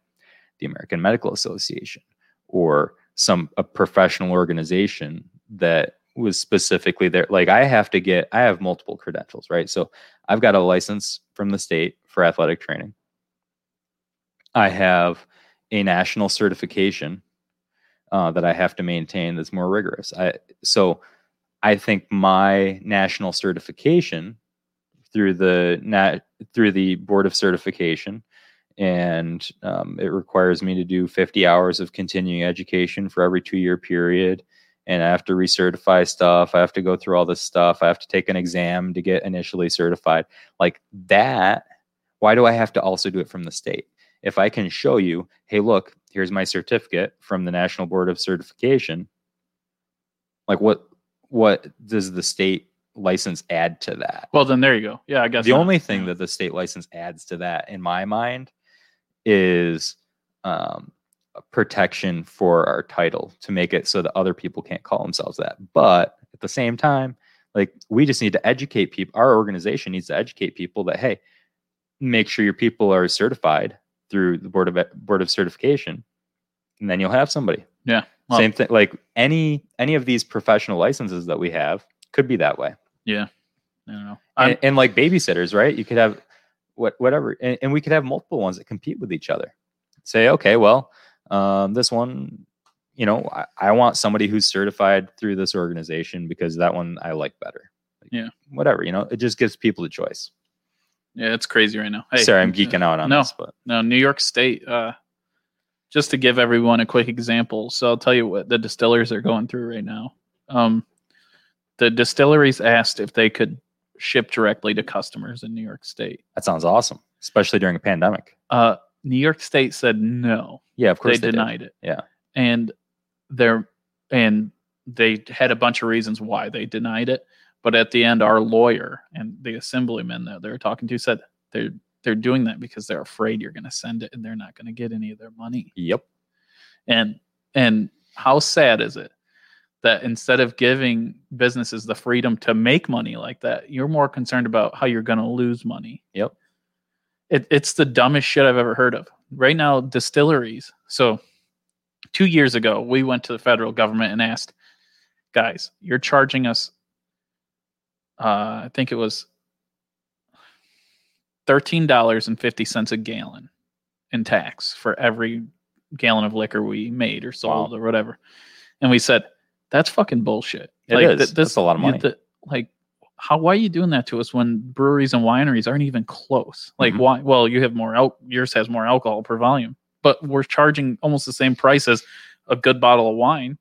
the american medical association or some a professional organization that was specifically there like i have to get i have multiple credentials right so i've got a license from the state for athletic training i have a national certification uh, that I have to maintain that's more rigorous. I so I think my national certification through the nat, through the board of certification, and um, it requires me to do 50 hours of continuing education for every two year period. And I have to recertify stuff. I have to go through all this stuff. I have to take an exam to get initially certified. Like that. Why do I have to also do it from the state? if I can show you, hey, look, here's my certificate from the National Board of Certification, like what what does the state license add to that? Well, then there you go. Yeah, I guess the not. only thing that the state license adds to that, in my mind, is um, a protection for our title to make it so that other people can't call themselves that. But at the same time, like we just need to educate people. Our organization needs to educate people that hey, make sure your people are certified through the board of E, board of certification, and then you'll have somebody. Yeah, well- Same thing. Like any any of these professional licenses that we have could be that way I don't know. I'm- and, and like babysitters, right? You could have what whatever, and, and we could have multiple ones that compete with each other. Say, okay, well, um, this one, you know, I, I want somebody who's certified through this organization because that one I like better. Like, Yeah. whatever, you know, it just gives people the choice. yeah, it's crazy right now. Hey, Sorry, I'm uh, geeking out on no. this, but No, New York State. Uh, just to give everyone a quick example, so I'll tell you what the distillers are going through right now. Um, the distilleries asked if they could ship directly to customers in New York State. that sounds awesome, especially during a pandemic. Uh, New York State said no. Yeah, of course they, they, did. denied it. Yeah. and they're and they had a bunch of reasons why they denied it. But at the end, our lawyer and the assemblyman that they were talking to said they're they're doing that because they're afraid you're going to send it and they're not going to get any of their money. Yep. And and how sad is it that instead of giving businesses the freedom to make money like that, you're more concerned about how you're going to lose money. Yep. It, it's the dumbest shit I've ever heard of. Right now, distilleries. So, two years ago, we went to the federal government and asked, guys, you're charging us, uh, I think it was $13.50 a gallon in tax for every gallon of liquor we made or sold Wow. or whatever. And we said, that's fucking bullshit. It is. That's a lot of you- money. the- like, how? Why are you doing that to us when breweries and wineries aren't even close? Like, Mhm. why? Well, you have more out. Yours has more alcohol per volume, but we're charging almost the same price as a good bottle of wine,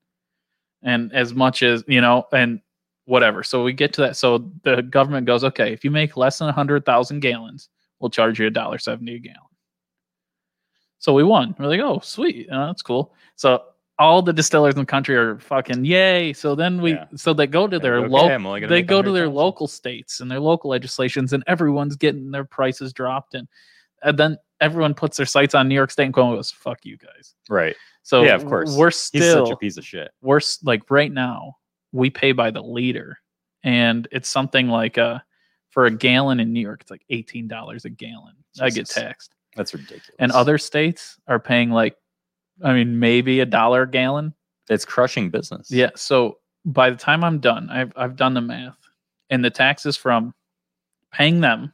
and as much as you know, and whatever. So we get to that. So the government goes, okay, if you make less than hundred thousand gallons, we'll charge you a dollar seventy a gallon. So we won. We're like, oh, sweet, uh, that's cool. So all the distillers in the country are fucking yay. So then we Yeah. so they go to their Okay, local I'm only gonna they make go to their 100,000. local states and their local legislations and everyone's getting their prices dropped and and then everyone puts their sights on New York State and goes, fuck you guys. Right. So Yeah, of course. We're He's still such a piece of shit. we're s- like right now we pay by the liter and it's something like uh for a gallon in New York it's like eighteen dollars a gallon. I get Jesus. taxed. That's ridiculous. And other states are paying like I mean maybe a dollar a gallon. it's crushing business. Yeah. So by the time I'm done, I've I've done the math, and the taxes from paying them,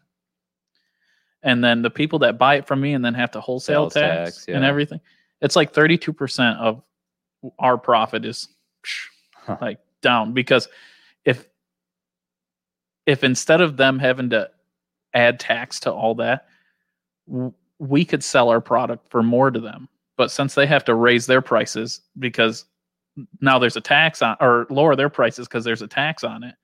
and then the people that buy it from me, and then have to wholesale Sales tax, tax, and yeah. everything. It's like thirty two percent of our profit is Huh. like down because if if instead of them having to add tax to all that, w- we could sell our product for more to them. But since they have to raise their prices because now there's a tax on or lower their prices because there's a tax on it.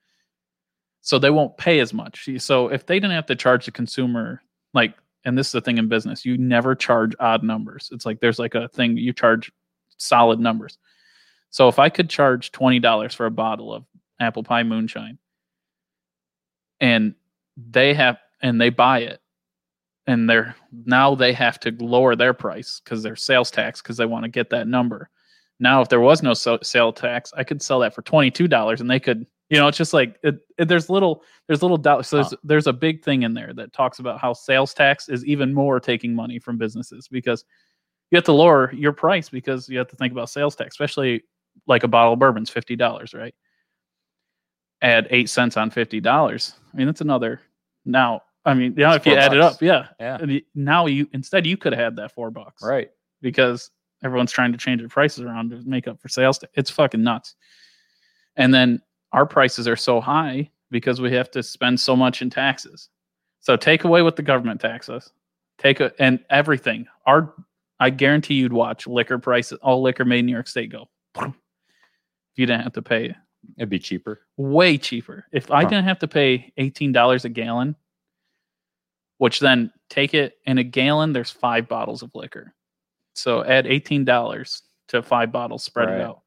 So they won't pay as much. So if they didn't have to charge the consumer like and this is the thing in business, you never charge odd numbers. It's like there's like a thing you charge solid numbers. So if I could charge $20 for a bottle of apple pie moonshine and they have and they buy it and they're now they have to lower their price because their sales tax because they want to get that number. Now, if there was no so- sale tax, I could sell that for twenty two dollars, and they could, you know, it's just like it, it- there's little there's little dollars. So there's there's a big thing in there that talks about how sales tax is even more taking money from businesses because you have to lower your price because you have to think about sales tax, especially like a bottle of bourbon's fifty dollars, right? Add eight cents on fifty dollars. I mean, that's another. Now, I mean, now It's if you four add it bucks. up, yeah, Yeah. and y- now you instead you could have had that four bucks Right. because everyone's trying to change their prices around to make up for sales tax. It's fucking nuts. And then our prices are so high because we have to spend so much in taxes. So take away what the government taxes, take a, and everything. Our I guarantee you'd watch liquor prices, all liquor made in New York State go. *laughs* If you didn't have to pay It'd be cheaper. way cheaper. If I Huh. didn't have to pay eighteen dollars a gallon, which then take it in a gallon, there's five bottles of liquor. So add eighteen dollars to five bottles, spread Right. it out.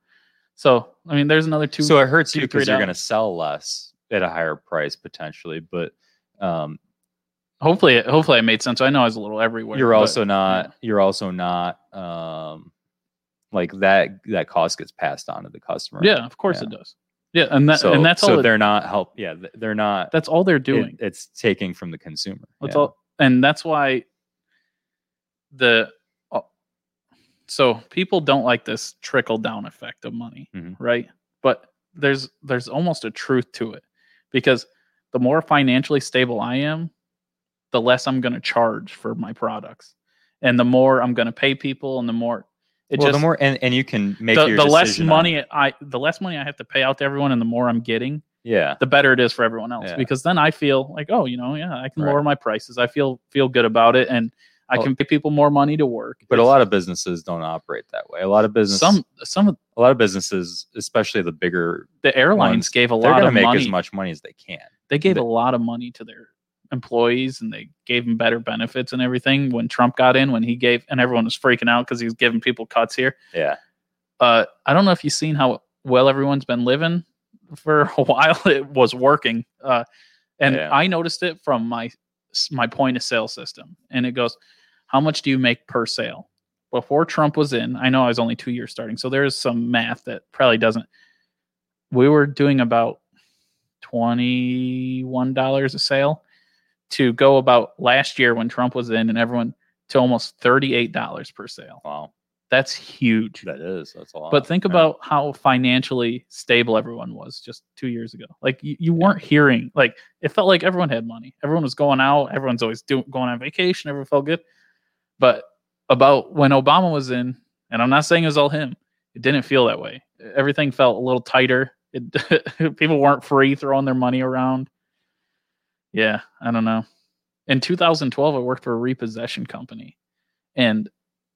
So I mean, there's another two. so it hurts you two, three because you're going to dollars. sell less at a higher price potentially, but um, hopefully, it, hopefully, it made sense. I know I was a little everywhere. you're but also not you're also not um, like that that cost gets passed on to the customer. yeah, of course it does. Yeah, and that so, and that's so all. it- they're not help. Yeah, th- they're not that's all they're it- doing. it's taking from the consumer. That's yeah. all, and that's why the uh, so people don't like this trickle down effect of money, Mhm. right? But there's there's almost a truth to it because the more financially stable I am, the less I'm going to charge for my products, and the more I'm going to pay people, and the more it well, just the more and, and you can make the, your the less decision on- money I the less money I have to pay out to everyone, and the more I'm getting, Yeah, the better it is for everyone else Yeah. because then I feel like oh you know yeah I can Right. lower my prices I feel feel good about it and I Well- can pay people more money to work but a lot of businesses don't operate that way. A lot of business, some some of a lot of businesses, especially the bigger, the airlines ones, gave a they're going lot to of make money as much money as they can. they gave they- a lot of money to their employees and they gave them better benefits and everything when Trump got in when he gave and everyone was freaking out because he was giving people cuts here Yeah, uh I don't know if you've seen how well everyone's been living for *laughs* a while it was working uh and Yeah. I noticed it from my s- my point of sale system and it goes how much do you make per sale before Trump was in I know I was only 2 years starting so there's some math that probably doesn't we were doing about $21 a sale to go about last year when Trump was in and everyone to almost $38 per sale wow, that's huge that is that's a lot. but think Yeah. about how financially stable everyone was just two years ago. Like you, you weren't hearing like it felt like everyone had money. Everyone was going out. Everyone's always doing going on vacation. Everyone felt good. But about when Obama was in, and I'm not saying it was all him. It didn't feel that way. Everything felt a little tighter. It, *laughs* people weren't free throwing their money around. Yeah, I don't know. In 2012, I worked for a repossession company, and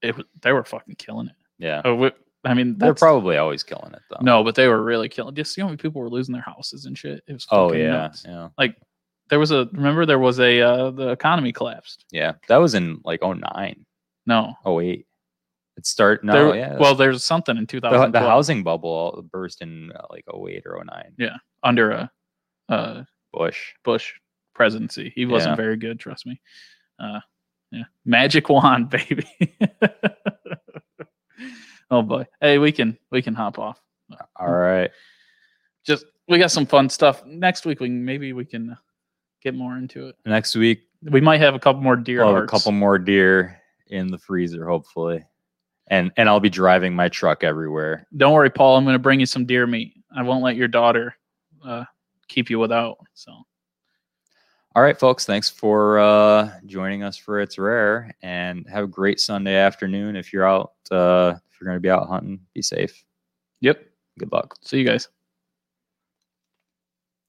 it was- they were fucking killing it. yeah, Oh, wi- I mean, they're that's, probably always killing it though. no, but they were really killing. Just see how many people were losing their houses and shit. It was Oh fucking yeah, nuts. yeah, There was a remember there was a uh, the economy collapsed. oh yeah. That was in like 09, No, 08. It start no, There- yeah. Well, there's something in the, 2012 the housing bubble burst in uh, like 08 or 09. Yeah. under a, uh Bush. Bush presidency. He wasn't Yeah. very good, trust me. Uh, yeah, magic wand, *laughs* baby. oh boy. Hey, we can we can hop off. All Mm. right. Just we got some fun stuff next week. We can, maybe we can get more into it. Next week, We might have a couple more deer. we'll have a hearts. couple more deer in the freezer, hopefully. And and I'll be driving my truck everywhere. Don't worry, Paul. I'm going to bring you some deer meat. I won't let your daughter uh, keep you without. So All right, folks. Thanks for uh, joining us for It's Rare, and have a great Sunday afternoon. If you're out, uh, if you're going to be out hunting, be safe. yep. Good luck. See you guys.